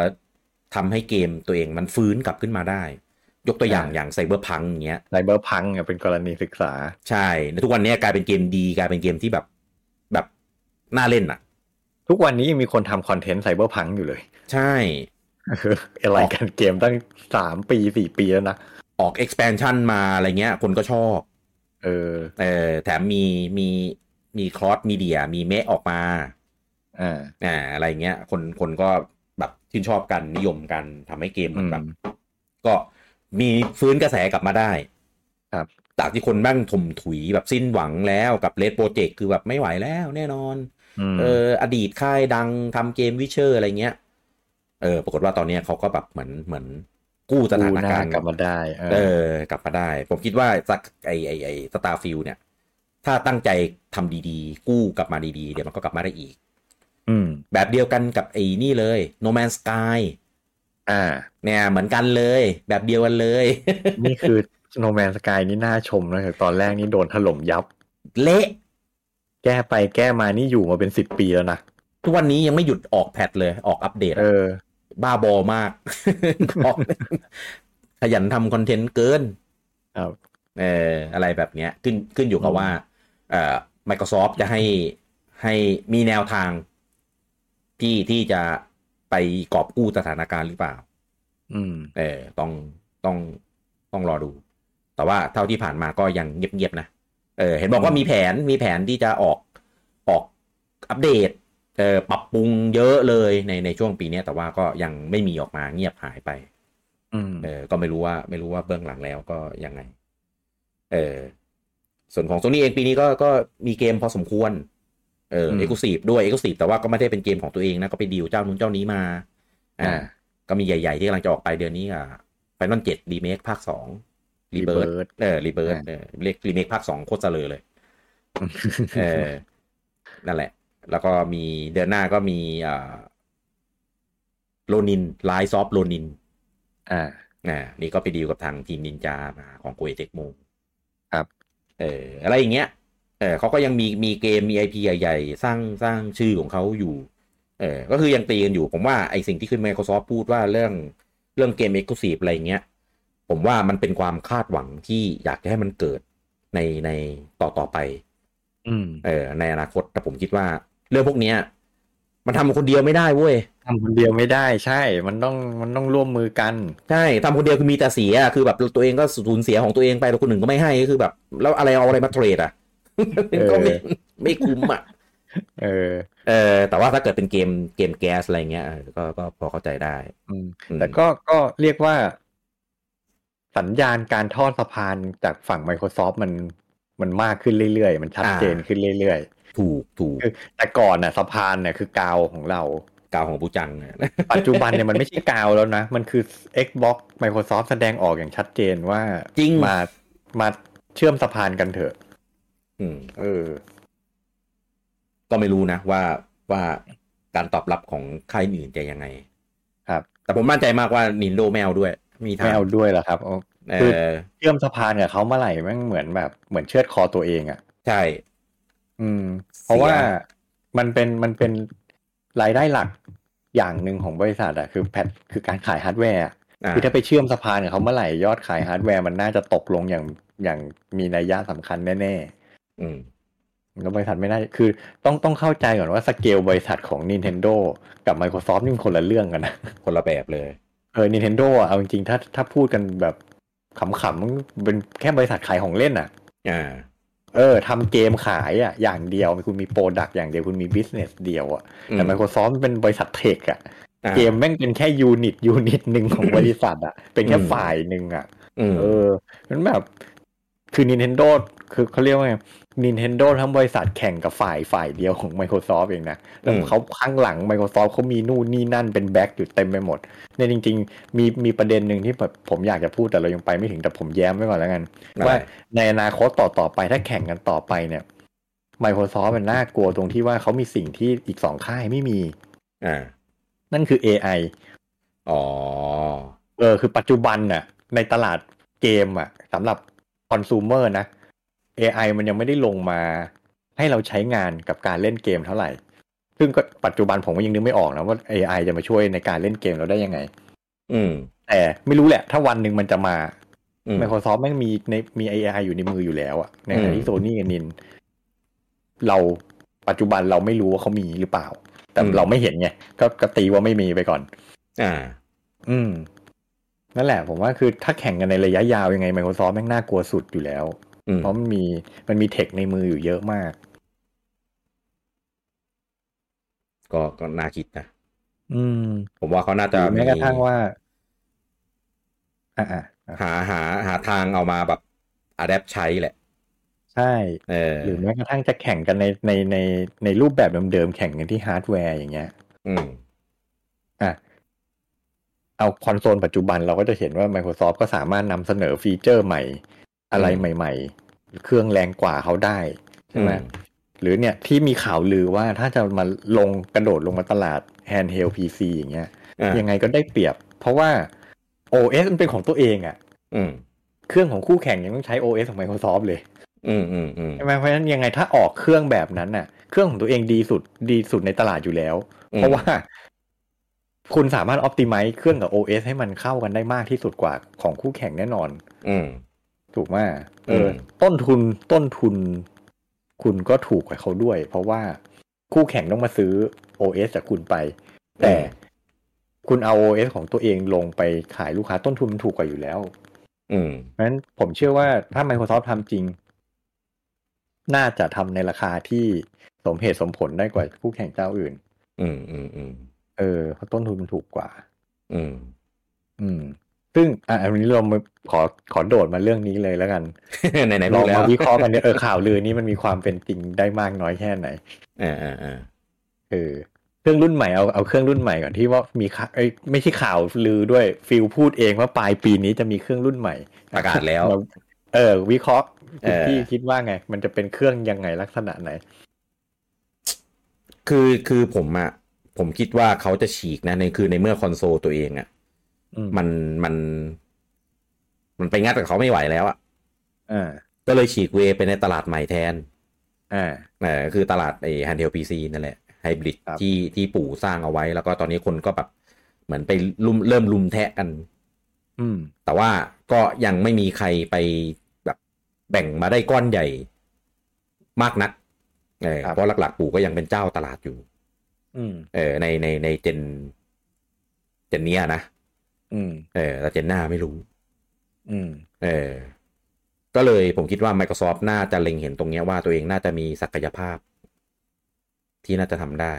ทำให้เกมตัวเองมันฟื้นกลับขึ้นมาได้ ยกตัวอย่างอย่างไซเบอร์พังเงี้ย ไซเบอร์พังเนี่ยเป็นกรณีศึกษา ใช่แล้วทุกวันเนี้ยกลายเป็นเกมดีกลายเป็นเกมที่แบบแบบน่าเล่นอ่ะ ทุกวันนี้ยังมีคนทำคอนเทนต์ไซเบอร์พังอยู่เลย ใช่ อะไรกันเกมตั้งสามปีสี่ปีแล้วนะ ออก expansion มาอะไรเงี้ย คนก็ชอบ เออ เออแถมมีมีมีคลอสมีเดียมีเมะออกมา อ่า อ่าอะไรเงี้ยคนคนก็แบบชื่นชอบกันนิยมกันทำให้เกมมันแบบ อืม ก็มีฟื้นกระแสกลับมาได้ ครับ จากที่คนบ้างถมถุยแบบสิ้นหวังแล้วกับเลดโปรเจกต์คือแบบไม่ไหวแล้วแน่นอน ม เอออดีตค่ายดังทำเกมวิเชอร์อะไรเงี้ยเออปรากฏว่าตอนเนี้ยเขาก็แบบเหมือนเหมือนกู้สถานการณ์ หกลับมาได้เออ เออกลับมาได้ ผมคิดว่าสักไอไอไอสตาร์ฟิลเนี่ย ถ้าตั้งใจทำดีๆ กู้กลับมาดีๆ เดี๋ยวมันก็กลับมาได้อีก อืม แบบเดียวกันกับไอ้นี่เลย No Man's Sky อ่า เนี่ยเหมือนกันเลย แบบเดียวกันเลย นี่คือโนแมนสกายนี่น่าชมนะคือตอนแรกนี่โดนถล่มยับ เละ แก้ไปแก้มานี่อยู่มาเป็นสิบปีแล้วนะ ทุกวันนี้ยังไม่หยุดออกแพทเลยออกอัปเดต เออ บ้าบอมาก บอกขยันทำคอนเทนต์เกิน ครับ เอออะไรแบบเนี้ย ขึ้นขึ้นอยู่กับ อืม ว่าเอ่อ Microsoft จะให้ให้มีแนวทางที่ที่จะไปกอบกู้สถานการณ์หรือเปล่า อืม เออต้องต้องต้องรอดู แต่ว่าเท่าที่ผ่านมาก็ยังเงียบๆนะ เออ เห็นบอกว่ามีแผนมีแผนที่จะออกออกอัปเดต เออปรับปรุงเยอะเลยในในช่วงปีเนี้ยแต่ว่าก็ยังไม่มีออกมาเงียบหายไป อืม เออ ก็ไม่รู้ว่าไม่รู้ว่าเบื้องหลังแล้วก็ยังไง เออ ส่วนของโซนี่เองปีนี้ก็ก็มีเกมพอสมควร เออ อืม เอกลูซีฟด้วยเอกลูซีฟแต่ว่าก็ไม่ได้เป็นเกมของตัวเองนะ ก็ไปดีลเจ้านู้นเจ้านี้มา อ่า อ่า ก็มีใหญ่ ๆ ที่กำลังจะออกไปเดือนนี้อ่ะไฟนอลเจ็ดรีเมคภาคสองรีเบิร์ด Rebirth เออรีเบิร์ดเออเรียกรีเมคภาคสองโคตรเจริญเลย เออ นั่นแหละ แล้วก็มีเดือนหน้าก็มีอ่าโลนินไลซอฟโลนิน อ่า อ่านี่ก็ไปดีลกับทางทีมนินจามาของโกเอเทคโม ครับ เอออะไรอย่างเงี้ย เออเขาก็ยังมีมีเกมมีไอพีใหญ่ๆ สร้างสร้างชื่อของเขาอยู่ เออก็คือยังตีกันอยู่ ผมว่าไอสิ่งที่ขึ้น Microsoft พูดว่าเรื่องเรื่องเกม Exclusive อะไรเงี้ย ผมว่ามันเป็นความคาดหวังที่อยากจะให้มันเกิดในในต่อต่อไป อืม เออในอนาคต แต่ผมคิดว่าเรื่องพวกเนี้ย มันทำคนเดียวไม่ได้เว้ย ทำคนเดียวไม่ได้ใช่ มันต้องมันต้องร่วมมือกัน ใช่ทำคนเดียวคือมีแต่เสียอะคือแบบตัวเองก็สูญเสียของตัวเองไปแล้วคนหนึ่งก็ไม่ให้ก็คือแบบ แล้วอะไรเอาอะไรมาเทรดอ่ะ ก็ไม่ไม่คุ้มอ่ะ เออ เออแต่ว่าถ้าเกิดเป็นเกมเกมแก๊สอะไรเงี้ยเออก็ก็พอเข้าใจได้ อืม อืม แต่ก็ก็เรียกว่า สัญญาณการทอดสะพานจากฝั่ง Microsoft มันมันมากขึ้นเรื่อยๆ มันชัดเจนขึ้นเรื่อย ถูกถูก ๆ แต่ก่อนน่ะสะพานเนี่ยคือกาวของเรา กาวของผู้จังอะ ปัจจุบันเนี่ยมันไม่ใช่กาวแล้วนะ มันคือ Xbox Microsoft แสดงออกอย่างชัดเจนว่า จริง มามาเชื่อมสะพานกันเถอะ อืม เออ ก็ไม่รู้นะว่าว่าการตอบรับของค่ายอื่นจะยังไง ครับ แต่ผมมั่นใจมากว่านินโดไม่เอาด้วย มีทา ไม่ ง เอาด้วยเหรอครับเอา เอ คือ อ เชื่อมสะพานกับเขาเมื่อไหร่แม่งเหมือนแบบเหมือนเชือดคอตัวเองอะ่ะ ใช่ อืม เพราะ เสีย ว่ามันเป็นมันเป็นรายได้หลักอย่างหนึ่งของบริษัทอะคือแพทคือการขายฮาร์ดแวร์อะ อ่า คือถ้าไปเชื่อมสะพานกับเขาเมื่อไหร่ยอดขายฮาร์ดแวร์มันน่าจะตกลงอย่างอย่างมีนัยยะสำคัญแน่ๆ อืม แล้วบริษัทไม่ได้คือต้องต้องเข้าใจก่อนว่าสเกลบริษัทของ Nintendo กับ Microsoft นี่มันคนละเรื่องกันนะ คนละแบบเลย เออ Nintendo อ่ะเอาจริงๆ ถ้าถ้าพูดกันแบบขำๆมันเป็นแค่บริษัทขายของเล่นอ่ะ อ่า เออทำเกมขายอ่ะอย่างเดียวคุณมีโปรดักต์อย่างเดียวคุณมีบิสเนสเดียวอ่ะแต่ Microsoft มันเป็นบริษัทเทคอ่ะ อ่า เกมแม่งเป็นแค่ยูนิตยูนิตหนึ่งของบริษัทอ่ะเป็นแค่ อืม ฝ่ายหนึ่งอ่ะ อืม เออมันแบบ คือ Nintendo คือเขาเรียกว่าไง Nintendo ทั้งบริษัทแข่งกับฝ่ายฝ่ายเดียวของ Microsoft เองนะแล้วเขาข้างหลัง Microsoft เขามีนู่นนี่นั่นเป็นแบ็กอยู่เต็มไปหมดเนี่ยจริง ๆ มีมีประเด็นหนึ่งที่แบบผมอยากจะพูดแต่เรายังไปไม่ถึงแต่ผมแย้มไว้ก่อนแล้วกัน ว่า ว่า ในอนาคตต่อต่อๆไปถ้าแข่งกันต่อไปเนี่ย Microsoft มันน่ากลัวตรงที่ว่าเขามีสิ่งที่อีกสองค่ายไม่มี อ่า นั่นคือ AI อ๋อ เออคือปัจจุบันน่ะในตลาดเกมอ่ะสำหรับคอน sumer นะ AI มันยังไม่ได้ลงมาให้เราใช้งานกับการเล่นเกมเท่าไหร่ ซึ่งก็ปัจจุบันผมก็ยังนึกไม่ออกนะว่า AI จะมาช่วยในการเล่นเกมเราได้ยังไง อืม แต่ไม่รู้แหละ ถ้าวันหนึ่งมันจะมา อืม Microsoft แม่งมีในมี AI อยู่ในมืออยู่แล้วอะในขณะ อืม ที่โซนี่กับนิน เราปัจจุบันเราไม่รู้ว่าเขามีหรือเปล่า แต่เราไม่เห็นไงก็ก็ตีว่าไม่มีไปก่อน อ่า อืม นั่นแหละผมว่าคือถ้าแข่งกันในระยะยาวยังไง Microsoft แม่งน่ากลัวสุดอยู่แล้ว อืม เพราะมันมีมันมีเทคในมืออยู่เยอะมาก ก็ก็น่าคิดนะ อืม ผมว่าเขาน่า ห จะ รือแม้กระทั่งว่า อ่า หาหาหาทางเอามาแบบอัดแอปใช้แหละ ใช่ เออ หรือแม้กระทั่งจะแข่งกันในในในในรูปแบบเดิมๆแข่งกันที่ฮาร์ดแวร์อย่างเงี้ย อืม อ่ะเอาคอนโซลปัจจุบันเราก็จะเห็นว่า Microsoft ก็สามารถนำเสนอฟีเจอร์ใหม่ อะไร อืม ใหม่ ๆ เครื่องแรงกว่าเขาได้ใช่ไหม หรือเนี่ยที่มีข่าวลือว่าถ้าจะมาลงกระโดดลงมาตลาดแฮนด์เฮลพีซีอย่างเงี้ย อ่ะ ยังไงก็ได้เปรียบ เพราะว่า OS มันเป็นของตัวเองอะ อืม เครื่องของคู่แข่งยังต้องใช้ OS ของ Microsoft เลย อืมอืมอืม ใช่ไหมเพราะฉะนั้นยังไงถ้าออกเครื่องแบบนั้นน่ะ เครื่องของตัวเองดีสุดดีสุดในตลาดอยู่แล้ว เพราะว่าคุณสามารถ optimize เครื่องกับ OS ให้มันเข้ากันได้มากที่สุดกว่าของคู่แข่งแน่นอน อืม ถูกไหมเอออ ม ต้นทุนต้นทุน คุณก็ถูกกว่าเขาด้วย เพราะว่าคู่แข่งต้องมาซื้อ OS จากคุณไป แต่คุณเอา OS ของตัวเองลงไปขายลูกค้าต้นทุนมันถูกกว่าอยู่แล้ว อืม เพราะฉะนั้นผมเชื่อว่าถ้า Microsoft ทำจริง น่าจะทำในราคาที่สมเหตุสมผลได้กว่าคู่แข่งเจ้าอื่น อืมอืมอืม เออเพราะต้นทุนมันถูกกว่า อืม อืม ซึ่งอ่ะอันนี้เรามาขอขอโดดมาเรื่องนี้เลยแล้วกัน ไหนไหน ล รู้ อง แล้ มาว วิเคราะห์กันเนี่ยเออข่าวลือนี้มันมีความเป็นจริงได้มากน้อยแค่ไหน อ่าอ่าอ่า เออเครื่องรุ่นใหม่เอาเอาเครื่องรุ่นใหม่ก่อนที่ว่ามีข่าวเอ้ยไม่ใช่ข่าวลือด้วยฟิลพูดเองว่าปลายปีนี้จะมีเครื่องรุ่นใหม่ ประกาศแล้ว เราเออ วิเคราะห์ เออ ที่คิดว่าไง มันจะเป็นเครื่องยังไงลักษณะไหน คือคือผมอะผมคิดว่าเขาจะฉีกนะในคือในเมื่อคอนโซลตัวเองอะ อืม มันมัน มันไปงัดกับเขาไม่ไหวแล้วอะ อ่า ก็เลยฉีกเวไปในตลาดใหม่แทน อ่า เออคือตลาดไอ้ handheld pc นั่นแหละไฮบริด ครับ ที่ที่ปู่สร้างเอาไว้ แล้วก็ตอนนี้คนก็แบบ เหมือนไปลุมเริ่มลุมแทะกัน อืม แต่ว่าก็ยังไม่มีใครไปแบบแบ่งมาได้ก้อนใหญ่มากนักเออ ครับ เพราะหลักๆ ปู่ก็ยังเป็นเจ้าตลาดอยู่ อืม เออในในในเจนเจนเนี้ยนะ อืม เออแต่เจนหน้าไม่รู้ อืม เออ ก็เลยผมคิดว่า Microsoft น่าจะเล็งเห็นตรงเนี้ยว่าตัวเองน่าจะมีศักยภาพ ที่น่าจะทำได้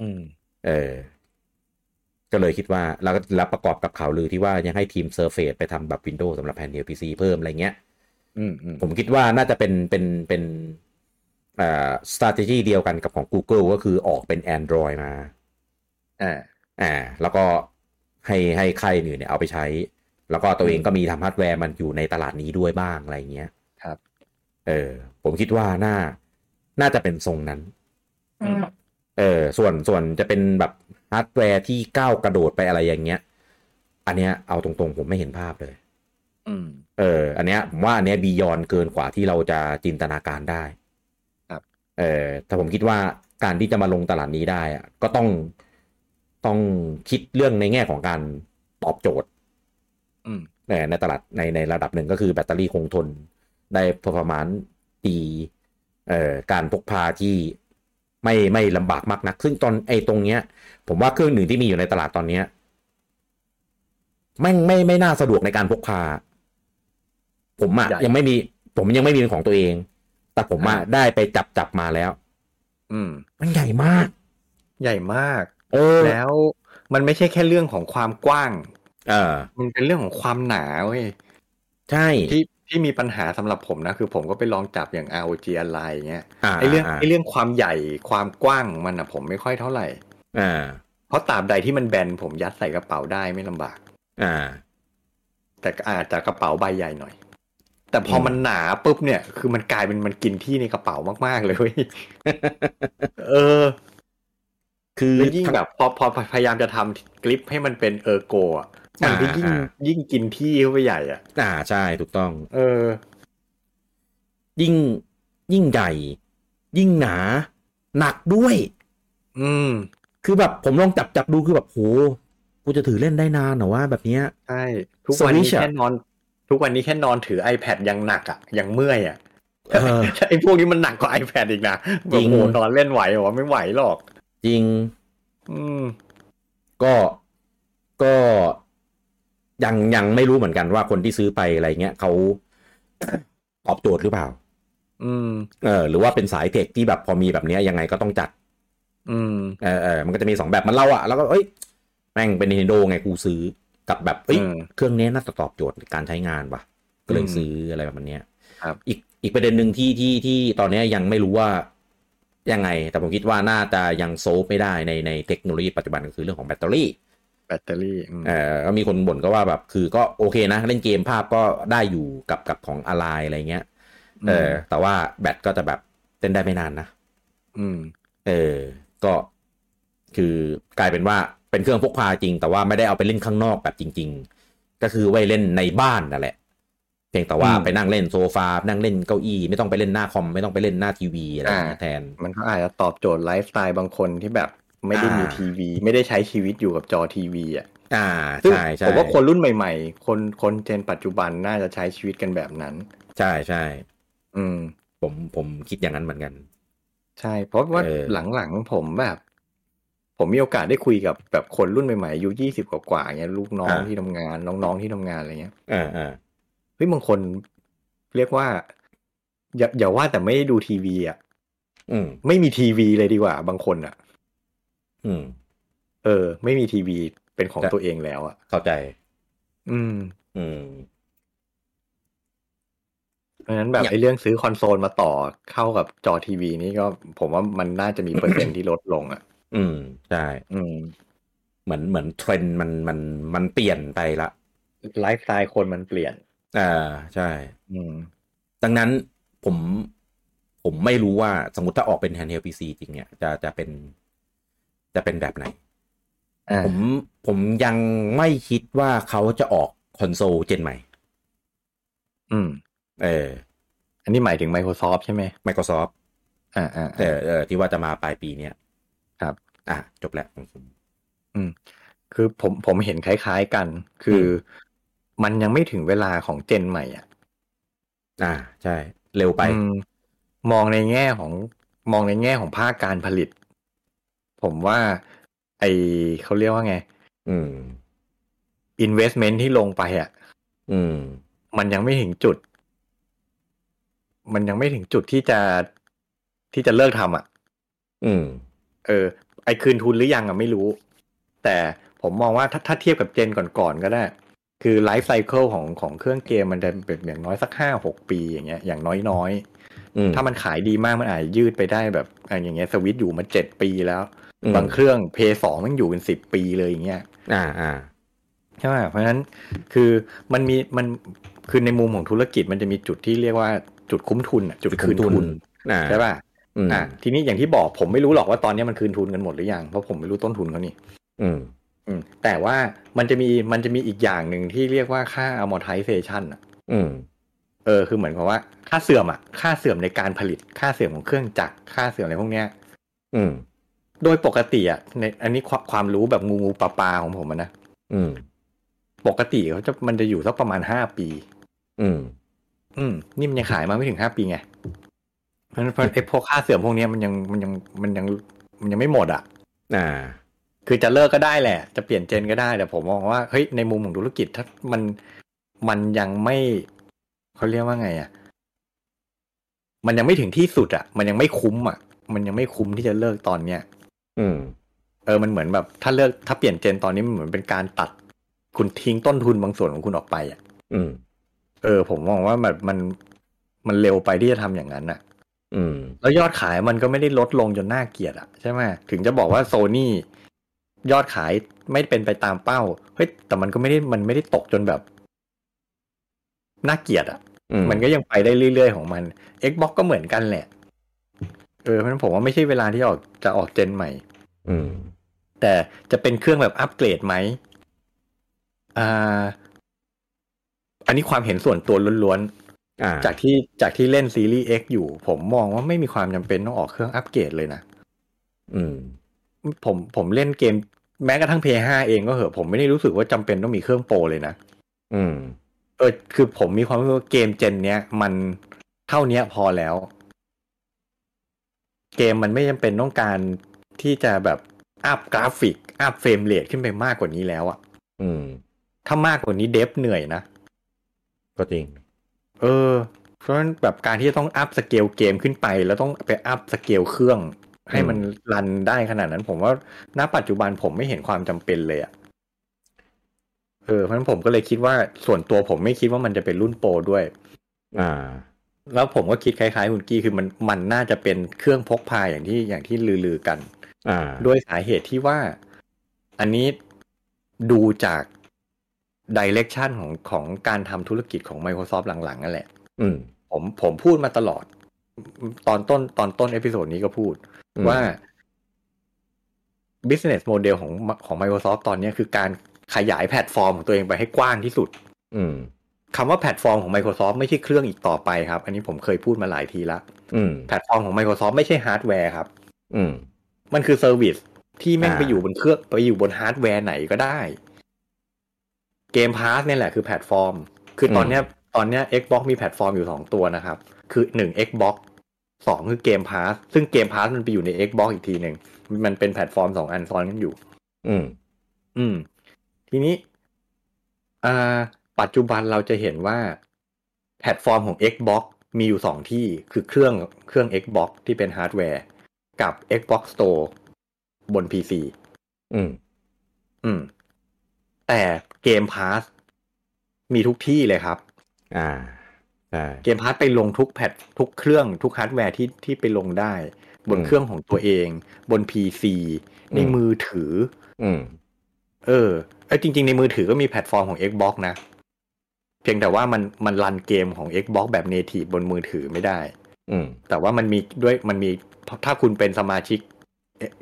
อืม เออ ก็เลยคิดว่าแล้วก็แล้วประกอบกับข่าวลือที่ว่ายังให้ทีม Surface ไปทำแบบ Windows สำหรับแผ่นเดียว PC เพิ่มอะไรเงี้ย อืมอืม ผมคิดว่าน่าจะเป็นเป็นเป็นอ่า strategy เดียวกันกับของ Google ก็คือออกเป็น Android มา อ่า อ่าแล้วก็ให้ให้ค่ายอื่นเนี่ยเอาไปใช้ แล้วก็ตัวเองก็มีทำฮาร์ดแวร์มันอยู่ในตลาดนี้ด้วยบ้างอะไรเงี้ย ครับ เออ ผมคิดว่าน่า น่าจะเป็นทรงนั้น อืม เออ ส่วนส่วนจะเป็นแบบฮาร์ดแวร์ที่ก้าวกระโดดไปอะไรอย่างเงี้ย อันเนี้ยเอาตรงๆ ผมไม่เห็นภาพเลย อืม เออ อันเนี้ยผมว่าอันเนี้ยบียอนเกินกว่าที่เราจะจินตนาการได้ ครับ เออแต่ผมคิดว่าการที่จะมาลงตลาดนี้ได้อะก็ต้องต้องคิดเรื่องในแง่ของการตอบโจทย์ อืม เออในตลาดในในระดับหนึ่งก็คือแบตเตอรี่คงทนได้ performance ดีเอ่อการพกพาที่ไม่ไม่ลำบากมากนัก ซึ่งตอนไอ้ตรงเนี้ย ผมว่าเครื่องหนึ่งที่มีอยู่ในตลาดตอนเนี้ยแม่งไม่ไม่น่าสะดวกในการพกพา ผมอะ ใหญ่ ยังไม่มี ผมยังไม่มีเป็นของตัวเอง แต่ผมอะ อ่า ได้ไปจับจับมาแล้ว อืม มันใหญ่มาก ใหญ่มาก เออ แล้วมันไม่ใช่แค่เรื่องของความกว้าง เออ มันเป็นเรื่องของความหนาเว้ย ใช่ ที่ที่มีปัญหาสำหรับผมนะ คือผมก็ไปลองจับอย่าง ROG อะไรเงี้ย า ไอเรื่อง า ไอเรื่องความใหญ่ความกว้างของมันนะผมไม่ค่อยเท่าไหร่ อ่า เพราะตราบใดที่มันแบนผมยัดใส่กระเป๋าได้ไม่ลำบาก อ่า แต่ก็อาจจะกระเป๋าใบใหญ่หน่อย แต่พออ ม มันหนาปุ๊บเนี่ย คือมันกลายเป็นมันกินที่ในกระเป๋ามากๆเลยเว้ ยเออ คือ แล้วยิ่ง ทั้ แบบพอพอพอพยายามจะทำกลิปให้มันเป็นเออร์โกอ่ะมันก็ยิ่ง อ่า ยิ่งกินที่เข้าไปใหญ่อ่ะ อ่าใช่ถูกต้อง เออ ยิ่งยิ่งใหญ่ ยิ่งหนาหนักด้วย อืม คือแบบผมลองจับจับดูคือแบบโหกูจะถือเล่นได้นานเหรอว่าแบบเนี้ย ใช่ทุกวันนี้ Switch อะ แค่นอน ทุกวันนี้แค่นอนถือ iPad ยังหนักอ่ะยังเมื่อยอ่ะ เอ อ ไอ้พวกนี้มันหนักกว่า iPad อีกนะแบ จริ บ ง โหนอนเล่นไหวเหรอวะไม่ไหวหรอก จริง อืม ก็ก็ยังยังไม่รู้เหมือนกันว่าคนที่ซื้อไปอะไรเงี้ยเขา ตอบโจทย์หรือเปล่า อืม เออหรือว่าเป็นสายเทคที่แบบพอมีแบบเนี้ยยังไงก็ต้องจัด อืม เออเออมันก็จะมีสองแบบมันเล่าอะแล้วก็เอ้ยแม่งเป็น Nintendo ไงกูซื้อกับแบบเอ้ย อืม เครื่องนี้น่าจะตอบโจทย์การใช้งานว่ะก็เลย อืม ซื้ออะไรแบบเนี้ย ครับ อีกอีกประเด็นหนึ่งที่ที่ที่ตอนเนี้ยยังไม่รู้ว่ายังไง แต่ผมคิดว่าน่าจะยังโซฟไม่ได้ในในเทคโนโลยีปัจจุบันก็คือเรื่องของแบตเตอรี่ แบตเตอรี่อืม เออก็มีคนบ่นก็ว่าแบบคือก็โอเคนะ เล่นเกมภาพก็ได้อยู่กับกับของอะไรอะไรเงี้ยเอออแต่ว่าแบตก็จะแบบเต้นได้ไม่นานนะ อืม เออ ก็คือกลายเป็นว่าเป็นเครื่องพกพาจริง แต่ว่าไม่ได้เอาไปเล่นข้างนอกแบบจริง ๆ ก็คือไว้เล่นในบ้านนั่นแหละ เพียงแต่ว่า อืม ไปนั่งเล่นโซฟา นั่งเล่นเก้าอี้ ไม่ต้องไปเล่นหน้าคอม ไม่ต้องไปเล่นหน้าทีวีอะไรอย่างเงี้ย อ่า แทน มันก็อาจจะตอบโจทย์ไลฟ์สไตล์บางคนที่แบบไม่ได้มี อ่า ทีวี ไม่ได้ใช้ชีวิตอยู่กับจอทีวีอ่ะ อ่า ซึ่ง ใช่ใช่ ผมว่าคนรุ่นใหม่ ๆ คนคนเจนปัจจุบันน่าจะใช้ชีวิตกันแบบนั้น ใช่ใช่ อืม ผมผมคิดอย่างนั้นเหมือนกัน ใช่ เพราะว่า เออ หลังๆผมแบบ ผมมีโอกาสได้คุยกับแบบคนรุ่นใหม่ๆอายุยี่สิบกว่าๆเงี้ยลูกน้องที่ทำงานน้องๆที่ทำงานอะไรเงี้ย เออเออ เฮ้ยบางคนเรียกว่า อย่าอย่าว่าแต่ไม่ได้ดูทีวีอ่ะ อืม ไม่มีทีวีเลยดีกว่า บางคนอ่ะ อืม เออ ไม่มีทีวีเป็นของ แต่ ตัวเองแล้วอ่ะ เข้าใจ อืม อืม เพราะฉะนั้นแบบ อย่าง ไอ้เรื่องซื้อคอนโซลมาต่อเข้ากับจอทีวีนี่ก็ผมว่ามันน่าจะมีเปอร์เซ็นต์ที่ลดลงอ่ะ อืมใช่ อืม เหมือนเหมือนเทรนด์มันมันมันเปลี่ยนไปละ ไลฟ์สไตล์คนมันเปลี่ยน อ่าใช่ อืม ดังนั้นผมผมไม่รู้ว่าสมมติถ้าออกเป็น handheld PC จริงเนี่ยจะจะเป็นจะเป็นแบบไหน อ่า ผมผมยังไม่คิดว่าเขาจะออกคอนโซลเจนใหม่ อืม เออ อันนี้หมายถึง Microsoft ใช่ไหม Microsoft อ่าอ่า เอ อ่า อเออที่ว่าจะมาปลายปีเนี้ย ครับ อ่ะจบแล้ว คือผมผมเห็นคล้ายๆกัน คืออ ม มันยังไม่ถึงเวลาของเจนใหม่อ่ะ อ่า ใช่ เร็วไป อืมมองในแง่ของมองในแง่ของภาคการผลิต ผมว่า ไอเขาเรียกว่าไง อืม investment ที่ลงไปอ่ะ อืม มันยังไม่ถึงจุด มันยังไม่ถึงจุดที่จะที่จะเลิกทำอ่ะ อืม เออ ไอคืนทุนหรือยังอ่ะไม่รู้ แต่ผมมองว่าถ้าถ้าเทียบกับเจนก่อนๆก็ได้ คือไลฟ์ไซเคิลของของเครื่องเกมมันจะเป็นอย่างน้อยสักห้าหกปีอย่างเงี้ย อย่างน้อย อืม ๆ ถ้ามันขายดีมากมันอาจจะยืดไปได้แบบอ่ะอย่างเงี้ยสวิตอยู่มาเจ็ดปีแล้ว อืม บางเครื่องเพย์สองมันอยู่เป็นสิบปีเลยอย่างเงี้ย อ่าอ่า ใช่ไหมเพราะฉะนั้นคือมันมีมันคือในมุมของธุรกิจมันจะมีจุดที่เรียกว่าจุดคุ้มทุนอะจุดคืนทุน อ่า ใช่ป่ะ อืม อ่ะทีนี้อย่างที่บอกผมไม่รู้หรอกว่าตอนนี้มันคืนทุนกันหมดหรือยังเพราะผมไม่รู้ต้นทุนเขานี่ อืม อืมแต่ว่ามันจะมีมันจะมีอีกอย่างหนึ่งที่เรียกว่าค่า amortization อะ อืม เออคือเหมือนกับว่าค่าเสื่อมอะค่าเสื่อมในการผลิตค่าเสื่อมของเครื่องจักรค่าเสื่อมอะไรพวกเนี้ย อืม โดยปกติอะในอันนี้ความความรู้แบบงูงูปลาปลาของผมอะนะ อืม ปกติเขาจะมันจะอยู่สักประมาณห้าปี อืม อืมนี่มันยังขายมาไม่ถึงห้าปีไงเพราะฉะนั้นเพราะไอ้พวกค่าเสื่อมพวกเนี้ยมันยังมันยังมันยังมันยังไม่หมดอ่ะ อ่า คือจะเลิกก็ได้แหละ จะเปลี่ยนเจนก็ได้แต่ผมมองว่าเฮ้ยในมุมของธุรกิจถ้ามันมันยังไม่เขาเรียกว่าไงอ่ะ มันยังไม่ถึงที่สุดอ่ะ มันยังไม่คุ้มอ่ะ มันยังไม่คุ้มที่จะเลิกตอนเนี้ย อืม เออ มันเหมือนแบบถ้าเลิกถ้าเปลี่ยนเจนตอนนี้มันเหมือนเป็นการตัด คุณทิ้งต้นทุนบางส่วนของคุณออกไปอ่ะ อืม เออ ผมมองว่าแบบมันมันเร็วไปที่จะทำอย่างนั้นอ่ะ อืม แล้วยอดขายมันก็ไม่ได้ลดลงจนน่าเกลียดอะใช่ไหมถึงจะบอกว่าโซนี่ยอดขายไม่เป็นไปตามเป้าเฮ้ยแต่มันก็ไม่ได้มันไม่ได้ตกจนแบบน่าเกลียดอะ อื มันก็ยังไปได้เรื่อยๆของมัน Xbox ก็เหมือนกันแหละ เออเพราะฉะนั้นผมว่าไม่ใช่เวลาที่ออกจะออกเจนใหม่ อืม แต่จะเป็นเครื่องแบบอัปเกรดไหมอ่า อันนี้ความเห็นส่วนตัวล้วนๆ อ่า จากที่จากที่เล่นซีรีส์ X อยู่ ผมมองว่าไม่มีความจำเป็นต้องออกเครื่องอัปเกรดเลยนะ อืม ผมผมเล่นเกมแม้กระทั่ง PS5 เองก็เหอะผมไม่ได้รู้สึกว่าจำเป็นต้องมีเครื่องโปรเลยนะ อืม เออคือผมมีความรู้สึกว่าเกมเจนเนี้ยมันเท่าเนี้ยพอแล้ว เกมมันไม่จำเป็นต้องการที่จะแบบอัพกราฟิกอัพเฟรมเรทขึ้นไปมากกว่านี้แล้วอะ อืม ถ้ามากกว่านี้เดฟเหนื่อยนะ ก็จริง เออ เพราะฉะนั้นแบบการที่จะต้องอัพสเกลเกมขึ้นไป แล้วต้องไปอัพสเกลเครื่อง ให้มันรันได้ขนาดนั้น ผมว่าณปัจจุบันผมไม่เห็นความจำเป็นเลยอะ่ะเออเพราะฉะนั้นผมก็เลยคิดว่าส่วนตัวผมไม่คิดว่ามันจะเป็นรุ่นโปรด้วย อ่า แล้วผมก็คิดคล้ายๆคุณกี้คือมันมันน่าจะเป็นเครื่องพกพาอย่างที่อย่างที่ลือๆกัน อ่า ด้วยสาเหตุที่ว่าอันนี้ดูจากดิเรกชันของของการทำธุรกิจของ Microsoft หลังๆนั่นแหละ อืม ผมผมพูดมาตลอด ตอนต้นตอนต้นเอพิโซดนี้ก็พูด อืม ว่า business model ของของ Microsoft ตอนนี้คือการขยายแพลตฟอร์มของตัวเองไปให้กว้างที่สุด อืม คำว่าแพลตฟอร์มของ Microsoft ไม่ใช่เครื่องอีกต่อไปครับ อันนี้ผมเคยพูดมาหลายทีละ อืม แพลตฟอร์มของ Microsoft ไม่ใช่ฮาร์ดแวร์ครับ อืม มันคือเซอร์วิสที่แม่ง อ่า ไปอยู่บนเครื่องไปอยู่บนฮาร์ดแวร์ไหนก็ได้ เกมพาสเนี่ยแหละคือแพลตฟอร์ม คือตอนเนี้ยตอนเนี้ย Xbox มีแพลตฟอร์มอยู่สองตัวนะครับ คือหนึ่ง Xbox สองคือเกมพาสซึ่งเกมพาสมันไปอยู่ใน Xbox อีกทีหนึ่ง มันเป็นแพลตฟอร์มสองอันซ้อนกันอยู่ อืม อืม ทีนี้อ่าปัจจุบันเราจะเห็นว่า แพลตฟอร์มของ Xbox มีอยู่สองที่คือเครื่องเครื่อง Xbox ที่เป็นฮาร์ดแวร์ กับ Xbox Store บน PC อืม อืม แต่เกม Pass มีทุกที่เลยครับ อ่าใช่ เกม Pass ไปลงทุกแพลตทุกเครื่องทุกฮาร์ดแวร์ที่ที่ไปลงได้ บน อืม เครื่องของตัวเอง บน PC ใน อืม มือถือ อืม เออเอ้ยจริง ๆ ในมือถือก็มีแพลตฟอร์มของ Xbox นะ เพียงแต่ว่ามันมันรันเกมของ Xbox แบบ Native บนมือถือไม่ได้ อืม แต่ว่ามันมีด้วยมันมีถ้าคุณเป็นสมาชิก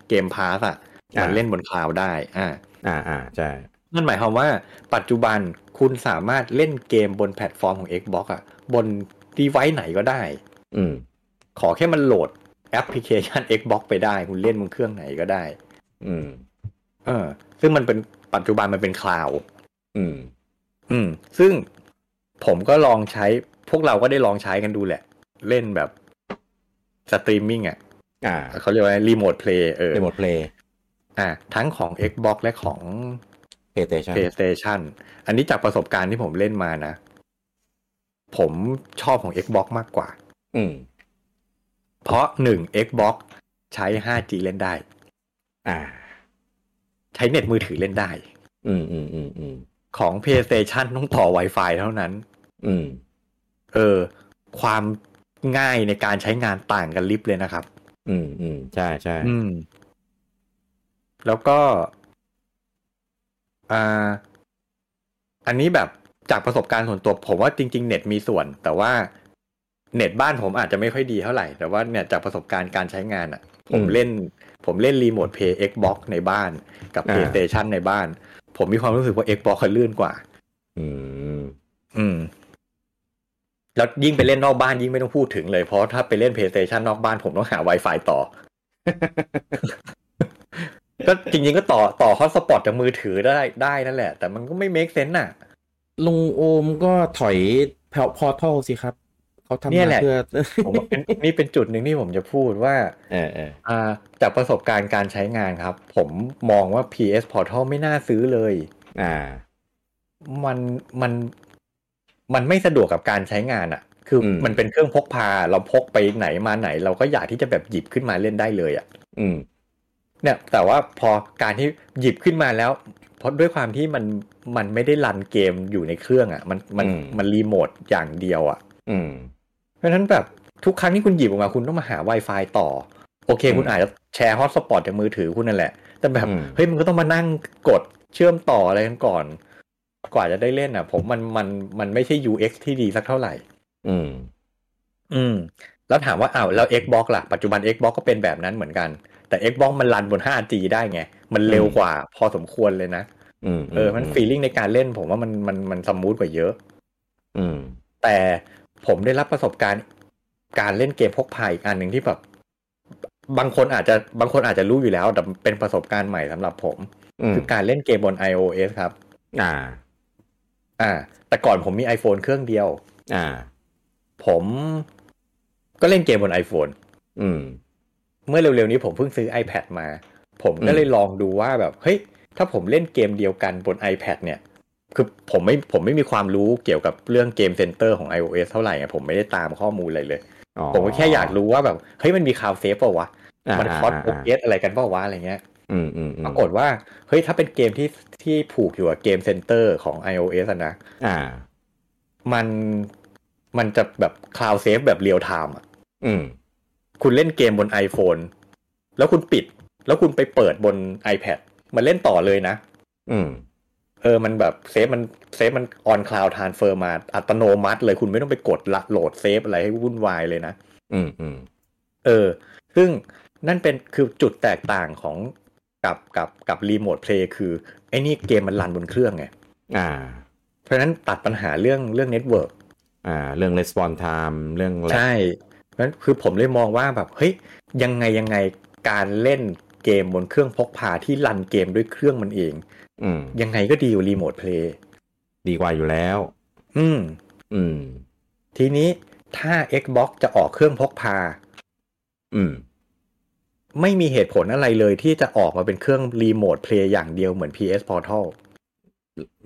เกมพาสอ่ะ มัน อ่า เล่นบนคลาวด์ได้ อ่า อ่าอ่าใช่ นั่นหมายความว่าปัจจุบันคุณสามารถเล่นเกมบนแพลตฟอร์มของ Xbox อ่ะ บนดีไว c ์ไหนก็ได้ อืม ขอแค่มันโหลดแอปพลิเคชัน Xbox ไปได้ คุณเล่นบนเครื่องไหนก็ได้ อืม เออ ซึ่งมันเป็นปัจจุบันมันเป็นคลาวด์ อืม อืม ซึ่งผมก็ลองใช้ พวกเราก็ได้ลองใช้กันดูแหละ เล่นแบบสตรีมมิ่งอ่ะ อ่า เขาเรียกว่ารีโมทเพลย์เออ ในหมดเพลย์ อ่าทั้งของ Xbox และของ PlayStation PlayStation อันนี้จากประสบการณ์ที่ผมเล่นมานะ ผมชอบของ Xbox มากกว่า อืม เพราะหนึ่ง Xbox ใช้ 5G เล่นได้ อ่า ใช้เน็ตมือถือเล่นได้ อืมอืมอืมอืม ของ PlayStation ต้องต่อ Wi-Fi เท่านั้น อืม เออ ความง่ายในการใช้งานต่างกันลิบเลยนะครับ อืมอืมใช่ใช่ อืม แล้วก็ อ่า อันนี้แบบจากประสบการณ์ส่วนตัวผมว่าจริง ๆ เน็ตมีส่วน แต่ว่าเน็ตบ้านผมอาจจะไม่ค่อยดีเท่าไหร่ แต่ว่าเนี่ยจากประสบการณ์การใช้งานอะ่ะ ผมเล่น ผมเล่นรีโมทเพย์ Xbox ในบ้าน กับ PlayStation ในบ้าน ผมมีความรู้สึกว่า Xbox คันลื่นกว่า อืม อืม แล้วยิ่งไปเล่นนอกบ้านยิ่งไม่ต้องพูดถึงเลย เพราะถ้าไปเล่น PlayStation นอกบ้านผมต้องหา Wi-Fi ต่อ ก็จริงๆก็ต่อต่อฮอตสปอตจากมือถือได้ได้นั่นแหละ แต่มันก็ไม่ make sense น่ะ ลุงโอมก็ถอยแพลพอทัลสิครับ เขาทำ เนี่ยแห มา ละ เพื่อ ผมว่าเป็น นี่เป็นจุดหนึ่งที่ผมจะพูดว่า เออเออ อ่าจากประสบการณ์การใช้งานครับ ผมมองว่า PS Portal ไม่น่าซื้อเลย อ่า มันมันมันไม่สะดวกกับการใช้งานอะ่ะ ค คืออ ม มันเป็นเครื่องพกพา เราพกไปไหนมาไหน เราก็อยากที่จะแบบหยิบขึ้นมาเล่นได้เลยอ่ะ อืม เนี่ยแต่ว่าพอการที่หยิบขึ้นมาแล้ว เพราะด้วยความที่มันมันไม่ได้รันเกมอยู่ในเครื่องอะ่ะมันมัน อืม มันรีโมทอย่างเดียวอะ่ะ อืม เพราะฉะนั้นแบบทุกครั้งที่คุณหยิบออกมาคุณต้องมาหา Wi-Fi ต่อ โอเค อืม คุณอาจจะแชร์ฮอตสปอตจากมือถือคุณนั่นแหละ แต่แบบ อืม เฮ้ยมันก็ต้องมานั่งกดเชื่อมต่ออะไรกันก่อน กว่าจะได้เล่นอะ่ะ ผมมันมันมันไม่ใช่ UX ที่ดีสักเท่าไหร่ อืม อืม แล้วถามว่าอ้าวแล้ว Xbox ล่ะ ปัจจุบัน Xbox ก็เป็นแบบนั้นเหมือนกัน แต่ Xbox มันรันบน 5G ได้ไง มันเร็วกว่าพอสมควรเลยนะ อืม เออ มันฟีลิ่งในการเล่นผมว่ามันมันมันสมูทกว่าเยอะ อืม แต่ผมได้รับประสบการณ์การเล่นเกมพกพาอีกอันหนึ่งที่แบบ บางคนอาจจะบางคนอาจจะรู้อยู่แล้ว แต่เป็นประสบการณ์ใหม่สำหรับผม อืม คือการเล่นเกมบน iOS ครับ อ่า อ่า แต่ก่อนผมมี iPhone เครื่องเดียว อ่า ผมก็เล่นเกมบน iPhone อืม เมื่อเร็วๆนี้ผมเพิ่งซื้อ iPad มา ผมก็เลยลองดูว่าแบบ เฮ้ย ถ้าผมเล่นเกมเดียวกันบน iPad เนี่ย คือผมไม่ผมไม่มีความรู้เกี่ยวกับเรื่องเกมเซ็นเตอร์ของ iOS เท่าไหร่ไงผมไม่ได้ตามข้อมูลอะไรเลย อ๋อ ผมก็แค่อยากรู้ว่าแบบ เฮ้ยมันมีคาวเซฟเปล่าวะ า มันคอสโอ อ่า เกสอะไรกันเปล่าวะอะไรเงี้ย อืมอืมอืม ปรากฏว่า เฮ้ยถ้าเป็นเกมที่ที่ผูกอยู่กับเกมเซ็นเตอร์ของ iOS อะนะ อ่า มันมันจะแบบคาวเซฟแบบเรียลไทม์อะ อืม คุณเล่นเกมบน iPhone แล้วคุณปิด แล้วคุณไปเปิดบน iPad มันเล่นต่อเลยนะ อืม เออมันแบบเซฟมันเซฟมันออนคลาวทานเฟอร์มาอัตโนมัติเลยคุณไม่ต้องไปกดละโหลดเซฟอะไรให้วุ่นวายเลยนะ อืมอืม เออ ซึ่งนั่นเป็นคือจุดแตกต่างของกับกับกับรีโมทเพลย์คือ ไอ้นี่เกมมันรันบนเครื่องไง อ่า เพราะฉะนั้นตัดปัญหาเรื่องเรื่องเน็ตเวิร์ก อ่า เรื่อง response time เรื่องแลก ใช่นั้นคือผมเลยมองว่าแบบเฮ้ยยังไงยังไงการเล่นเกมบนเครื่องพกพาที่รันเกมด้วยเครื่องมันเอง อืม ยังไงก็ดีอยู่ารีโมทเพลย์ ดีกว่าอยู่แล้ว อืม อืม ทีนี้ถ้า Xbox จะออกเครื่องพกพา อืม ไม่มีเหตุผลอะไรเลยที่จะออกมาเป็นเครื่องรีโมทเพลย์อย่างเดียวเหมือน PS Portal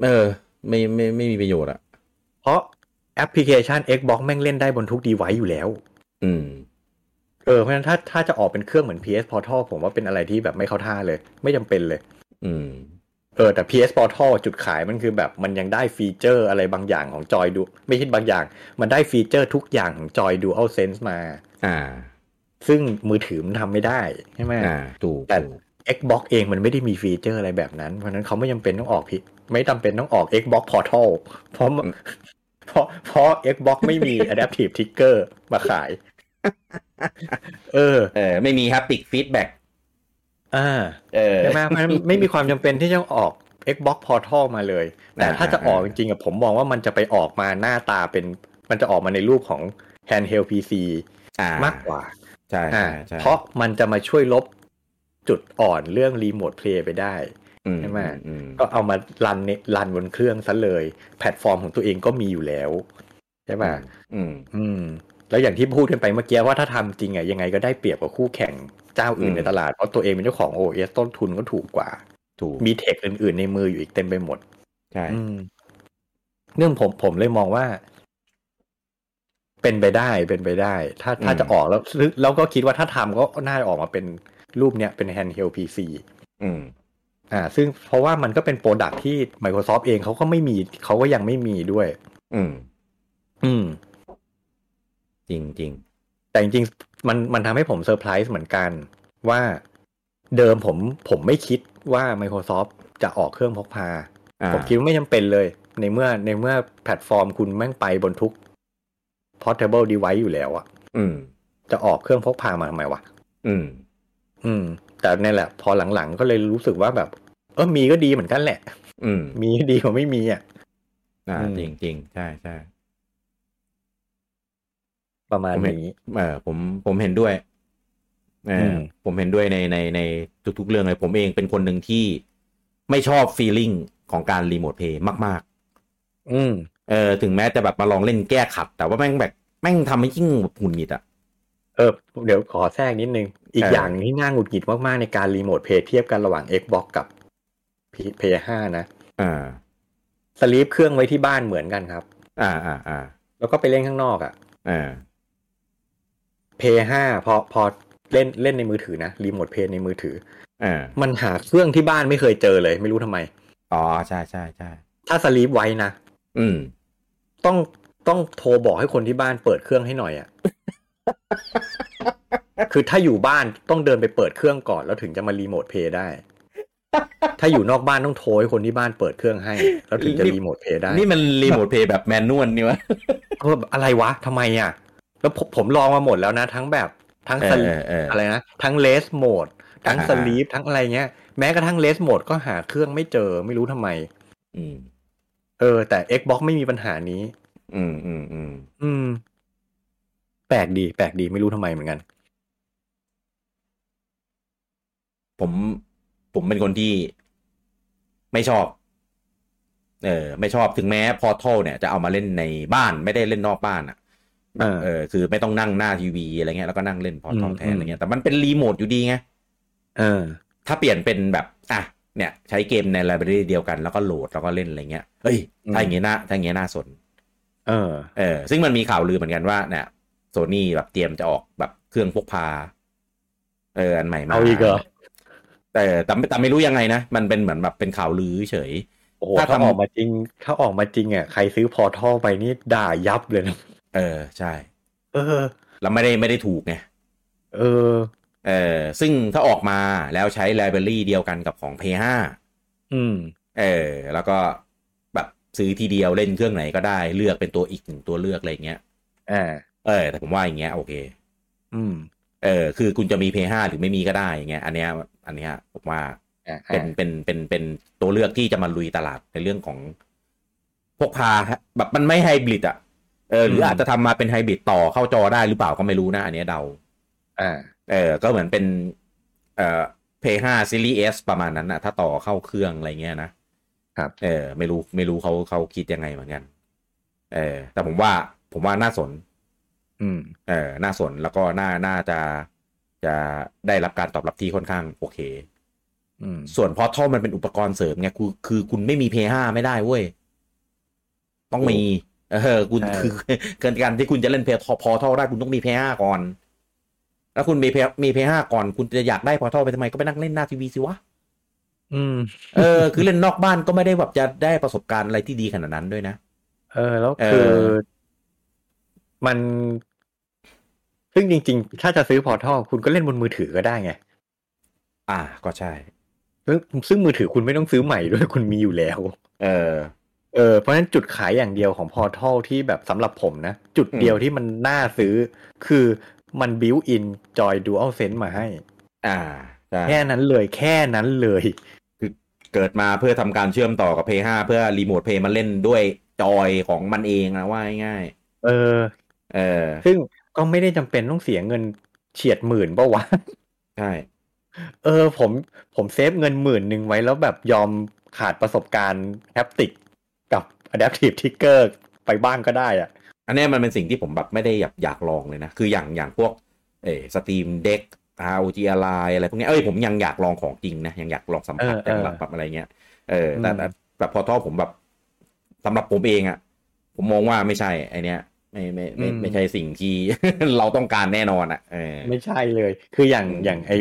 เออ ไม่ไม่ไม่มีประโยชน์อ่ะ เพราะแอปพลิเคชัน Xbox แม่งเล่นได้บนทุกดีไว c e อยู่แล้ว อืม เออเพราะฉะนั้นถ้าถ้าจะออกเป็นเครื่องเหมือน PS Portal ผมว่าเป็นอะไรที่แบบไม่เข้าท่าเลย ไม่จำเป็นเลย อืม เออแต่ PS Portal จุดขายมันคือแบบมันยังได้ฟีเจอร์อะไรบางอย่างของจอยดู ไม่ใช่บางอย่าง มันได้ฟีเจอร์ทุกอย่างของจอย Dual Sense มา อ่า ซึ่งมือถือมันทำไม่ได้ใช่ไหม อ่า ถูก แต่ ถูก Xbox เองมันไม่ได้มีฟีเจอร์อะไรแบบนั้น เพราะฉะนั้นเขาไม่จำเป็นต้องออกพิไม่จำเป็นต้องออก Xbox Portal เพราะเพราะเพราะ Xbox ไม่มี Adaptive Trigger มาขาย เออ เออ ไม่มีครับติกฟีดแบ็ก อ่า เออ ใช่ไหมเพราะฉะนั้นไม่มีความจำเป็นที่จะออก Xbox Portal มาเลย แต่ อ่า ถ้าจะออก อ่า จริงๆอะผมมองว่ามันจะไปออกมาหน้าตาเป็น มันจะออกมาในรูปของ handheld PC อ่าม ากกว่า ใช่ อ่า ใช่ใช่ เพราะมันจะมาช่วยลบจุดอ่อนเรื่องรีโมทเพลย์ไปได้ อื ใช่ไหม อืม ก็เอามารันเนรันบนเครื่องซะเลย แพลตฟอร์มของตัวเองก็มีอยู่แล้ว ใช่ป่ะ อืม อืม แล้วอย่างที่พูดกันไปเมื่อกี้ว่าถ้าทำจริงอ่ะยังไงก็ได้เปรียบกว่าคู่แข่งเจ้าอื่ อื น ม ในตลาดเพราะตัวเองเป็นเจ้าของ OS ต้นทุนก็ถูกกว่า ถูก มีเทคอื่นๆในมืออยู่อีกเต็มไปหมด ใช่ อืมเรื่องผมผมเลยมองว่า เป็นไปได้เป็นไปได้ ถ้าถ้า อืม จะออกแล้วซึ่งแล้วก็คิดว่าถ้าทำก็น่าจะออกมาเป็นรูปเนี้ยเป็น handheld PC อืม อ่า ซึ่งเพราะว่ามันก็เป็นโปรดักที่ Microsoft เองเขาก็ไม่มีเขาก็ยังไม่มีด้วย อืม อืม จริงจริง แต่จริงๆมันมันทำให้ผมเซอร์ไพรส์เหมือนกัน ว่าเดิมผมผมไม่คิดว่า Microsoft จะออกเครื่องพกพา อ่า ผมคิดว่าไม่จำเป็นเลย ในเมื่อในเมื่อแพลตฟอร์มคุณแม่งไปบนทุก portable device อยู่แล้วอะ อืม จะออกเครื่องพกพามาทำไมวะ อืม อืม แต่เนี่ยแหละ พอหลังๆ ก็เลยรู้สึกว่าแบบ เออมีก็ดีเหมือนกันแหละ อืม มีก็ดีกว่าไม่มีอ่ะ อ่า อืม จริงจริงใช่ใช่ ประมาณ ผมเห็น นี้ เออผมผมเห็นด้วยเอออ ม ผมเห็นด้วยในในในทุกๆเรื่องเลย ผมเองเป็นคนหนึ่งที่ไม่ชอบฟีลลิ่งของการรีโมทเพย์มาก อืม ๆเออถึงแม้จะแบบมาลองเล่นแก้ขัด แต่ว่าแม่งแบบแม่งทำให้ยิ่งหงุดหงิดอ่ะ เออ เดี๋ยวขอแทรกนิดนึง อีก เออ อ อ ย่างที่น่าหงุดหงิดมากๆในการรีโมทเพย์เทียบกันระหว่าง Xbox กับ PS5 นะ อ่า สลีปเครื่องไว้ที่บ้านเหมือนกันครับ อ่าอ่าอ่า แล้วก็ไปเล่นข้างนอกอ่ะ อ่า Play 5พอพอเล่นเล่นในมือถือนะรีโมทเพย์ในมือถือ อ่า มันหาเครื่องที่บ้านไม่เคยเจอเลย ไม่รู้ทำไม อ๋อใช่ใช่ใช่ ถ้าสลีปไว้นะ อืม ต้องต้องโทรบอกให้คนที่บ้านเปิดเครื่องให้หน่อยอะ คือถ้าอยู่บ้านต้องเดินไปเปิดเครื่องก่อน แล้วถึงจะมารีโมทเพย์ได้ ถ้าอยู่นอกบ้านต้องโทรให้คนที่บ้านเปิดเครื่องให้ แล้วถึงจะ นี่ รีโมทเพย์ได้ นี่มันรีโมทเพย์แบบแมนนวลนี่วะ เอออะไรวะทำไมอะแล้วผมผมลองมาหมดแล้วนะ ทั้งแบบทั้งสลีเอปอเออเอออ อะไรนะ ทั้งเลสโหมด ทั้ง อ่า สลีปทั้งอะไรเงี้ย แม้กระทั่งเลสโหมดก็หาเครื่องไม่เจอไม่รู้ทำไม อืม เออแต่ Xbox ไม่มีปัญหานี้ อืมอืมอืม อืม แปลกดี แปลกดีไม่รู้ทำไมเหมือนกัน ผมผมเป็นคนที่ไม่ชอบ เออ ไม่ชอบถึงแม้พอทัลเนี่ย จะเอามาเล่นในบ้านไม่ได้เล่นนอกบ้านอ่ะ เออ เออคือไม่ต้องนั่งหน้าทีวีอะไรเงี้ยแล้วก็นั่งเล่นพอทัล อืม แทน อืม อะไรเงี้ยแต่มันเป็นรีโมทอยู่ดีไง เออ ถ้าเปลี่ยนเป็นแบบ อ่ะ เนี่ย ใช้เกมในไลบรารีเดียวกันแล้วก็โหลดแล้วก็เล่นอะไรเงี้ย เฮ้ย อืม ถ้าอย่างงี้น่าถ้าอย่างงี้น่าสน เออ เออ ซึ่งมันมีข่าวลือเหมือนกันว่า เนี่ยโซนี่แบบเตรียมจะออกแบบเครื่องพกพา เออ อันใหม่มา เอาอีกเหรอ แต่แต่ไม่แต่ไม่รู้ยังไงนะ มันเป็นเหมือนแบบเป็นข่าวลือเฉย โอ้โห ถ้า ถ้า ทำ ออกมาจริง ถ้าออกมาจริงอ่ะใครซื้อพอท่อไปนี่ด่ายับเลยนะ เออ ใช่ เออ แล้วไม่ได้ไม่ได้ถูกไง เออ เออ ซึ่งถ้าออกมาแล้วใช้ไลบรารีเดียวกันกับของ p 5 อืม เออ แล้วก็แบบซื้อทีเดียวเล่นเครื่องไหนก็ได้เลือกเป็นตัวอีกหนึ่งตัวเลือกอะไรเงี้ย อ่า เออ แต่ผมว่าอย่างเงี้ยโอเค อืม เออคือคุณจะมี p 5หรือไม่มีก็ได้อย่างเงี้ยอันเนี้ยอันเนี้ยผมว่า อ่า เป็นเป็นเป็นเป็นตัวเลือกที่จะมาลุยตลาดในเรื่องของพกพาฮะแบบมันไม่ไฮบริดอ่ะเออหรืออาจจะทำมาเป็นไฮบริดต่อเข้าจอได้หรือเปล่าก็ไม่รู้นะ อันเนี้ยเดา อ่า เออก็เหมือนเป็นเอ่อ p 5 Series S ประมาณนั้นนะถ้าต่อเข้าเครื่องอะไรเงี้ยนะครับ เออไม่รู้ไม่รู้เขาเขาคิดยังไงเหมือนกันเออแต่ผมว่าผมว่าน่าสน อืม เออน่าสนแล้วก็น่า น่าจะ จะได้รับการตอบรับที่ค่อนข้างโอเค อืม ส่วนพอท่อมันเป็นอุปกรณ์เสริมไง คือ คือคุณไม่มี Play 5ไม่ได้เว้ย ต้องมี เออ คุณ ใช่ คือเกินการที่คุณจะเล่นเพย์พอท่อได้คุณต้องมี Play 5ก่อน แล้วคุณมี Play มี Play 5ก่อน คุณจะอยากได้พอท่อไปทำไม ก็ไปนั่งเล่นหน้าทีวีสิวะ อืม เออ คือเล่นนอกบ้านก็ไม่ได้แบบจะได้ประสบการณ์อะไรที่ดีขนาดนั้นด้วยนะ เออ แล้ว เออ คือ มัน ซึ่งจริง ๆ ถ้าจะซื้อพอท่อคุณก็เล่นบนมือถือก็ได้ไง อ่า ก็ใช่ ซึ่งซึ่งมือถือคุณไม่ต้องซื้อใหม่ด้วยคุณมีอยู่แล้ว เออ เออเพราะฉะนั้นจุดขายอย่างเดียวของพอทัลที่แบบสำหรับผมนะ จุดเดียวที่มันน่าซื้อ คือมันบิวอินจอย Dual Sense มาให้ อ่าใช่ แค่นั้นเลยแค่นั้นเลย เกิดมาเพื่อทำการเชื่อมต่อกับ Play 5เพื่อรีโมทเพย์มาเล่นด้วยจอยของมันเองนะว่าง่าย เออ ๆเออ ซึ่งก็ไม่ได้จำเป็นต้องเสียเงินเฉียดหมื่นปะวะ ใช่ เออ ผมผมเซฟเงินหมื่นหนึ่งไว้แล้วแบบยอมขาดประสบการณ์แฮปติกกับ Adaptive Trigger ไปบ้างก็ได้อะ อันเนี้ยมันเป็นสิ่งที่ผมแบบไม่ได้อยากอยากลองเลยนะ คืออย่างอย่างพวกเออสตรีมเด็ก ROG อะไรอะไรพวกเนี้ยเอ้ยผมยังอยากลองของจริงนะ ยังอยากลองสัมผัสยังอยากแบบอะไรเงี้ยเออแต่แต่แต่พอท่อผมแบบสำหรับผมเองอะผมมองว่าไม่ใช่ไอเนี้ยไม่ไม่ไม่ไม่ใช่สิ่งที่ เราต้องการแน่นอนอะเออ ไม่ใช่เลย คืออย่าง อืม อย่างไอ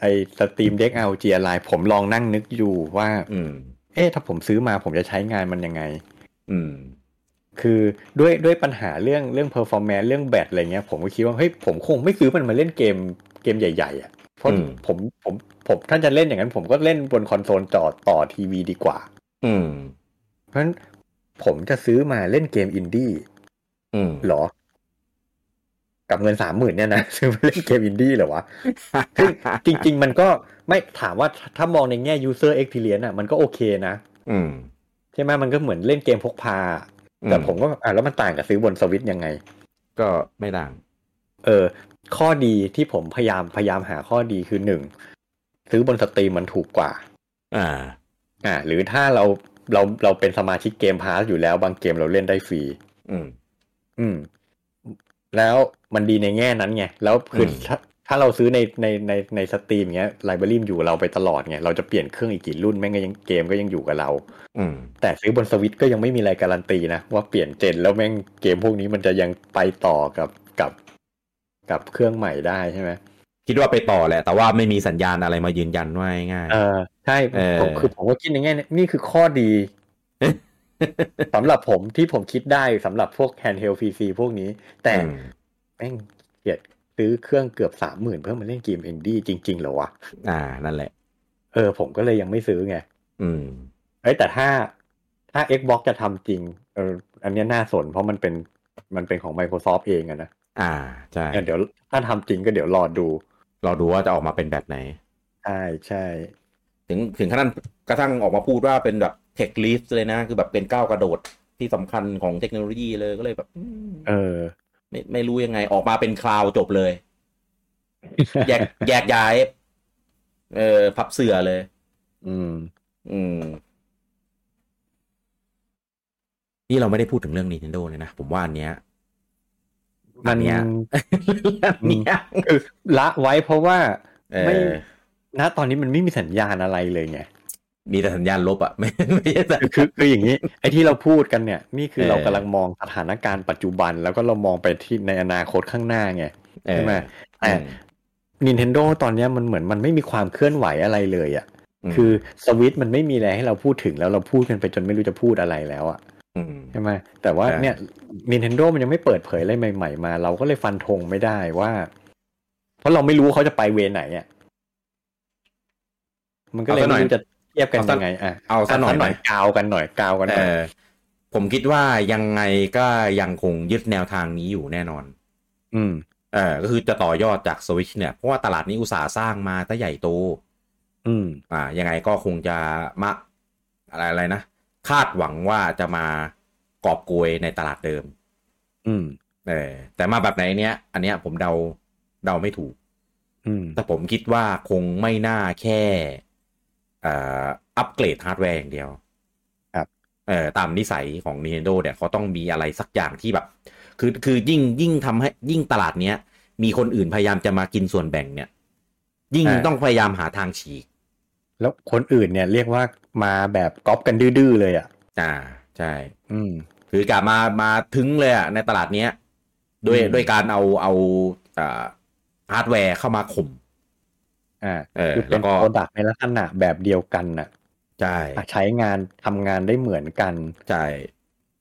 ไอสตรีมเด็กเอาจีอะไรผมลองนั่งนึกอยู่ว่า อืม เอ๊ะถ้าผมซื้อมาผมจะใช้งานมันยังไง อืม คือด้วยด้วยปัญหาเรื่องเรื่อง performance เรื่องแบตอะไรเงี้ย ผมก็คิดว่าเฮ้ยผมคงไม่ซื้อมันมาเล่นเกมเกมใหญ่ๆอะ่ะเพราะ อืม ผมผมผมถ้าจะเล่นอย่างนั้น ผมก็เล่นบนคอนโซลจอต่อทีวีดีกว่า อืม เพราะฉะนั้นผมจะซื้อมาเล่นเกมอินดี้ อืม เหรอ กับเงินสามหมื่นเนี่ยนะ ซื้อมาเล่นเกมอินดี้เหรอวะ ซึ่งจริง ๆ มันก็ไม่ถามว่าถ้ามองในแง่ user experience อ่ะมันก็โอเคนะ อืม ใช่ไหมมันก็เหมือนเล่นเกมพกพา แต่ผมก็แบบอ่ะแล้วมันต่างกับซื้อบนสวิตช์ยังไง ก็ไม่ต่าง เออ ข้อดีที่ผมพยายามพยายามหาข้อดีคือหนึ่งซื้อบนสตรีมมันถูกกว่า อ่า อ่า หรือถ้าเราเราเราเป็นสมาชิกเกมพาสอยู่แล้วบางเกมเราเล่นได้ฟรี อืม อืม แล้วมันดีในแง่นั้นไง แล้วคืออ ม ถ้า ถ้าเราซื้อในในในในสตรีมอย่างเงี้ยไลบรารีมันอยู่กับเราไปตลอดไงเราจะเปลี่ยนเครื่องอีกกี่รุ่นแม่งก็ยังเกมก็ยังอยู่กับเรา อืม แต่ซื้อบนสวิตช์ก็ยังไม่มีอะไรการันตีนะว่าเปลี่ยนเจนแล้วแม่งเกมพวกนี้มันจะยังไปต่อกับกับกับเครื่องใหม่ได้ใช่ไหม คิดว่าไปต่อแหละ แต่ว่าไม่มีสัญญาณอะไรมายืนยันว่าง่าย เออใช่ เออ ผมคือผมก็คิดในแง่เนี้ยนี่คือข้อดี สำหรับผมที่ผมคิดได้สำหรับพวกแฮนด์เฮลพีซีพวกนี้ ๆ แต่ อืม แม่งเกลียดซื้อเครื่องเกือบสามหมื่นเพื่อมาเล่นเกมเอนดี้จริงๆเหรอวะ อ่า นั่นแหละ เออผมก็เลยยังไม่ซื้อไง อืม เอ้ยแต่ถ้าถ้า Xbox จะทำจริงเอออันเนี้ยน่าสนเพราะมันเป็นมันเป็นของ Microsoft เองอะนะ อ่า ใช่ เนี่ยเดี๋ยวถ้าทำจริงก็เดี๋ยวรอดู เราดูว่าจะออกมาเป็นแบบไหน ใช่ใช่ ถึงถึงขนาดกระทั่งออกมาพูดว่าเป็นแบบเทคลิฟเลยนะ คือแบบเป็นก้าวกระโดดที่สำคัญของเทคโนโลยีเลยก็เลยแบบอืม เออ ไม่ไม่รู้ยังไงออกมาเป็นคลาวจบเลย แยก แยกย้าย เออพับเสือเลย อืม อืม นี่เราไม่ได้พูดถึงเรื่อง Nintendo เลยนะ ผมว่าอันเนี้ย มัน อันเนี้ย อันเนี้ย คือละไว้เพราะว่า เอ ไม่ อ ณตอนนี้มันไม่มีสัญญาณอะไรเลยไง มีแต่สัญญาณลบอะ ไม่ไม่ใช่สัญ คือคือคืออย่างนี้ ไอ้ที่เราพูดกันเนี่ย นี่คือ เออ เรากำลังมองสถานการณ์ปัจจุบัน แล้วก็เรามองไปที่ในอนาคตข้างหน้าไง ใช่ไหมแต่ เออ Nintendo ตอนเนี้ยมันเหมือนมันไม่มีความเคลื่อนไหวอะไรเลยอะ คือสวิตช์มันไม่มีอะไรให้เราพูดถึงแล้วเราพูดกันไปจนไม่รู้จะพูดอะไรแล้วอะ ม ใช่ไหมแต่ว่า ใช่ เนี่ย Nintendo มันยังไม่เปิดเผยอะไรใหม่ๆ มา เราก็เลยฟันธงไม่ได้ว่า เพราะเราไม่รู้ว่าเขาจะไปเวรไหนอ่ะมันก็เลยไม่รู้จะเทียบกันยังไงอ่ะ เอาซะหน่อยไหม กาวกันหน่อยกาวกันห เอ น่อย อผมคิดว่ายังไงก็ยังคงยึดแนวทางนี้อยู่แน่นอน อืม เออก็คือจะต่อยอดจากสวิชเนี่ย เพราะว่าตลาดนี้อุตสาห์สร้างมาตั้งใหญ่โต อืม อ่า ยังไงก็คงจะมาอะไรอะไรนะ คาดหวังว่าจะมากอบโกยในตลาดเดิม อืม เออ แต่มาแบบไหนเนี้ย อันเนี้ยผมเดาเดาไม่ถูก อืม แต่ผมคิดว่าคงไม่น่าแค่เอ่ออัปเกรดฮาร์ดแวร์อย่างเดียว ครับ เออตามนิสัยของ Nintendo เนี่ยเขาต้องมีอะไรสักอย่างที่แบบ คือคือยิ่งยิ่งทำให้ยิ่งตลาดเนี้ย มีคนอื่นพยายามจะมากินส่วนแบ่งเนี่ย ยิ่งต้องพยายามหาทางฉีก แล้วคนอื่นเนี่ย เรียกว่ามาแบบก๊อปกันดื้อๆเลยอ่ะ อ่า ใช่ อืม คือกะมามาถึงเลยอะในตลาดเนี้ยด้วย อืม ด้วยการเอาเอาอ่าฮาร์ดแวร์เข้ามาข่ม อ่า เออ คือเป็ แล้ น วก็ โปรดักในลักษณะแบบเดียวกันน่ะ ใช่ ใช้งานทำงานได้เหมือนกัน ใช่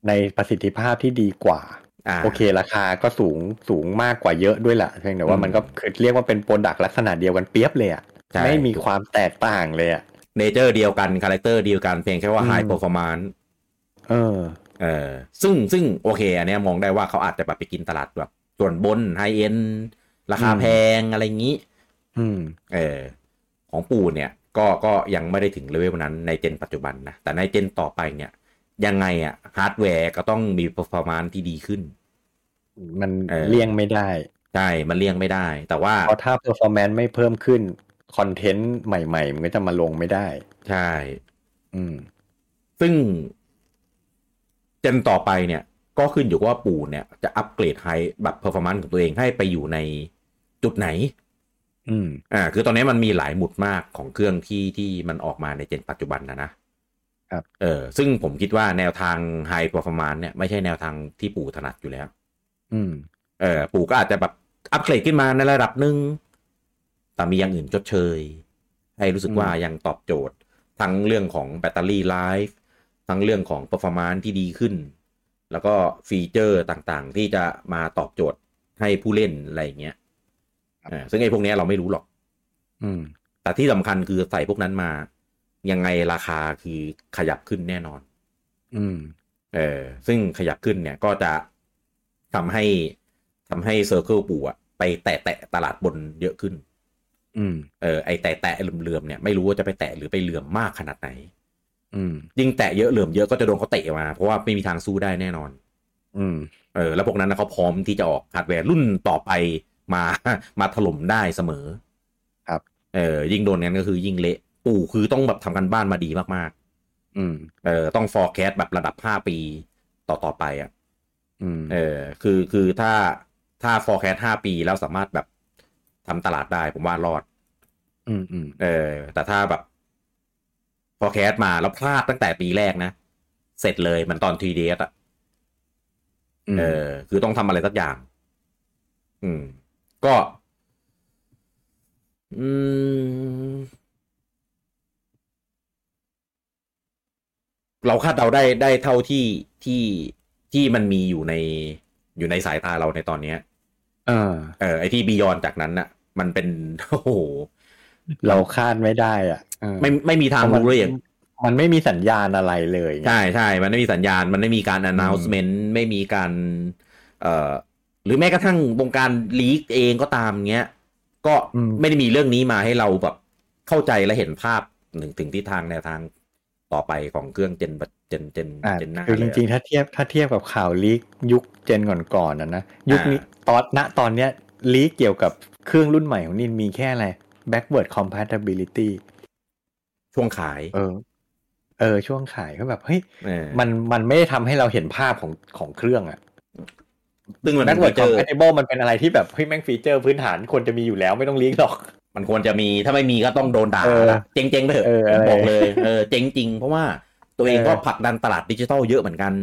ในประสิทธิภาพที่ดีกว่า อ่า โอเคราคาก็สูงสูงมากกว่าเยอะด้วยละเพียงแต่ว่า อืม มันก็คือเรียกว่าเป็นโปรดักลักษณะเดียวกันเปียบเลยอะ ใช่ ไม่มีความแตกต่างเลยอะ เนเจอร์เดียวกันคาแรคเตอร์เดียวกันเพียงแค่ว่า อืม ไฮเปอร์ฟอร์มานซ์ เออ เออซึ่งซึ่งโอเค อันเนี้ยมองได้ว่าเขาอาจจะแบบไปกินตลาดแบบส่วนบนไฮเอ็นราคา อืม แพงอะไรอย่างนี้ อืม เออของปู่เนี่ย ก็ก็ยังไม่ได้ถึงเลเวลนั้นในเจนปัจจุบันนะ แต่ในเจนต่อไปเนี่ย ยังไงอะฮาร์ดแวร์ก็ต้องมีเปอร์ฟอร์มานซ์ที่ดีขึ้น มัน เออ เลี่ยงไม่ได้ ใช่ มันเลี่ยงไม่ได้ แต่ว่า เพราะถ้า performance ไม่เพิ่มขึ้นคอนเทนต์ใหม่ ๆ มันก็จะมาลงไม่ได้ ใช่ อืม ซึ่งเจนต่อไปเนี่ย ก็ขึ้นอยู่ว่าปู่เนี่ย จะอัปเกรดไฮแบบเพอร์ฟอร์มนซ์ของตัวเองให้ไปอยู่ในจุดไหน อืม อ่า คือตอนนี้มันมีหลายหมุดมากของเครื่องที่ที่มันออกมาในเจนปัจจุบันนะนะครับ เออ ซึ่งผมคิดว่าแนวทางไฮเปอร์ฟอร์มนซ์เนี่ยไม่ใช่แนวทางที่ปู่ถนัดอยู่แล้ว อืม เออ ปู่ก็อาจจะแบบอัปเกรดขึ้นมาในระดับหนึ่งแต่มีอย่างอื่นชดเชย ให้รู้สึกว่ายังตอบโจทย์ ทั้งเรื่องของแบตเตอรี่ไลฟ์ทั้งเรื่องของเปอร์ฟอร์มานซ์ที่ดีขึ้น แล้วก็ฟีเจอร์ต่างๆ ที่จะมาตอบโจทย์ให้ผู้เล่นอะไรอย่างเงี้ยเออซึ่งไอ้พวกเนี้ยเราไม่รู้หรอก อืม แต่ที่สำคัญคือใส่พวกนั้นมา ยังไงราคาคือขยับขึ้นแน่นอน อืม เออซึ่งขยับขึ้นเนี่ยก็จะทำให้ทำให้เซอร์เคิลปู่อะไปแตะแตะตลาดบนเยอะขึ้น อืม เออไอแตะแตะเหลื่อมๆเนี่ยไม่รู้ว่าจะไปแตะหรือไปเหลื่อมมากขนาดไหน อืม ยิ่งแตะเยอะเหลื่อมเยอะก็จะโดนเขาเตะมา เพราะว่าไม่มีทางสู้ได้แน่นอน อืม เออแล้วพวกนั้นนะเขาพร้อมที่จะออกฮาร์ดแวร์รุ่นต่อไปมา มาถล่มได้เสมอ ครับ เออยิ่งโดนงั้นก็คือยิ่งเละปู่คือต้องแบบทำกันบ้านมาดีมาก อืม ๆเออต้อง forecast แบบระดับ 5 ปีต่อต่อๆไปอ่ะ อืม เออคือคือถ้าถ้า forecast ห้าปีแล้วสามารถแบบ ทำตลาดได้ผมว่ารอด อืมอืม เออ แต่ถ้าแบบ พอแคสมาแล้วพลาดตั้งแต่ปีแรกนะ เสร็จเลยมันตอน 3DS อ่ะ อืม เออ คือต้องทำอะไรสักอย่าง อืม ก็ อืม เราคาดเดาได้ได้เท่าที่ที่ที่มันมีอยู่ในอยู่ในสายตาเราในตอนเนี้ย อ่า เออไอที่บียอนจากนั้นน่ะ มันเป็น โอ้โห เราคาดไม่ได้อ่ะเออ ไม่ไม่มีทางรู้เลยอย่าง มันไม่มีสัญญาณอะไรเลยไง ใช่ใช่ มันไม่มีสัญญาณ มันไม่มีการ announcement ไม่มีการ เอ่อ หรือแม้กระทั่งวงการลีกเองก็ตามเงี้ย ก็ อืม ไม่ได้มีเรื่องนี้มาให้เราแบบเข้าใจและเห็นภาพหนึ่งถึงทิศทางแนวทางต่อไปของเครื่องเจนเจนเจน อ่า เจนหน้า คือจ เลยอะ ริงๆ ถ้าเทียบถ้าเทียบกับข่าวลีกยุคเจนก่อนๆนะนะ ยุคนี้ตอนณตอนเนี้ยลีกเกี่ยวกับเครื่องรุ่นใหม่ของนินมีแค่อะไร backward compatibility ช่วงขาย เออ เออ ช่วงขายก็แบบ เฮ้ย เออ มันมันไม่ได้ทำให้เราเห็นภาพของของเครื่องอะ ซึ่งมัน backward เจอ compatible มันเป็นอะไรที่แบบ เฮ้ย แม่งฟีเจอร์พื้นฐานควรจะมีอยู่แล้วไม่ต้องลีกหรอก มันควรจะมี ถ้าไม่มีก็ต้องโดนด่า เออ นะเจ๊งๆไปเถอะ เออ ผมบอก อะไร เลย เออ เจ๊งจริง เพราะว่าตัวเอง เออ ก็ผลักดันตลาดดิจิทัลเยอะเหมือนกัน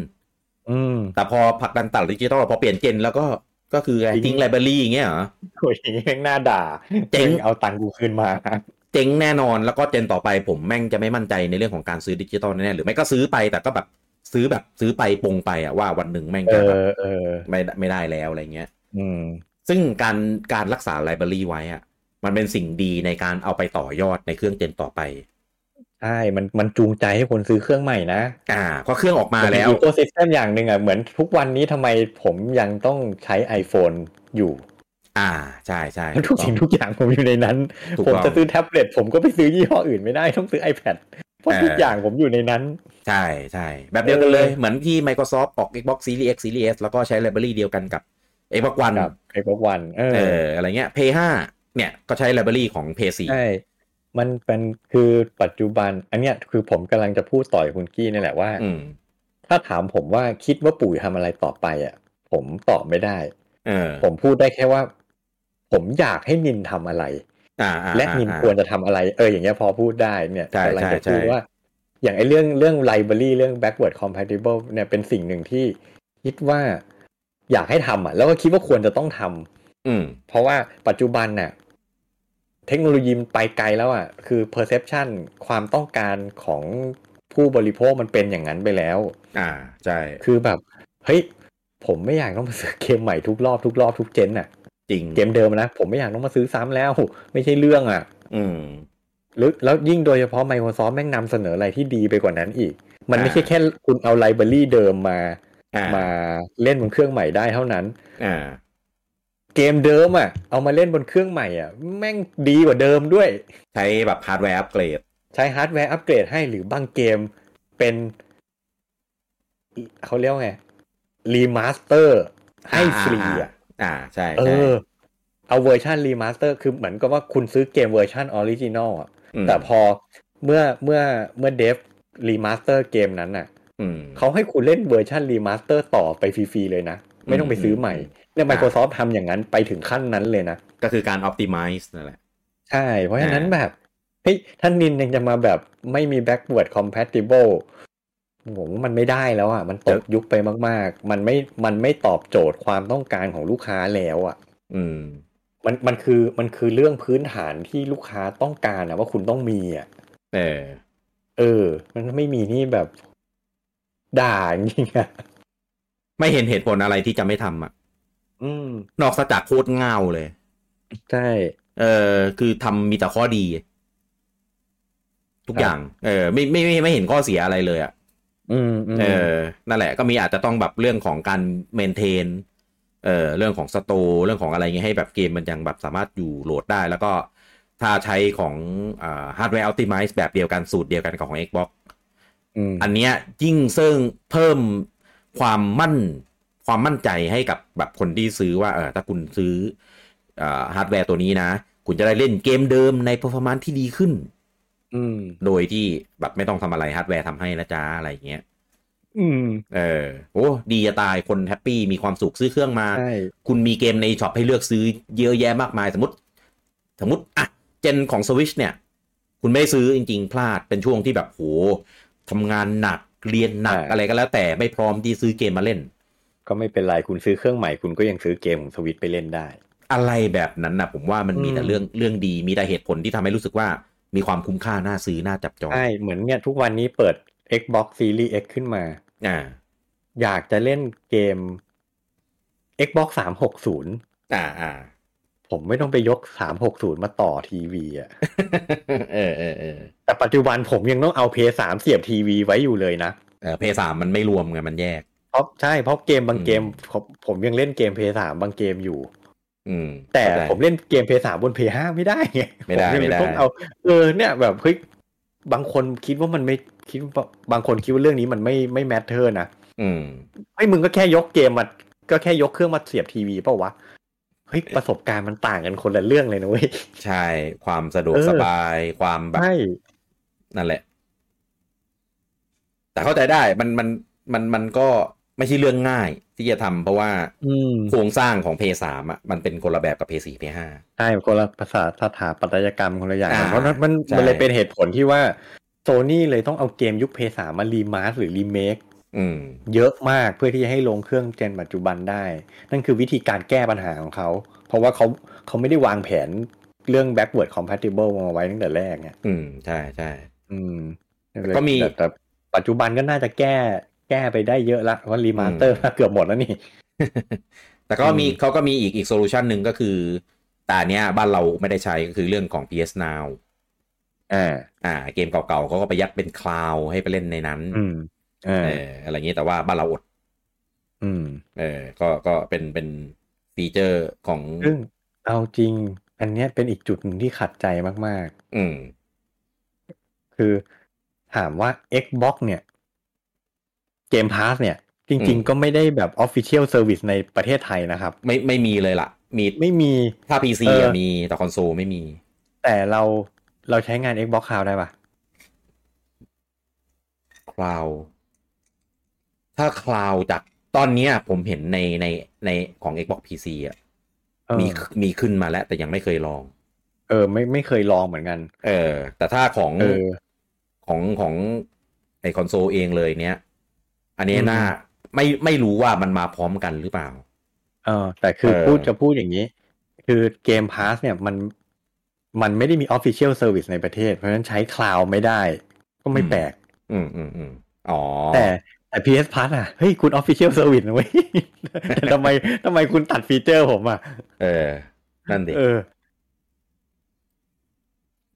อืม แต่พอผลักดันตลาดดิจิตอลพอเปลี่ยนเจนแล้วก็ก็คือไงทิ้งไลบรารีอย่างเงี้ยเหรอ โอ้ยอย่างงี้แม่งน่าด่า เจ๋ง เอาตังค์กูคืนมา เจ๊งแน่นอนแล้วก็เจนต่อไปผมแม่งจะไม่มั่นใจในเรื่องของการซื้อดิจิตอลแน่ๆหรือไม่ก็ซื้อไปแต่ก็แบบซื้อแบบซื้อไปปงไปอะว่าวันหนึ่งแม่ง เอ จะแบบ อเออ ไม่ได้ไม่ได้แล้วอะไรเงี้ย อืม ซึ่งการการรักษาไลบรารีไว้อะมันเป็นสิ่งดีในการเอาไปต่อยอดในเครื่องเจนต่อไป ใช่ มัน มันจูงใจให้คนซื้อเครื่องใหม่นะ อ่าเพราะเครื่องออกมาแล้ว อีโคซิสเต็มอย่างหนึ่งอ่ะ เหมือนทุกวันนี้ทำไมผมยังต้องใช้ iPhone อยู่ อ่าใช่ใช่ ทุกสิ่งทุกอย่างผมอยู่ในนั้น ถูก ผม ต้อง จะซื้อแท็บเล็ตผมก็ไปซื้อยี่ห้ออื่นไม่ได้ ต้องซื้อ iPad เพราะ เออ ทุกอย่างผมอยู่ในนั้น ใช่ใช่แบบเดียวกันเลย เออ เหมือนที่ Microsoft ออก Xbox Series X Series S แล้วก็ใช้ไลบรารีเดียวกันกับ Xbox One กับไอพวกวัน เอ เอ อ ออะไรเงี้ย Play 5เนี่ยก็ใช้ไลบรารีของ Play 4 ใช่ มันเป็นคือปัจจุบัน อันเนี้ยคือผมกำลังจะพูดต่อยคุณกี้นี่แหละว่า อืม ถ้าถามผมว่าคิดว่าปู่ทำอะไรต่อไปอ่ะ ผมตอบไม่ได้ เออ ผมพูดได้แค่ว่า ผมอยากให้นินทำอะไร อ่าอ่า และนิน อ่า ควรจะทำอะไร เออ อย่างเงี้ยพอพูดได้เนี่ย ใช่ กำลังจะ ใช่ พูด ใช่ ว่า อย่างไอเรื่องเรื่องไลบรารีเรื่อง backward compatible เนี่ยเป็นสิ่งหนึ่งที่คิดว่าอยากให้ทำอ่ะ แล้วก็คิดว่าควรจะต้องทำ อืม เพราะว่าปัจจุบันน่ะเทคโนโลยีมันไปไกลแล้วอ่ะ คือ perception ความต้องการของผู้บริโภคมันเป็นอย่างนั้นไปแล้ว อ่าใช่ คือแบบ เฮ้ย ผมไม่อยากต้องมาซื้อเกมใหม่ทุกรอบทุกรอบทุกเจนน่ะ จริง เกมเดิมนะ ผมไม่อยากต้องมาซื้อซ้ำแล้ว ไม่ใช่เรื่องอ่ะ อืม แล้วแล้วยิ่งโดยเฉพาะ Microsoft แม่งนำเสนออะไรที่ดีไปกว่านั้นอีก มันไม่ อ่า ใช่แค่คุณเอาไลบรารีเดิมมา อ่า มาเล่นบนเครื่องใหม่ได้เท่านั้น อ่า เกมเดิมอ่ะ เอามาเล่นบนเครื่องใหม่อ่ะ แม่งดีกว่าเดิมด้วย ใช้แบบฮาร์ดแวร์อัปเกรด ใช้ฮาร์ดแวร์อัปเกรดให้หรือบางเกมเป็น เขาเรียกว่าไง รีมาสเตอร์ให้ อ่า ฟรีอ่ะ อ่าใช่ เอ ใช่ อ เอาเวอร์ชันรีมาสเตอร์คือเหมือนกับว่าคุณซื้อเกมเวอร์ชันออริจินอลอ่ะ ม แต่พอเมื่อเมื่อเมื่อเดฟรีมาสเตอร์เกมนั้นน่ะ อืม เขาให้คุณเล่นเวอร์ชันรีมาสเตอร์ต่อไปฟรีๆเลยนะ ไม่ต้องไปซื้อใหม่ อืม เนี่ย Microsoft ทำอย่างนั้นไปถึงขั้นนั้นเลยนะ ก็คือการออ t ติมิซ์นั่นแหละ ใช่ เพราะฉะนั้น อ่า แบบ เฮ้ย ท่านนินยังจะมาแบบไม่มี backward compatible ผมว่ามันไม่ได้แล้วอ่ะ มันตกยุคไปมากๆ มันไม่มันไม่ตอบโจทย์ความต้องการของลูกค้าแล้วอ่ะ อืม มันมันคือมันคือเรื่องพื้นฐานที่ลูกค้าต้องการนะว่าคุณต้องมีอ่ะ เออ เออ มันไม่มีนี่แบบด่าจริงๆอะ ไม่เห็นเหตุผลอะไรที่จะไม่ทำอ่ะ อืม นอกจากโคตรเง่าเลย ใช่ เออคือทำมีแต่ข้อดี ทุกอย่าง เออ ไม่ไม่ไม่ไม่เห็นข้อเสียอะไรเลยอ่ะ อืมอืม เออ นั่นแหละก็มีอาจจะต้องแบบเรื่องของการเมนเทน เออเรื่องของสโตเรื่องของอะไรเงี้ยให้แบบเกมมันยังแบบสามารถอยู่โหลดได้ แล้วก็ถ้าใช้ของฮาร์ดแวร์อัลติมิซ์แบบเดียวกันสูตรเดียวกันกับของ Xbox อืม อันเนี้ยยิ่งเสริงเพิ่มความมั่นความมั่นใจให้กับแบบคนที่ซื้อว่าเออถ้าคุณซื้อฮาร์ดแวร์ตัวนี้นะ คุณจะได้เล่นเกมเดิมใน performance ที่ดีขึ้น อืม โดยที่แบบไม่ต้องทำอะไรฮาร์ดแวร์ทำให้นะจ๊ะอะไรอย่างเงี้ย อืม เออโอ้ดีจะตายคนแฮปปี้มีความสุขซื้อเครื่องมา ใช่ คุณมีเกมในช็อปให้เลือกซื้อเยอะแยะมากมาย สมมติ สมมติอ่ะเจนของ Switch เนี่ย คุณไม่ได้ซื้อจริง ๆ พลาดเป็นช่วงที่แบบโหทำงานหนักเรียนหนัก ใช่ อะไรก็แล้วแต่ไม่พร้อมที่ซื้อเกมมาเล่น ก็ไม่เป็นไรคุณซื้อเครื่องใหม่คุณก็ยังซื้อเกมของสวิตไปเล่นได้ อะไรแบบนั้นนะผมว่ามันมี อืม แต่เรื่องเรื่องดีมีแต่เหตุผลที่ทำให้รู้สึกว่ามีความคุ้มค่าน่าซื้อน่าจับจอง ใช่เหมือนเนี่ยทุกวันนี้เปิด Xbox Series X ขึ้นมา อ่า อยากจะเล่นเกม Xbox 360 อ่าอ่า ผมไม่ต้องไปยก 360 มาต่อทีวีอะ เออเออเออ แต่ปัจจุบันผมยังต้องเอา PS 3เสียบทีวีไว้อยู่เลยนะ เออเพย์สามมันไม่รวมไงมันแยก เพราะใช่เพราะเกมบาง อืม เกมผมผมยังเล่นเกม PS 3บางเกมอยู่ อืม แต่ เข้าใจ ผมเล่นเกม PS 3บน PS 5ไม่ได้ไง ไม่ได้ ผยัง ไม่ได้ ต้องเอาเออเนี่ยแบบเฮ้ยบางคนคิดว่ามันไม่คิดว่าบางคนคิดว่าเรื่องนี้มันไม่ไม่แมทเทอร์นะ อืม เฮ้ยมึงก็แค่ยกเกมมาก็แค่ยกเครื่องมาเสียบทีวีเปล่าวะเฮ้ยประสบการณ์มันต่างกันคนละเรื่องเลยนะเว้ย ใช่ความสะดวก เออ สบายความแบบ ใช่ นั่นแหละ แต่เข้าใจได้มันมันมันมันก็ไม่ใช่เรื่องง่ายที่จะทำเพราะว่า อืม โครงสร้างของเพย์สามอ่ะมันเป็นคนละแบบกับเพย์สี่เพย์ห้า ใช่คนละภาษาสถาปัตยกรรมคนละอย่าง อ่า เพราะฉะนั้นมัน ใช่ มันเลยเป็นเหตุผลที่ว่าโซนี่เลยต้องเอาเกมยุคเพสามารีมาสหรือรีเมค อืม เยอะมากเพื่อที่จะให้ลงเครื่องเจนปัจจุบันได้ นั่นคือวิธีการแก้ปัญหาของเขา เพราะว่าเขาเขาไม่ได้วางแผนเรื่อง backward compatible มาไว้ตั้งแต่แรกไง อืม ใช่ใช่ อืม ก็มี แต่แต่ปัจจุบันก็น่าจะแก้แก้ไปได้เยอะละเพราะรีมาสเตอร์ เกือบหมดแล้วนี่ แต่ก็มี อืม เขาก็มีอีกอีกโซลูชันหนึ่งก็คือ แต่อันเนี้ยบ้านเราไม่ได้ใช้ก็คือเรื่องของ PS Now อ่า อ่า เกมเก่าๆเขาก็ไปยัดเป็นคลาวให้ไปเล่นในนั้น อืมอ่า เอออะไรอย่างนี้แต่ว่าบ้านเราอด อืม เออ ก็ก็เป็นเป็นฟีเจอร์ของ ซึ่งเอาจริง อันเนี้ยเป็นอีกจุดหนึ่งที่ขัดใจมาก อืม ๆ คือถามว่า Xbox เนี่ยเกมพาสเนี่ย จริง อืม ๆ ก็ไม่ได้แบบ Official Service ในประเทศไทยนะครับ ไม่ไม่มีเลยล่ะ มี ไม่มี ถ้า PC เออ อะมีแต่คอนโซลไม่มี แต่เราเราใช้งาน Xbox Cloud ได้ปะ คลาวถ้าคลาวจากตอนเนี้ยผมเห็นในในในของ Xbox PC อ่ะ เออ มีมีขึ้นมาแล้ว แต่ยังไม่เคยลอง เออไม่ไม่เคยลองเหมือนกัน เออ แต่ถ้าของ เออ ของของไอคอนโซลเองเลยเนี้ยอันนี้ อืม น่าไม่ไม่รู้ว่ามันมาพร้อมกันหรือเปล่า เออแต่คือ เออ พูดจะพูดอย่างนี้ คือเกมพาสเนี่ยมันมันไม่ได้มี Official Service ในประเทศ เพราะฉะนั้นใช้คลาวไม่ได้ ก็ไม่แปลก อืมอืมอืมอ๋อ แต่แต่ PS Plus อ่ะ เฮ้ย คุณ Official Service นะ เว้ย แต่ทำไมทำไมคุณตัดฟีเจอร์ผมอ่ะ เออ นั่นดิ เออ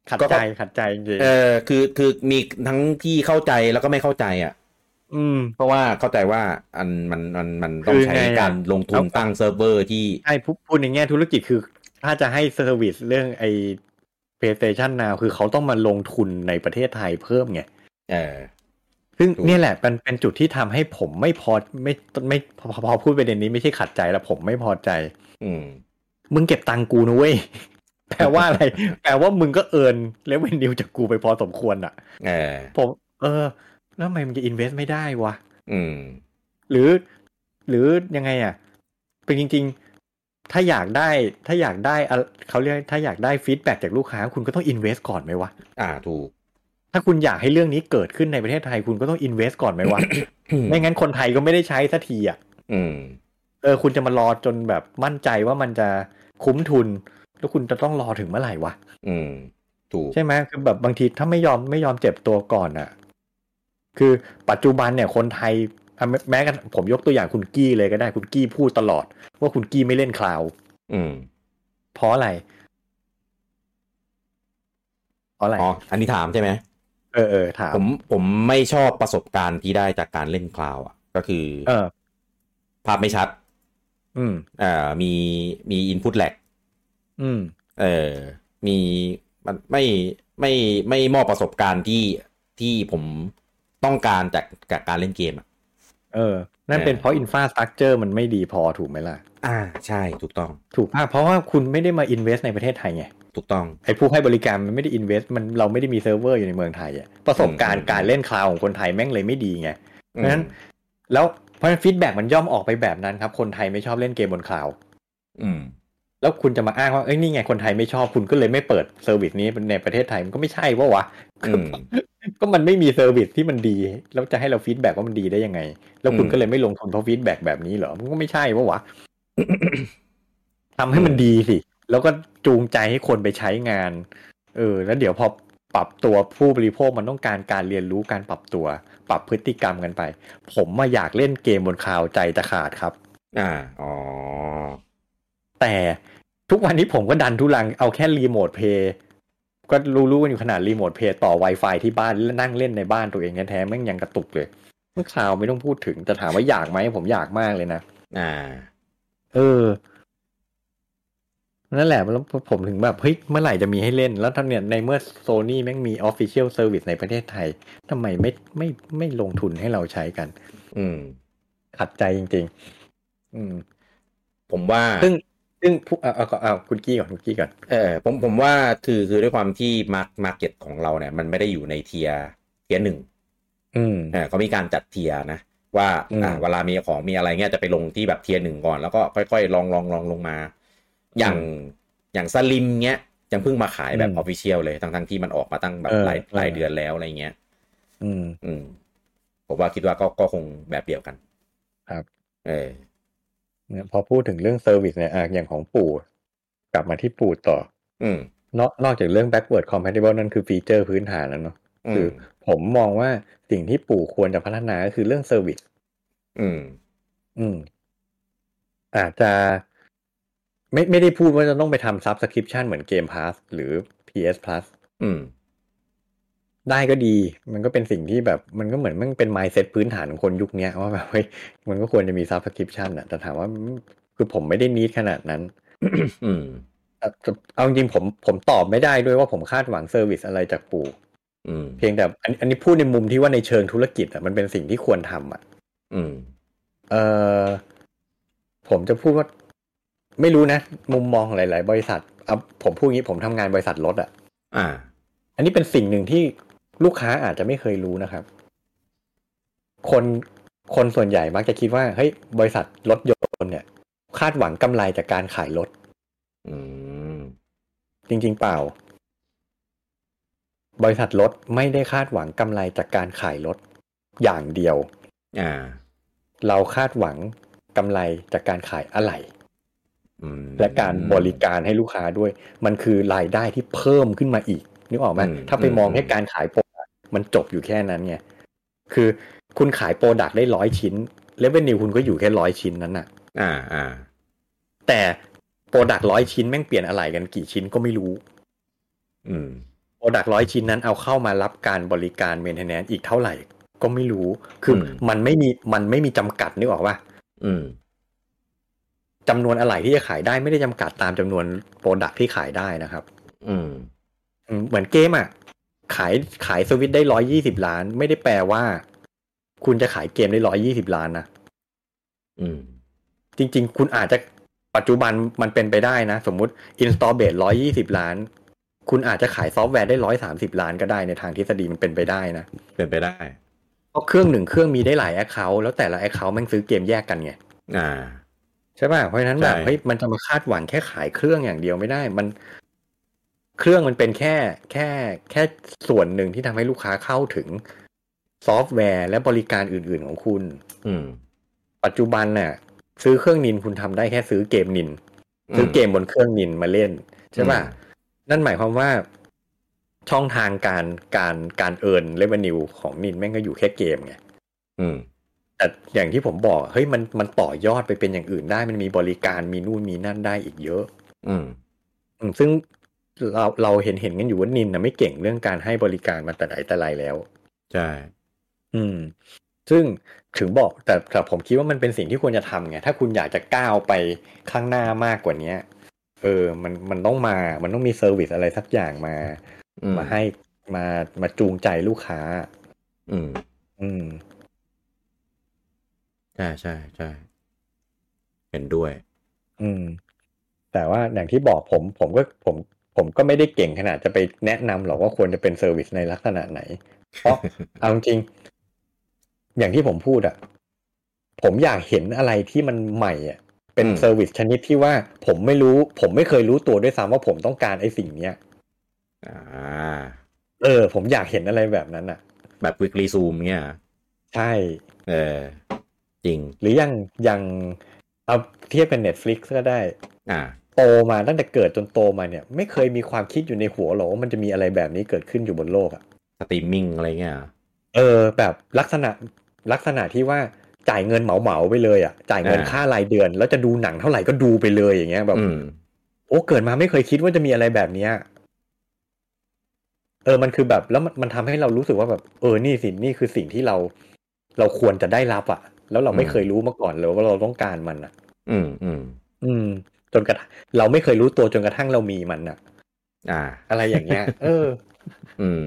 ขัด ก็ ใจขัดใจจริง เออคือคือมีทั้งที่เข้าใจแล้วก็ไม่เข้าใจอ่ะ ๆอืม เพราะว่าเข้าใจว่าอันมันมันมันต้อง คือไง ใช้ อะ การลงทุน เอา ตั้งเซิร์ฟเวอร์ที่ ใช่พูดพูดในแง่ธุรกิจคือ ถ้าจะให้เซอร์วิสเรื่องไอ PlayStation Now คือเขาต้องมาลงทุนในประเทศไทยเพิ่มไง เออ ซึ่ง ถูก เนี่ยแหละเป็นเป็นจุดที่ทำให้ผมไม่พอไม่ไม่พอพอพอพูดประเด็นนี้ไม่ใช่ขัดใจละผมไม่พอใจ อืม มึงเก็บตังค์กูนะเว้ย แปลว่าอะไร แปลว่ามึงก็เอินแล้วเวนดิวจากกูไปพอสมควรอ่ะ เออ ผม เออ แล้วทำไมมึงจะอินเวสไม่ได้วะ อืม หรือ หรือยังไงอ่ะเป็นจริง ๆ ถ้าอยากได้ ถ้าอยากได้อะเขาเรียกถ้าอยากได้ฟีดแบ็จากลูกค้า คุณก็ต้องอินเวสก่อนไหมวะ อ่าถูก ถ้าคุณอยากให้เรื่องนี้เกิดขึ้นในประเทศไทยคุณก็ต้องอินเวสก่อนไหมวะ ไม่งั้นคนไทยก็ไม่ได้ใช้สักทีอ่ะ อืม เออคุณจะมารอจนแบบมั่นใจว่ามันจะคุ้มทุน แล้วคุณจะต้องรอถึงเมื่อไหร่วะ อืม ถูก ใช่ไหมคือแบบบางทีถ้าไม่ยอมไม่ยอมเจ็บตัวก่อนอะคือปัจจุบันเนี่ยคนไทยอ่ะแม้แม้กันผมยกตัวอย่างคุณกี้เลยก็ได้คุณกี้พูดตลอด ว่าคุณกี้ไม่เล่นคลาวด์ อืม เพราะอะไรเพราะอะไร อ๋อ อันนี้ถามใช่ไหม เออเออถาม ผมผมไม่ชอบประสบการณ์ที่ได้จากการเล่นคลาวด์อ่ะ ก็คือ เออ ภาพไม่ชัด อืม อ่ามีมีอินพุตแลก อืม เออมีมันไม่ไม่ไม่มอบประสบการณ์ที่ที่ผมต้องการจากจากการเล่นเกมอ่ะ เออ นั่นเป็น เออ เพราะอินฟาสตรักเจอร์มันไม่ดีพอถูกไหมล่ะ อ่า ใช่ถูกต้อง ถูกป่ะเพราะว่าคุณไม่ได้มาอินเวสในประเทศไทยไง ถูกต้อง ไอ้ผู้ให้บริการมันไม่ได้อินเวสต์มันเราไม่ได้มีเซิร์ฟเวอร์อยู่ในเมืองไทยอะประสบการ อื ณ์ ม การเล่นคลาวของคนไทยแม่งเลยไม่ดีไง เพ อื ราะฉะ ม นั้นแล้วเพราะฟีดแบ็มันย่อมออกไปแบบนั้นครับ คนไทยไม่ชอบเล่นเกมบนคลาว อืม แล้วคุณจะมาอ้างว่าเอ้ยนี่ไงคนไทยไม่ชอบคุณก็เลยไม่เปิดเซอร์วิสนี้ในประเทศไทยมันก็ไม่ใช่ว่าวะ อืม ก็มันไม่มีเซอร์วิสที่มันดี แล้วจะให้เราฟีดแบ็กว่ามันดีได้ยังไง แล้วคุณ อืม ก็เลยไม่ลงทุนเพราะฟีดแบ็กแบบนี้เหรอ มันก็ไม่ใช่ปะวะ ทำให้มันดีสิ แล้วก็จูงใจให้คนไปใช้งาน เออ แล้วเดี๋ยวพอปรับตัวผู้บริโภคมันต้องการการเรียนรู้การปรับตัว ปรับพฤติกรรมกันไป ผมมาอยากเล่นเกมบนคลาวด์ใจจะขาดครับ อ่าอ๋อ แต่ทุกวันนี้ผมก็ดันทุลังเอาแค่รีโมทเพย์ก็รู้ๆกันอยู่ขนาดรีโมทเพย์ต่อ Wi-Fi ที่บ้านแล้วนั่งเล่นในบ้านตัวเองแท้ๆแม่งยังกระตุกเลย เมื่อคราวไม่ต้องพูดถึงแต่ถามว่าอยากไหมผมอยากมากเลยนะ อ่า เออ นั่นแหละแล้วผมถึงแบบเฮ้ยเมื่อไหร่จะมีให้เล่น แล้วทั้งเนี่ยในเมื่อโซนี่แม่งมี Official Service ในประเทศไทยทำไมไม่ไม่ไม่ลงทุนให้เราใช้กัน อืม ขัดใจจริง ๆ อืม ผมว่า ซึ่งซึ่งผู้เอาเอาเอาคุณกี้ก่อนคุณกี้ก่อน เออผมผมว่าคือคือด้วยความที่มาร์มาร์เก็ตของเราเนี่ยมันไม่ได้อยู่ในเทียร์เทียร์หนึ่ง อืม เออเขามีการจัดเทียร์นะ ว่า อืม อ่าเวลามีของมีอะไรเงี้ยจะไปลงที่แบบเทียร์หนึ่งก่อนแล้วก็ค่อยๆลองลองลองลงมา อย่างอย่างสลิมเงี้ยยังเพิ่งมาขายแบบ อื อ ม อฟฟิเชียลเลยทั้งทั้งที่มันออกมาตั้งแบบ เออ หลายหลาย เออ เดือนแล้วอะไรเงี้ย อืม อืม ผมว่าคิดว่าก็ก็คงแบบเดียวกัน ครับ เออ เนี่ยพอพูดถึงเรื่องเซอร์วิสเนี่ยอ่ะอย่างของปู่ กลับมาที่ปู่ต่อ อืม นอกนอกจากเรื่อง backward compatible นั่นคือฟีเจอร์พื้นฐานแล้วเนาะ อื คื ม ผมมองว่าสิ่งที่ปู่ควรจะพัฒนาก็คือเรื่องเซอร์วิส อืม อืม อาจจะ ไม่ไม่ได้พูดว่าจะต้องไปทำ subscription เหมือนเกม pass หรือ PS plus อืม ได้ก็ดี มันก็เป็นสิ่งที่แบบ มันก็เหมือนมันเป็น mindset พื้นฐานของคนยุคเนี้ยว่าแบบเฮ้ยมันก็ควรจะมี subscription อะแต่ถามว่าคือผมไม่ได้นิดขนาดนั้น อืม เอ่อเอาจริงๆผมผมตอบไม่ได้ด้วยว่าผมคาดหวังเซอร์วิสอะไรจากปู่ อืม เพียงแต่อันอันนี้พูดในมุมที่ว่าในเชิงธุรกิจอ่ะมันเป็นสิ่งที่ควรทำอ่ะ อืม เออผมจะพูดว่า ไม่รู้นะ มุมมองของหลาย ๆ บริษัทเอาผมพูดงี้ผมทำงานบริษัทรถอ่ะ อ่า อันนี้เป็นสิ่งหนึ่งที่ลูกค้าอาจจะไม่เคยรู้นะครับ คนคนส่วนใหญ่มักจะคิดว่าเฮ้ยบริษัทรถยนต์เนี่ย คาดหวังกำไรจากการขายรถ อืม จริง ๆ เปล่า บริษัทรถไม่ได้คาดหวังกำไรจากการขายรถอย่างเดียว อ่า เราคาดหวังกำไรจากการขายอะไหล่ อืม และการบริการให้ลูกค้าด้วย มันคือรายได้ที่เพิ่มขึ้นมาอีกนึกออกไหม อืม ถ้าไปมอง อืม แค่การขายโปรดักต์มันจบอยู่แค่นั้นไงคือคุณขายโปรดักต์ได้ร้อยชิ้นเลเวนิวคุณก็อยู่แค่ร้อยชิ้นนั้นน่ะ อ่า อ่า แต่โปรดักต์ร้อยชิ้นแม่งเปลี่ยนอะไหล่กันกี่ชิ้นก็ไม่รู้ อืม โปรดักร้อยชิ้นนั้นเอาเข้ามารับการบริการเมนเทนแนนอีกเท่าไหร่ก็ไม่รู้ คืออ ม มันไม่มีมันไม่มีจำกัดนึกออกว่า อืม จำนวนอะไหล่ที่จะขายได้ไม่ได้จำกัดตามจำนวนโปรดักที่ขายได้นะครับ อืม อืมเหมือนเกมอ่ะ ขายขายสวิตได้ร้อยยี่สิบล้าน ไม่ได้แปลว่า คุณจะขายเกมได้ร้อยี่สิบล้านนะ อืม จริง ๆ คุณอาจจะปัจจุบันมันเป็นไปได้นะ สมมุติ install base ร้อยี่สิบล้าน คุณอาจจะขายซอฟต์แวร์ได้ร้อยสามสิบล้านก็ได้ในทางทฤษฎีมันเป็นไปได้นะ เป็นไปได้ เพราะเครื่องหนึ่งเครื่องมีได้หลายแอคเคาท์แล้วแต่ละแอคเคาท์แม่งซื้อเกมแยกกันไง อ่า ใช่ป่ะเพราะฉะนั้นแบบ ใช่ เฮ้ยมันจะมาคาดหวังแค่ขายเครื่องอย่างเดียวไม่ได้ มันเครื่องมันเป็นแค่แค่แค่ส่วนหนึ่งที่ทำให้ลูกค้าเข้าถึงซอฟต์แวร์และบริการอื่น ๆของคุณ อืม ปัจจุบันน่ะ ซื้อเครื่องนินคุณทำได้แค่ซื้อเกมนิน ซื้อเกมบนเครื่องนินมาเล่น ใช่ป่ะ นั่นหมายความว่าช่องทางการการการเอิร์นเรเวนิวของนินแม่งก็อยู่แค่เกมไง อืม แต่อย่างที่ผมบอกเฮ้ยมันมันต่อยอดไปเป็นอย่างอื่นได้มันมีบริการมีนู่นมีนั่นได้อีกเยอะ อืม อืมซึ่งเราเราเห็นเห็นกันอยู่ว่านินนะไม่เก่งเรื่องการให้บริการมาแต่ไหนแต่ไรแล้ว ใช่ อืม ซึ่งถึงบอกแต่แต่ผมคิดว่ามันเป็นสิ่งที่ควรจะทำไงถ้าคุณอยากจะก้าวไปข้างหน้ามากกว่าเนี้ยเออ มันมันต้องมา มันต้องมีเซอร์วิสอะไรสักอย่างมา อืม มาให้มามาจูงใจลูกค้า อืม อืม ใช่ใช่ใช่ เห็นด้วย อืม แต่ว่าอย่างที่บอกผม ผมก็ผม ผมก็ไม่ได้เก่งขนาดจะไปแนะนำหรอกว่าควรจะเป็นเซอร์วิสในลักษณะไหน เพ ราะ เอาจริงๆอย่างที่ผมพูดอะผมอยากเห็นอะไรที่มันใหม่อะ เป็น อืม เซอร์วิสชนิดที่ว่าผมไม่รู้ ผมไม่เคยรู้ตัวด้วยซ้ำว่าผมต้องการไอ้สิ่งเนี้ย อ่า เออ ผมอยากเห็นอะไรแบบนั้นอ่ะ แบบวิกฤตซูมเนี่ย ใช่ เออจริง หรือยังยังเอาเทียบเป็น Netflix ก็ได้ อ่า โตมาตั้งแต่เกิดจนโตมาเนี่ย ไม่เคยมีความคิดอยู่ในหัวหรอกว่ามันจะมีอะไรแบบนี้เกิดขึ้นอยู่บนโลกอ่ะ สตรีมมิ่งอะไรเงี้ย เออ แบบลักษณะลักษณะที่ว่าจ่ายเงินเหมาเหมาๆไปเลยอ่ะจ่ายเงิน อ่า ค่ารายเดือน แล้วจะดูหนังเท่าไหร่ก็ดูไปเลยอย่างเงี้ยแบบ อืม โอ้เกิดมาไม่เคยคิดว่าจะมีอะไรแบบเนี้ยเออมันคือแบบแล้วมันมันทำให้เรารู้สึกว่าแบบเออนี่สินี่คือสิ่งที่เรา เราควรจะได้รับอะ่ะ แล้วเราไม่ อืม เคยรู้มาก่อนเลยว่าเราต้องการมันอะ่ะ อืมอืม อืม จนกระทั่งเราไม่เคยรู้ตัวจนกระทั่งเรามีมันอะ่ะ อ่า อะไรอย่างเงี้ย เออ อืม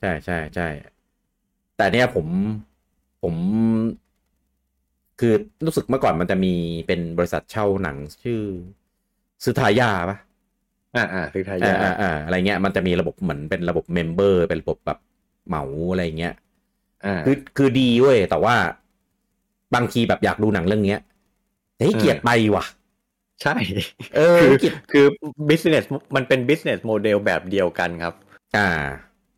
ใช่ใช่ใช่ แต่เนี่ยผมผม คือรู้สึกเมื่อก่อนมันจะมีเป็นบริษัทเช่าหนังชื่อซื้อทายาปะ อ่าอ่าซื้อทายา อ่าอ่าอ่าอะไรเงี้ยมันจะมีระบบเหมือนเป็นระบบเมมเบอร์ เป็นระบบแบบเหมาอะไรเงี้ย อ่า คือคือดีเว้ย แต่ว่าบางทีแบบอยากดูหนังเรื่องเนี้ยเฮ้ย อืม เกียดไปว่ะ ใช่ เออ คือ เกียด คือ business มันเป็น business model แบบเดียวกันครับ อ่า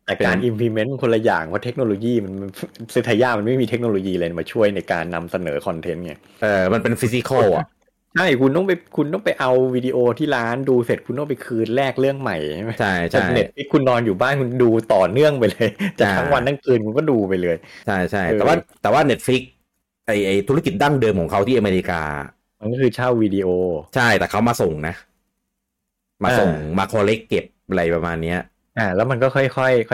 แต่การ เป็น implement คนละอย่างเพราะเทคโนโลยีมัน มันซื้อทายามันไม่มีเทคโนโลยีเลยมาช่วยในการนำเสนอคอนเทนต์ไง เออมันเป็นฟิสิกอลอ่ะ ใช่คุณต้องไปคุณต้องไปเอาวิดีโอที่ร้านดูเสร็จคุณต้องไปคืนแลกเรื่องใหม่ใช่ไหม ใช่ จาก ใช่ เน็ตที่คุณนอนอยู่บ้านคุณดูต่อเนื่องไปเลย จาก อ่า ทั้งวันทั้งคืนคุณก็ดูไปเลย ใช่ใช่ เออ แต่ว่าแต่ว่า Netflix ไอไอธุรกิจดั้งเดิมของเขาที่อเมริกา มันก็คือเช่าวิดีโอ ใช่แต่เขามาส่งนะ มาส่ง อ่าม มาคอลเลกเก็บอะไรประมาณเนี้ย อ่าแล้วมันก็ค่อย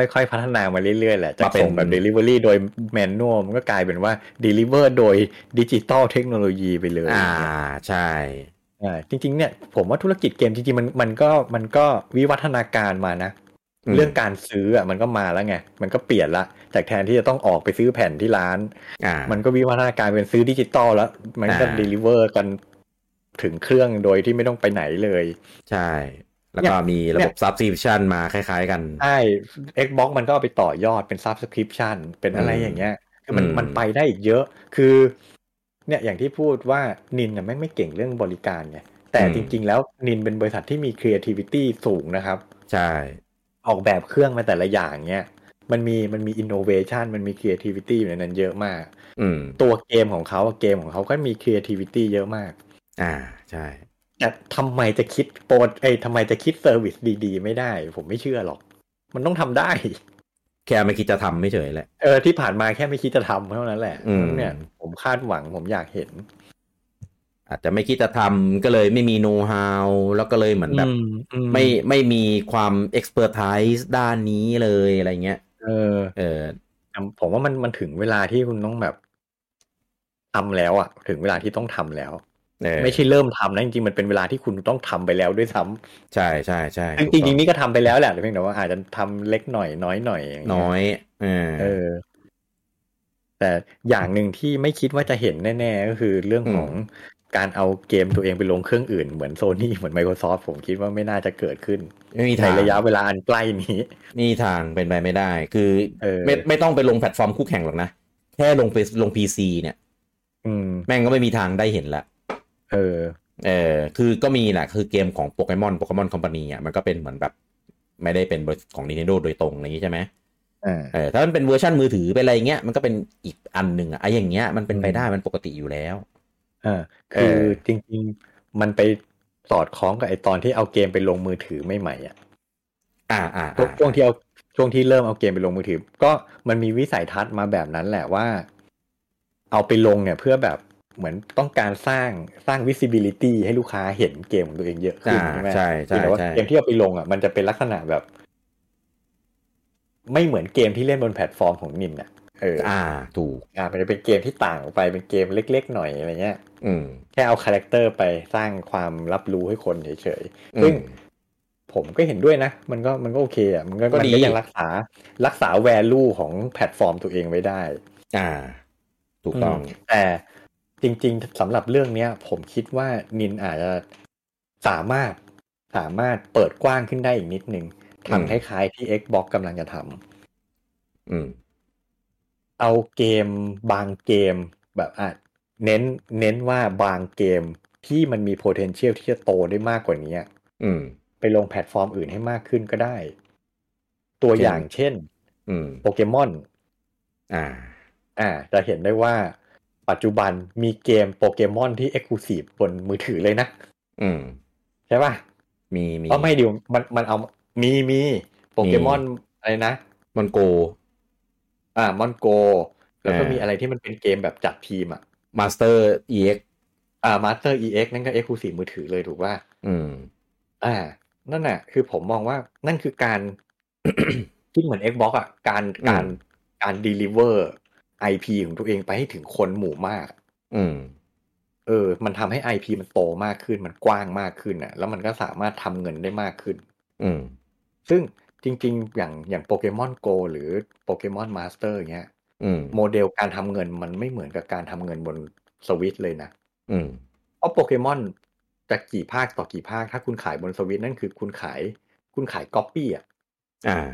ๆค่อยๆพัฒนามาเรื่อยๆแหละจาก มาเป็น ส่งแบบ Delivery โดยแมนนวลมันก็กลายเป็นว่า Deliver โดยดิจิตอลเทคโนโลยีไปเลย อ่าใช่ อ่าจริงๆเนี่ยผมว่าธุรกิจเกมจริงๆมันมันก็มันก็วิวัฒนาการมานะ อืม เรื่องการซื้ออ่ะมันก็มาแล้วไงมันก็เปลี่ยนละจากแทนที่จะต้องออกไปซื้อแผ่นที่ร้าน อ่า มันก็วิวัฒนาการเป็นซื้อดิจิตอลแล้ว มันก็ อ่า เดลิเวอร์กันถึงเครื่องโดยที่ไม่ต้องไปไหนเลย ใช่ แล้วก็มีระบบ subscription มาคล้ายๆกัน ใช่ Xbox มันก็เอาไปต่อยอดเป็น Subscription เป็นอะไร อืม อย่างเงี้ย คือมัน อืม มันไปได้อีกเยอะ คือ เนี่ยอย่างที่พูดว่านินน่ะไม่งไม่เก่งเรื่องบริการไง แต่จริง ๆ แล้วนินเป็นบริษัทที่มี creativity สูงนะครับ ใช่ ออกแบบเครื่องมาแต่ละอย่างเนี่ย มันมีมันมี innovation มันมี creativity อยู่ในนั้นเยอะมาก อืม ตัวเกมของเขาอะเกมของเขาก็มี creativity เยอะมาก อ่าใช่ แต่ทำไมจะคิดโปรเอ้ยทำไมจะคิดเซอร์วิสดีๆ ไม่ได้ ผมไม่เชื่อหรอก มันต้องทำได้ แค่ไม่คิดจะทำไม่เฉยๆแหละ เออที่ผ่านมาแค่ไม่คิดจะทำเท่านั้นแหละ อืม เนี่ย ผมคาดหวังผมอยากเห็น อาจจะไม่คิดจะทำก็เลยไม่มีโน้ตฮาวแล้วก็เลยเหมือนแบบ ไม่ไม่มีความเอ็กซ์เพรสไสด้านนี้เลยอะไรเงี้ย เออ เออ ผมว่ามันมันถึงเวลาที่คุณต้องแบบทำแล้วอะถึงเวลาที่ต้องทำแล้ว เออ ไม่ใช่เริ่มทำนะจริงๆมันเป็นเวลาที่คุณต้องทำไปแล้วด้วยซ้ ใช่ใช่ใช่ ำ ถูก จ ต้อริง งจริงๆนี่ก็ทำไปแล้วแหละแต่เพียงแต่ว่าอาจจะทำเล็กหน่อยน้อยหน่อยางเงี้ย น้อยเออ เออ แต่อย่างหนึ่งที่ไม่คิดว่าจะเห็นแน่ ๆ ก็คือเรื่องของการเอาเกมตัวเองไปลงเครื่องอื่นเหมือนโซนี่เหมือน Microsoft ผมคิดว่าไม่น่าจะเกิดขึ้น ไม่มี ใน ทาง ระยะเวลาอันใกล้นี้ ไม่มีทางเป็นไปไม่ได้ คือ เออ ไม่ไม่ต้องไปลงแพลตฟอร์มคู่แข่งหรอกนะ แค่ลงไปลงพีซีเนี่ย อืม แม่งก็ไม่มีทางได้เห็นละ เออ เออคือก็มีแหละคือเกมของโปเกมอนโปเกมอนคอมพานีอ่ะมันก็เป็นเหมือนแบบ ไม่ได้เป็นบริษัทของ Nintendo โดยตรงอะไรอย่างนี้ใช่ไหม อ่า เออถ้ามันเป็นเวอร์ชันมือถือเป็นอะไรเงี้ยมันก็เป็นอีกอันหนึ่งอะไอ้อย่างเงี้ยมันเป็นไปได้มันปกติอยู่แล้ว อ่า คือ เออ จริง ๆ มันไปสอดคล้องกับไอตอนที่เอาเกมไปลงมือถือใหม่ๆอ่ะ อ่าอ่า ช่วง อ่า ช่วงที่เอาช่วงที่เริ่มเอาเกมไปลงมือถือ ก็มันมีวิสัยทัศน์มาแบบนั้นแหละว่า เอาไปลงเนี่ยเพื่อแบบเหมือนต้องการสร้างสร้าง visibility ให้ลูกค้าเห็นเกมของตัวเองเยอะขึ้น อ่า ใช่ไหม ใช่ใช่ แต่ว่า ใช่ เกมที่เอาไปลงอ่ะมันจะเป็นลักษณะแบบ ไม่เหมือนเกมที่เล่นบนแพลตฟอร์มของนินอ่ะเออ อ่าถูก อ่ามันจะเป็นเกมที่ต่างออกไปเป็นเกมเล็กๆหน่อยอะไรเงี้ย อืม แค่เอาคาแรคเตอร์ไปสร้างความรับรู้ให้คนเฉยๆ ซึ่ง อืม ผมก็เห็นด้วยนะ มันก็มันก็โอเคอ่ะ มันก็ ก็ มัน ดี ก็ยังรักษารักษาแวลูของแพลตฟอร์มตัวเองไว้ได้ อ่า ถูกต้อง มแต่จริงๆสำหรับเรื่องเนี้ย ผมคิดว่านินอาจจะสามารถสามารถเปิดกว้างขึ้นได้อีกนิดนึง อืม ทำคล้ายๆที่ Xbox กำลังจะท อืม ำเอาเกมบางเกมแบบอ่ะ เน้นเน้นว่าบางเกมที่มันมี potential ที่จะโตได้มากกว่านี้ อืม ไปลงแพลตฟอร์มอื่นให้มากขึ้นก็ได้ ตัว เช่น อย่างเช่น อืม โปเกมอน อ่า อ่าจะเห็นได้ว่าปัจจุบันมีเกมโปเกมอนที่ Exclusive บนมือถือเลยนะ อืม ใช่ป่ะ มีมี ก็ไม่ดิวมันมันเอามีมีโปเกมอนอะไรนะ มันโก อ่ามอนโก แล้วก็ อ่ามี มีอะไรที่มันเป็นเกมแบบจัดทีมอ่ะ มาสเตอร์เอ็ก อ่ามาสเตอร์เอ็กนั่นก็เอ็กซ์คลูซีฟมือถือเลยถูกว่า อืม อ่า นั่นน่ะ คือผมมองว่านั่นคือการ คิดเหมือน Xbox อ่ะการ อืม การการดีลิเวอร์ IP ของตัวเองไปให้ถึงคนหมู่มาก อืม เออ มันทำให้ IP มันโตมากขึ้นมันกว้างมากขึ้นอ่ะ แล้วมันก็สามารถทำเงินได้มากขึ้น อืม ซึ่งจริง ๆ อย่างอย่างโปเกมอนโกหรือโปเกมอนมาสเตอร์เงี้ย อืม โมเดลการทำเงินมันไม่เหมือนกับการทำเงินบนสวิตเลยนะ อืม เพราะโปเกมอนจะกี่ภาคต่อกี่ภาค ถ้าคุณขายบนสวิตนั่นคือคุณขายคุณขายก๊อปปี้อ่ะ อ่า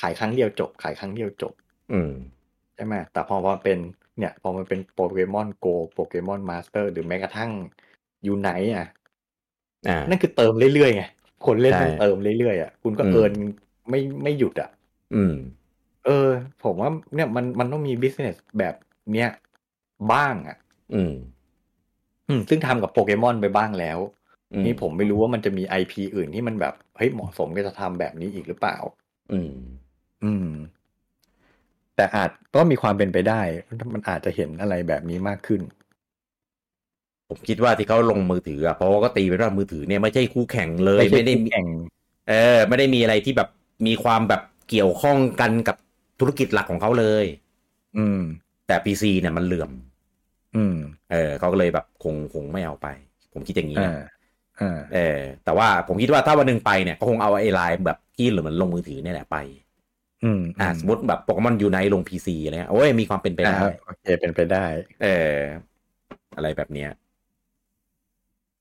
ขายครั้งเดียวจบ ขายครั้งเดียวจบ อืม ใช่ไหมแต่พอมาเป็นเนี่ย พอมันเป็นโปเกมอนโกโปเกมอนมาสเตอร์หรือแม้กระทั่งยูไนอ่ะ อ่า นั่นคือเติมเรื่อยๆไงคนเล่นมัน ใช่ เติมเรื่อยๆอ่ะคุณก็ อืม เอินไม่ไม่หยุดอ่ะ อืม เออ ผมว่าเนี่ยมันมันต้องมีบิสเนสแบบเนี้ยบ้างอ่ะ อืม อืมซึ่งทำกับโปเกมอนไปบ้างแล้ว อื นี่ผมไม่รู้ว่ามันจะมีไอพีอื่นที่มันแบบเฮ้ยเหมาะสมก็จะทำแบบนี้อีกหรือเปล่า อืม อืม แต่อาจก็มีความเป็นไปได้ มันอาจจะเห็นอะไรแบบนี้มากขึ้น ผมคิดว่าที่เขาลงมือถืออะเพราะว่าก็ตีเป็นว่ามือถือเนี่ยไม่ใช่คู่แข่งเลย ไม่ใช่ ไม่ได้มี คู่แข่ง เออ ไม่ได้มีอะไรที่แบบมีความแบบเกี่ยวข้องกันกับธุรกิจหลักของเขาเลย อืม แต่ PC เนี่ยมันเหลื่อม อืม เออเขาก็เลยแบบคงคงไม่เอาไป ผมคิดอย่างนี้ อ่า นะ อ่า เออ แต่ว่าผมคิดว่าถ้าวันหนึ่งไปเนี่ยก็คงเอาไอ้ไลน์แบบที่เหลือมันลงมือถือเนี่ยแหละไป อืม อ่าสมมติแบบโปเกมอนยูไนลง PC อะไรเงี้ยโอ้ยมีความเป็นไป อ่า ได้ โอเค เป็นไปได้ เออ อะไรแบบเนี้ย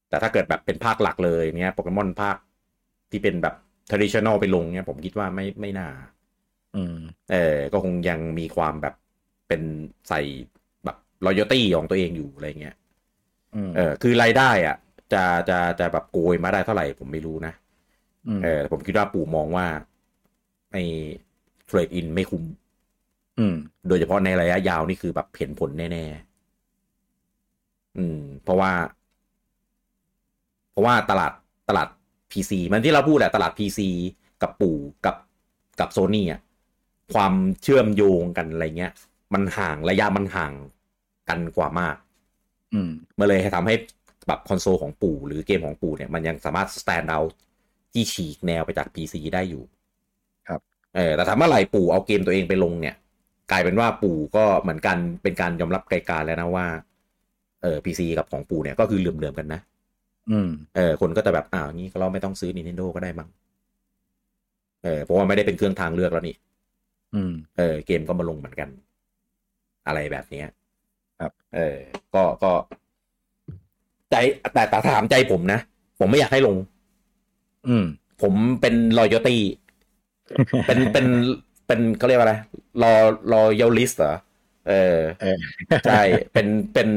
แต่ถ้าเกิดแบบเป็นภาคหลักเลยเนี้ยโปเกมอนภาคที่เป็นแบบ traditional ไปลงเนี้ยผมคิดว่าไม่ไม่น่า อืม เออก็คงยังมีความแบบเป็นใส่แบบรอยตี้ของตัวเองอยู่อะไรเงี้ย อืม เออคือรายได้อะจะจะจะแบบโกยมาได้เท่าไหร่ผมไม่รู้นะ ม เออแต่ผมคิดว่าปู่มองว่าไอ้เทรดอินไม่คุ้ม อืม โดยเฉพาะในระยะยาวนี่คือแบบเห็นผลแน่ๆ อืม เพราะว่า เพราะว่าตลาดตลาด PC มันที่เราพูดแหละตลาด PC กับปู่กับกับโซนี่อ่ะความเชื่อมโยงกันอะไรเงี้ย มันห่างระยะมันห่างกันกว่ามาก อืม มันเลยทำให้แบบคอนโซลของปู่หรือเกมของปู่เนี่ยมันยังสามารถ stand out ที่ฉีกแนวไปจาก PC ได้อยู่ ครับ เออแต่ถามว่าไหร่ปู่เอาเกมตัวเองไปลงเนี่ย กลายเป็นว่าปู่ก็เหมือนกันเป็นการยอมรับไกลการแล้วนะว่าเออ PC กับของปู่เนี่ยก็คือเหลื่อมๆกันนะ อืม เออคนก็จะแบบอ้าวงี้ก็เราไม่ต้องซื้อ Nintendo ก็ได้มั้งเออเพราะว่าไม่ได้เป็นเครื่องทางเลือกแล้วนี่ อืม เออเกมก็มาลงเหมือนกัน อะไรแบบเนี้ย ครับ เออ ก็ก็ ใจแต่แต่ถามใจผมนะ ผมไม่อยากให้ลง อืม ผมเป็นรอย ตี้เป็นเป็นเป็นเขาเรียกว่าอะไรรอรอยลิสเหรอเออ เอ อ ใช่เป็นเป็น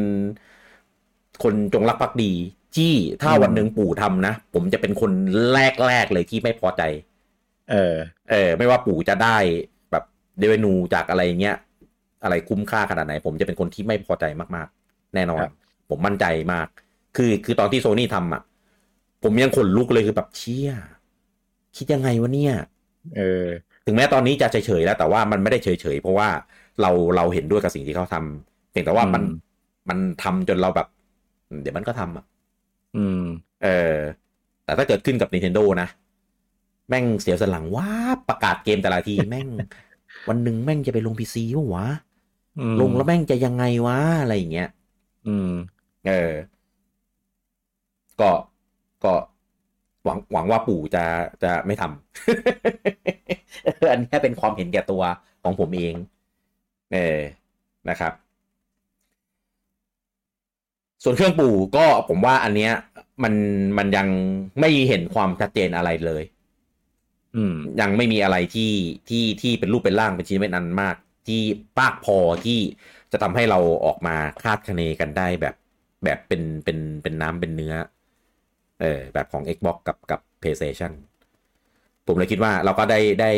คนจงรักภักดีที่ถ้า อืม วันหนึ่งปู่ทำนะ ผมจะเป็นคนแรกแรกๆเลยที่ไม่พอใจ เออ เออ ไม่ว่าปู่จะได้แบบเดเวนูจากอะไรเงี้ย อะไรคุ้มค่าขนาดไหน ผมจะเป็นคนที่ไม่พอใจมากๆ แน่นอน ครับ ผมมั่นใจมาก คือคือตอนที่โซนี่ทำอ่ะ ผมยังขนลุกเลยคือแบบเชี่ยคิดยังไงวะเนี่ย เออ ถึงแม้ตอนนี้จะเฉยๆแล้วแต่ว่ามันไม่ได้เฉยๆ เพราะว่าเราเราเห็นด้วยกับสิ่งที่เขาทำเพียงแต่ว่ามัน อืม มันทำจนเราแบบ เดี๋ยวมันก็ทำอ่ะ อืม เออ แต่ถ้าเกิดขึ้นกับ Nintendo นะ แม่งเสียวสนหลังว้าบประกาศเกมแต่ละที แม่ง วันหนึ่งแม่งจะไปลงพีซีวะวะ อืม ลงแล้วแม่งจะยังไงวะ อะไรอย่างเงี้ย อืม เออ ก็ก็หวังหวังว่าปู่จะจะไม่ทำ อันนี้เป็นความเห็นแก่ตัวของผมเอง เออนะครับ ส่วนเครื่องปู่ก็ผมว่าอันเนี้ย มันมันยังไม่เห็นความชัดเจนอะไรเลย อืม ยังไม่มีอะไรที่ที่ที่เป็นรูปเป็นร่างเป็นชิ้นเป็นอันมาก ที่ปากพอที่จะ จะทำให้เราออกมาคาดคะเนกันได้แบบแบบเป็นเป็นเป็นน้ำเป็นเนื้อ เออแบบของ Xbox กับกับ PlayStation ผมเลยคิดว่าเราก็ได้ได้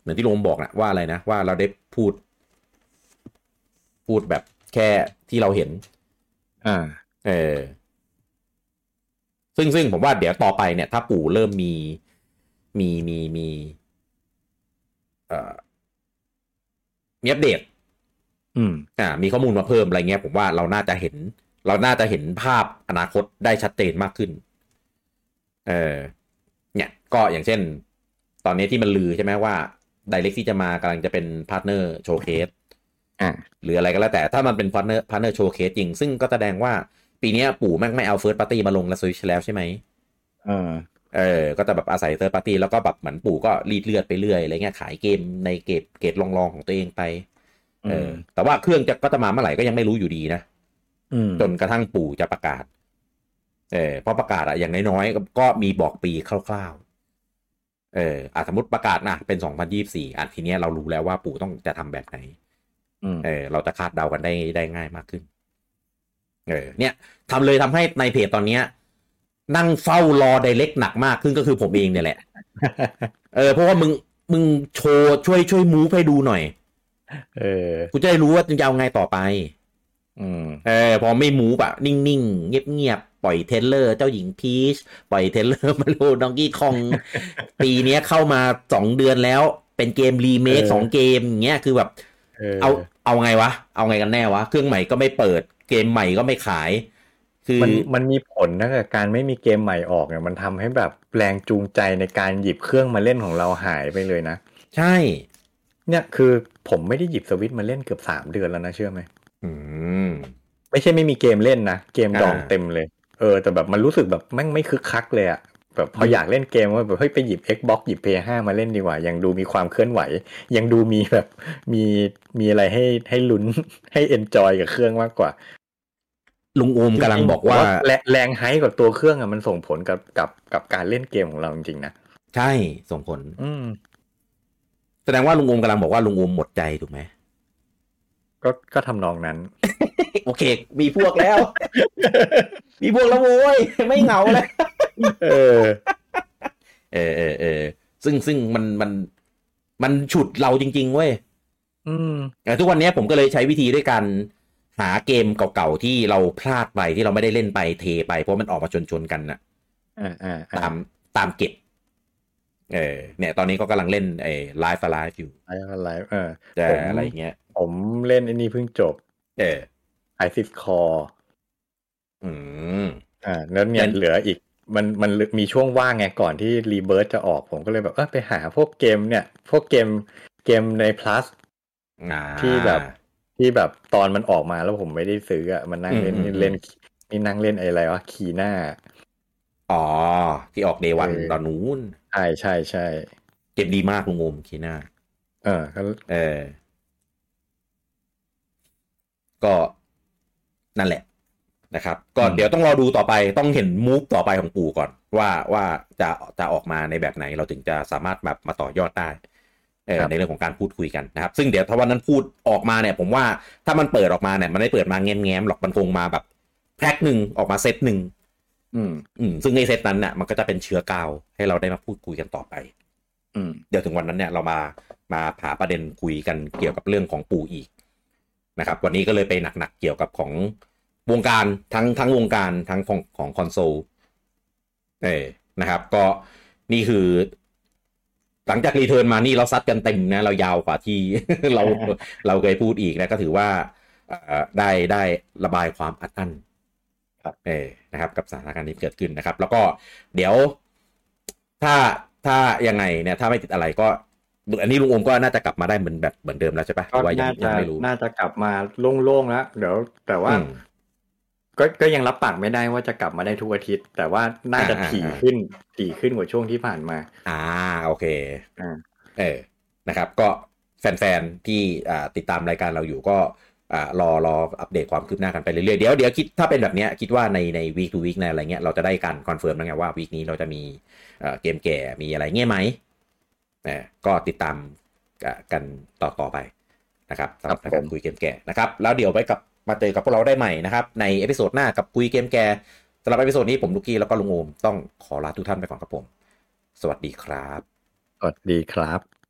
เหมือนที่ลงบอกนะว่าอะไรนะ ว่าเราได้พูด พูดแบบแค่ที่เราเห็น อ่า เออ ซึ่งซึ่งผมว่าเดี๋ยวต่อไปเนี่ย ถ้าปู่เริ่มมี มีมีมี เอ่อ มีอัปเดต อืม อ่า มีข้อมูลมาเพิ่มอะไรเงี้ย ผมว่าเราน่าจะเห็น เราน่าจะเห็นภาพอนาคตได้ชัดเจนมากขึ้น เออ เนี่ย ก็อย่างเช่น ตอนนี้ที่มันลือใช่ไหมว่าไดเ c กที่จะมากำลังจะเป็นพาร์ทเนอร์โชว์เคส อ่า หรืออะไรก็แล้วแต่ถ้ามันเป็นพาร์เนอร์พาร์เนอร์โชว์เคสจริง ซึ่งก็แสดงว่าปีเนี้ยปู่แม่งไม่เอาเฟิร์สปาร์ตี้มาลงและสวิชแล้วใช่ไหม เออ เออ ก็จะแบบอาศัยเฟิร์สปาร์ตี้แล้วก็แบบเหมือนปู่ก็รีดเลือดไปเรื่อยอะไรเงี้ยขายเกมในเกตเกตลองๆของตัวเองไปเอออ ม แต่ว่าเครื่องจะก็จะมาเมื่อไหร่ก็ยังไม่รู้อยู่ดีนะ อืม จนกระทั่งปู่จะประกาศ เออพอประกาศอะอย่างน้อยๆก็ก็มีบอกปีคร่าวๆ เอออะสมมติประกาศนะเป็นสองพันยี่สี่อะทีเนี้ยเรารู้แล้วว่าปู่ต้องจะทำแบบไหน อืม เออเราจะคาดเดากันได้ได้ง่ายมากขึ้น เออ เนี่ยทำเลยทำให้ในเพจตอนเนี้ย นั่งเฝ้ารอไดเล็กหนักมากขึ้นก็คือผมเองเนี่ยแหละ เออเพราะว่ามึงมึงโชว์ช่วยช่วยมูฟให้ดูหน่อย เออ กูจะได้รู้ว่าจะเอาไงต่อไป อืม เออพอไม่มูฟอะนิ่งๆ เงียบๆ ปล่อยเทรลเลอร์เจ้าหญิงพีชปล่อยเทรลเลอร์ มาโลดองกี้คอง ปีเนี้ยเข้ามาสองเดือนแล้ว เป็นเกมรีเมค เออ สองเกมอย่างเงี้ยคือแบบ เออ เอาเอาไงวะ เอาไงกันแน่วะ เครื่องใหม่ก็ไม่เปิด เกมใหม่ก็ไม่ขาย คือ มันมันมีผลนะกับการไม่มีเกมใหม่ออกเนี่ยมันทำให้แบบแรงจูงใจในการหยิบเครื่องมาเล่นของเราหายไปเลยนะ ใช่ เนี่ยคือผมไม่ได้หยิบสวิตช์มาเล่นเกือบสามเดือนแล้วนะเชื่อไหม อืม ไม่ใช่ไม่มีเกมเล่นนะ เกมดอง อ่า เต็มเลย เออ แต่แบบมันรู้สึกแบบแม่งไม่คึกคักเลยอะแบบพออยากเล่นเกมว่าแบบเฮ้ยไปหยิบ Xbox หยิบ PS5 มาเล่นดีกว่า ยังดูมีความเคลื่อนไหว ยังดูมีแบบมีมีอะไรให้ให้ลุ้น ให้เอนจอยกับเครื่องมากกว่า ลุงโอมกำลังบอกว่า แรงแรงไฮป์กับตัวเครื่องอะมันส่งผลกับกับกับการเล่นเกมของเราจริงๆนะ ใช่ส่งผล อืม แสดงว่าลุงโอมกำลังบอกว่าลุงโอมหมดใจถูกไหม ก็ก็ทำนองนั้น โอเค มีพวกแล้ว มีพวกแล้วโว้ย ไม่เหงาแล้ว เออ เออเออเออซึ่งซึ่งมันมันมันฉุดเราจริง ๆ เว้ย อืม เออทุกวันเนี้ยผมก็เลยใช้วิธีด้วยการหาเกมเก่าๆ ที่เราพลาดไปที่เราไม่ได้เล่นไปเทไปเพราะมันออกมาชนๆกันน่ะ อ่าอ่าอ่า ตามตามเก็บ เออ เนี่ย ตอนนี้ก็กำลังเล่นไอ้ไลฟ์ไลฟ์อยู่ ไลฟ์ไลฟ์เออ แต่ ผม อะไรอย่างเงี้ย ผมเล่นไอ้นี่เพิ่งจบ เออ ไอซิสคอ อืม อ่าแล้วเนี่ย งั้น เหลืออีกมันมันมีช่วงว่างไงก่อนที่รีเบิร์จะออกผมก็เลยแบบเออไปหาพวกเกมเนี่ย พวกเกมเกมใน plus อ่า ที่แบบ ที่แบบตอนมันออกมาแล้วผมไม่ได้ซื้ออ่ะมันนั่งเล่น อืมอืม เล่นนี่นั่งเล่นอะไรวะคีหน้า อ๋อ ที่ออกเดวัน เออ ตอนนู้น ใช่ใช่ใช่ เก็บดีมากลุงงมคีน่า เออก็ เออ ก็นั่นแหละนะครับ ก็เดี๋ยวต้องรอดูต่อไปต้องเห็นมูฟต่อไปของปู่ก่อน ว่าว่าจะจะออกมาในแบบไหนเราถึงจะสามารถแบบมาต่อยอดได้เออในเรื่องของการพูดคุยกันนะครับ ซึ่งเดี๋ยวถ้าวันนั้นพูดออกมาเนี่ย ผมว่าถ้ามันเปิดออกมาเนี่ย มันไม่เปิดมาแง้มๆหรอกมันคงมาแบบแพ็คหนึ่งออกมาเซตหนึ่ง อืม อืมซึ่งในเซตนั้นน่ะมันก็จะเป็นเชื้อกาวให้เราได้มาพูดคุยกันต่อไป อืม เดี๋ยวถึงวันนั้นเนี่ยเรามามาหาประเด็นคุยกันเกี่ยวกับเรื่องของปู่อีกนะครับ วันนี้ก็เลยไปหนักๆเกี่ยวกับของวงการทั้งทั้งวงการทั้งของของคอนโซลเออนะครับ ก็นี่คือ หลังจากรีเทิร์นมานี่เราซัดกันเต็มนะ เรายาวกว่า ที่ เราเราเคยพูดอีกนะก็ถือว่าเอ่อได้ได้ระบายความอัดอั้น ครับ เออนะครับ กับสถานการณ์ที่เกิดขึ้นนะครับ แล้วก็เดี๋ยว ถ้าถ้ายังไงเนี่ย ถ้าไม่ติดอะไรก็ อันนี้ลุงโอมก็น่าจะกลับมาได้เหมือนแบบเหมือนเดิมแล้วใช่ปะห ก็ รือว่ายัง น่า ยั จะ งไม่รู้ น่าจะกลับมาโล่งๆแล้วเดี๋ยวแต่ว่า อืม ก็ก็ยังรับปากไม่ได้ว่าจะกลับมาได้ทุกอาทิตย์ แต่ว่าน่าจะ อ่าอ่า ถี่ อ่า ขึ้นถี่ขึ้นกว่าช่วงที่ผ่านมา อ่าโอเค อ่า เออนะครับ ก็แฟนๆที่อ่าติดตามรายการเราอยู่ก็อ่ารอรออัปเดตความคืบหน้ากันไปเรื่อยๆเดี๋ยวเดี๋ยวคิดถ้าเป็นแบบเนี้ยคิดว่าในใน week to week ในอะไรเงี้ยเราจะได้การคอนเฟิร์มแล้วไงว่า week นี้เราจะมีเอ่อเกมแก่มีอะไรเงี้ยไหมเออก็ติดตามอ่ะกันต่อต่อไป นะครับสำหรับรายการคุยเกมแก่นะครับ แล้วเดี๋ยวไปกับมาเจอกับพวกเราได้ใหม่นะครับ ในเอพิโซดหน้ากับคุยเกมแก่สำหรับเอพิโซดนี้ผมลูกกี้แล้วก็ลุงโอมต้องขอลาทุกท่านไปก่อนครับผม สวัสดีครับ สวัสดีครับ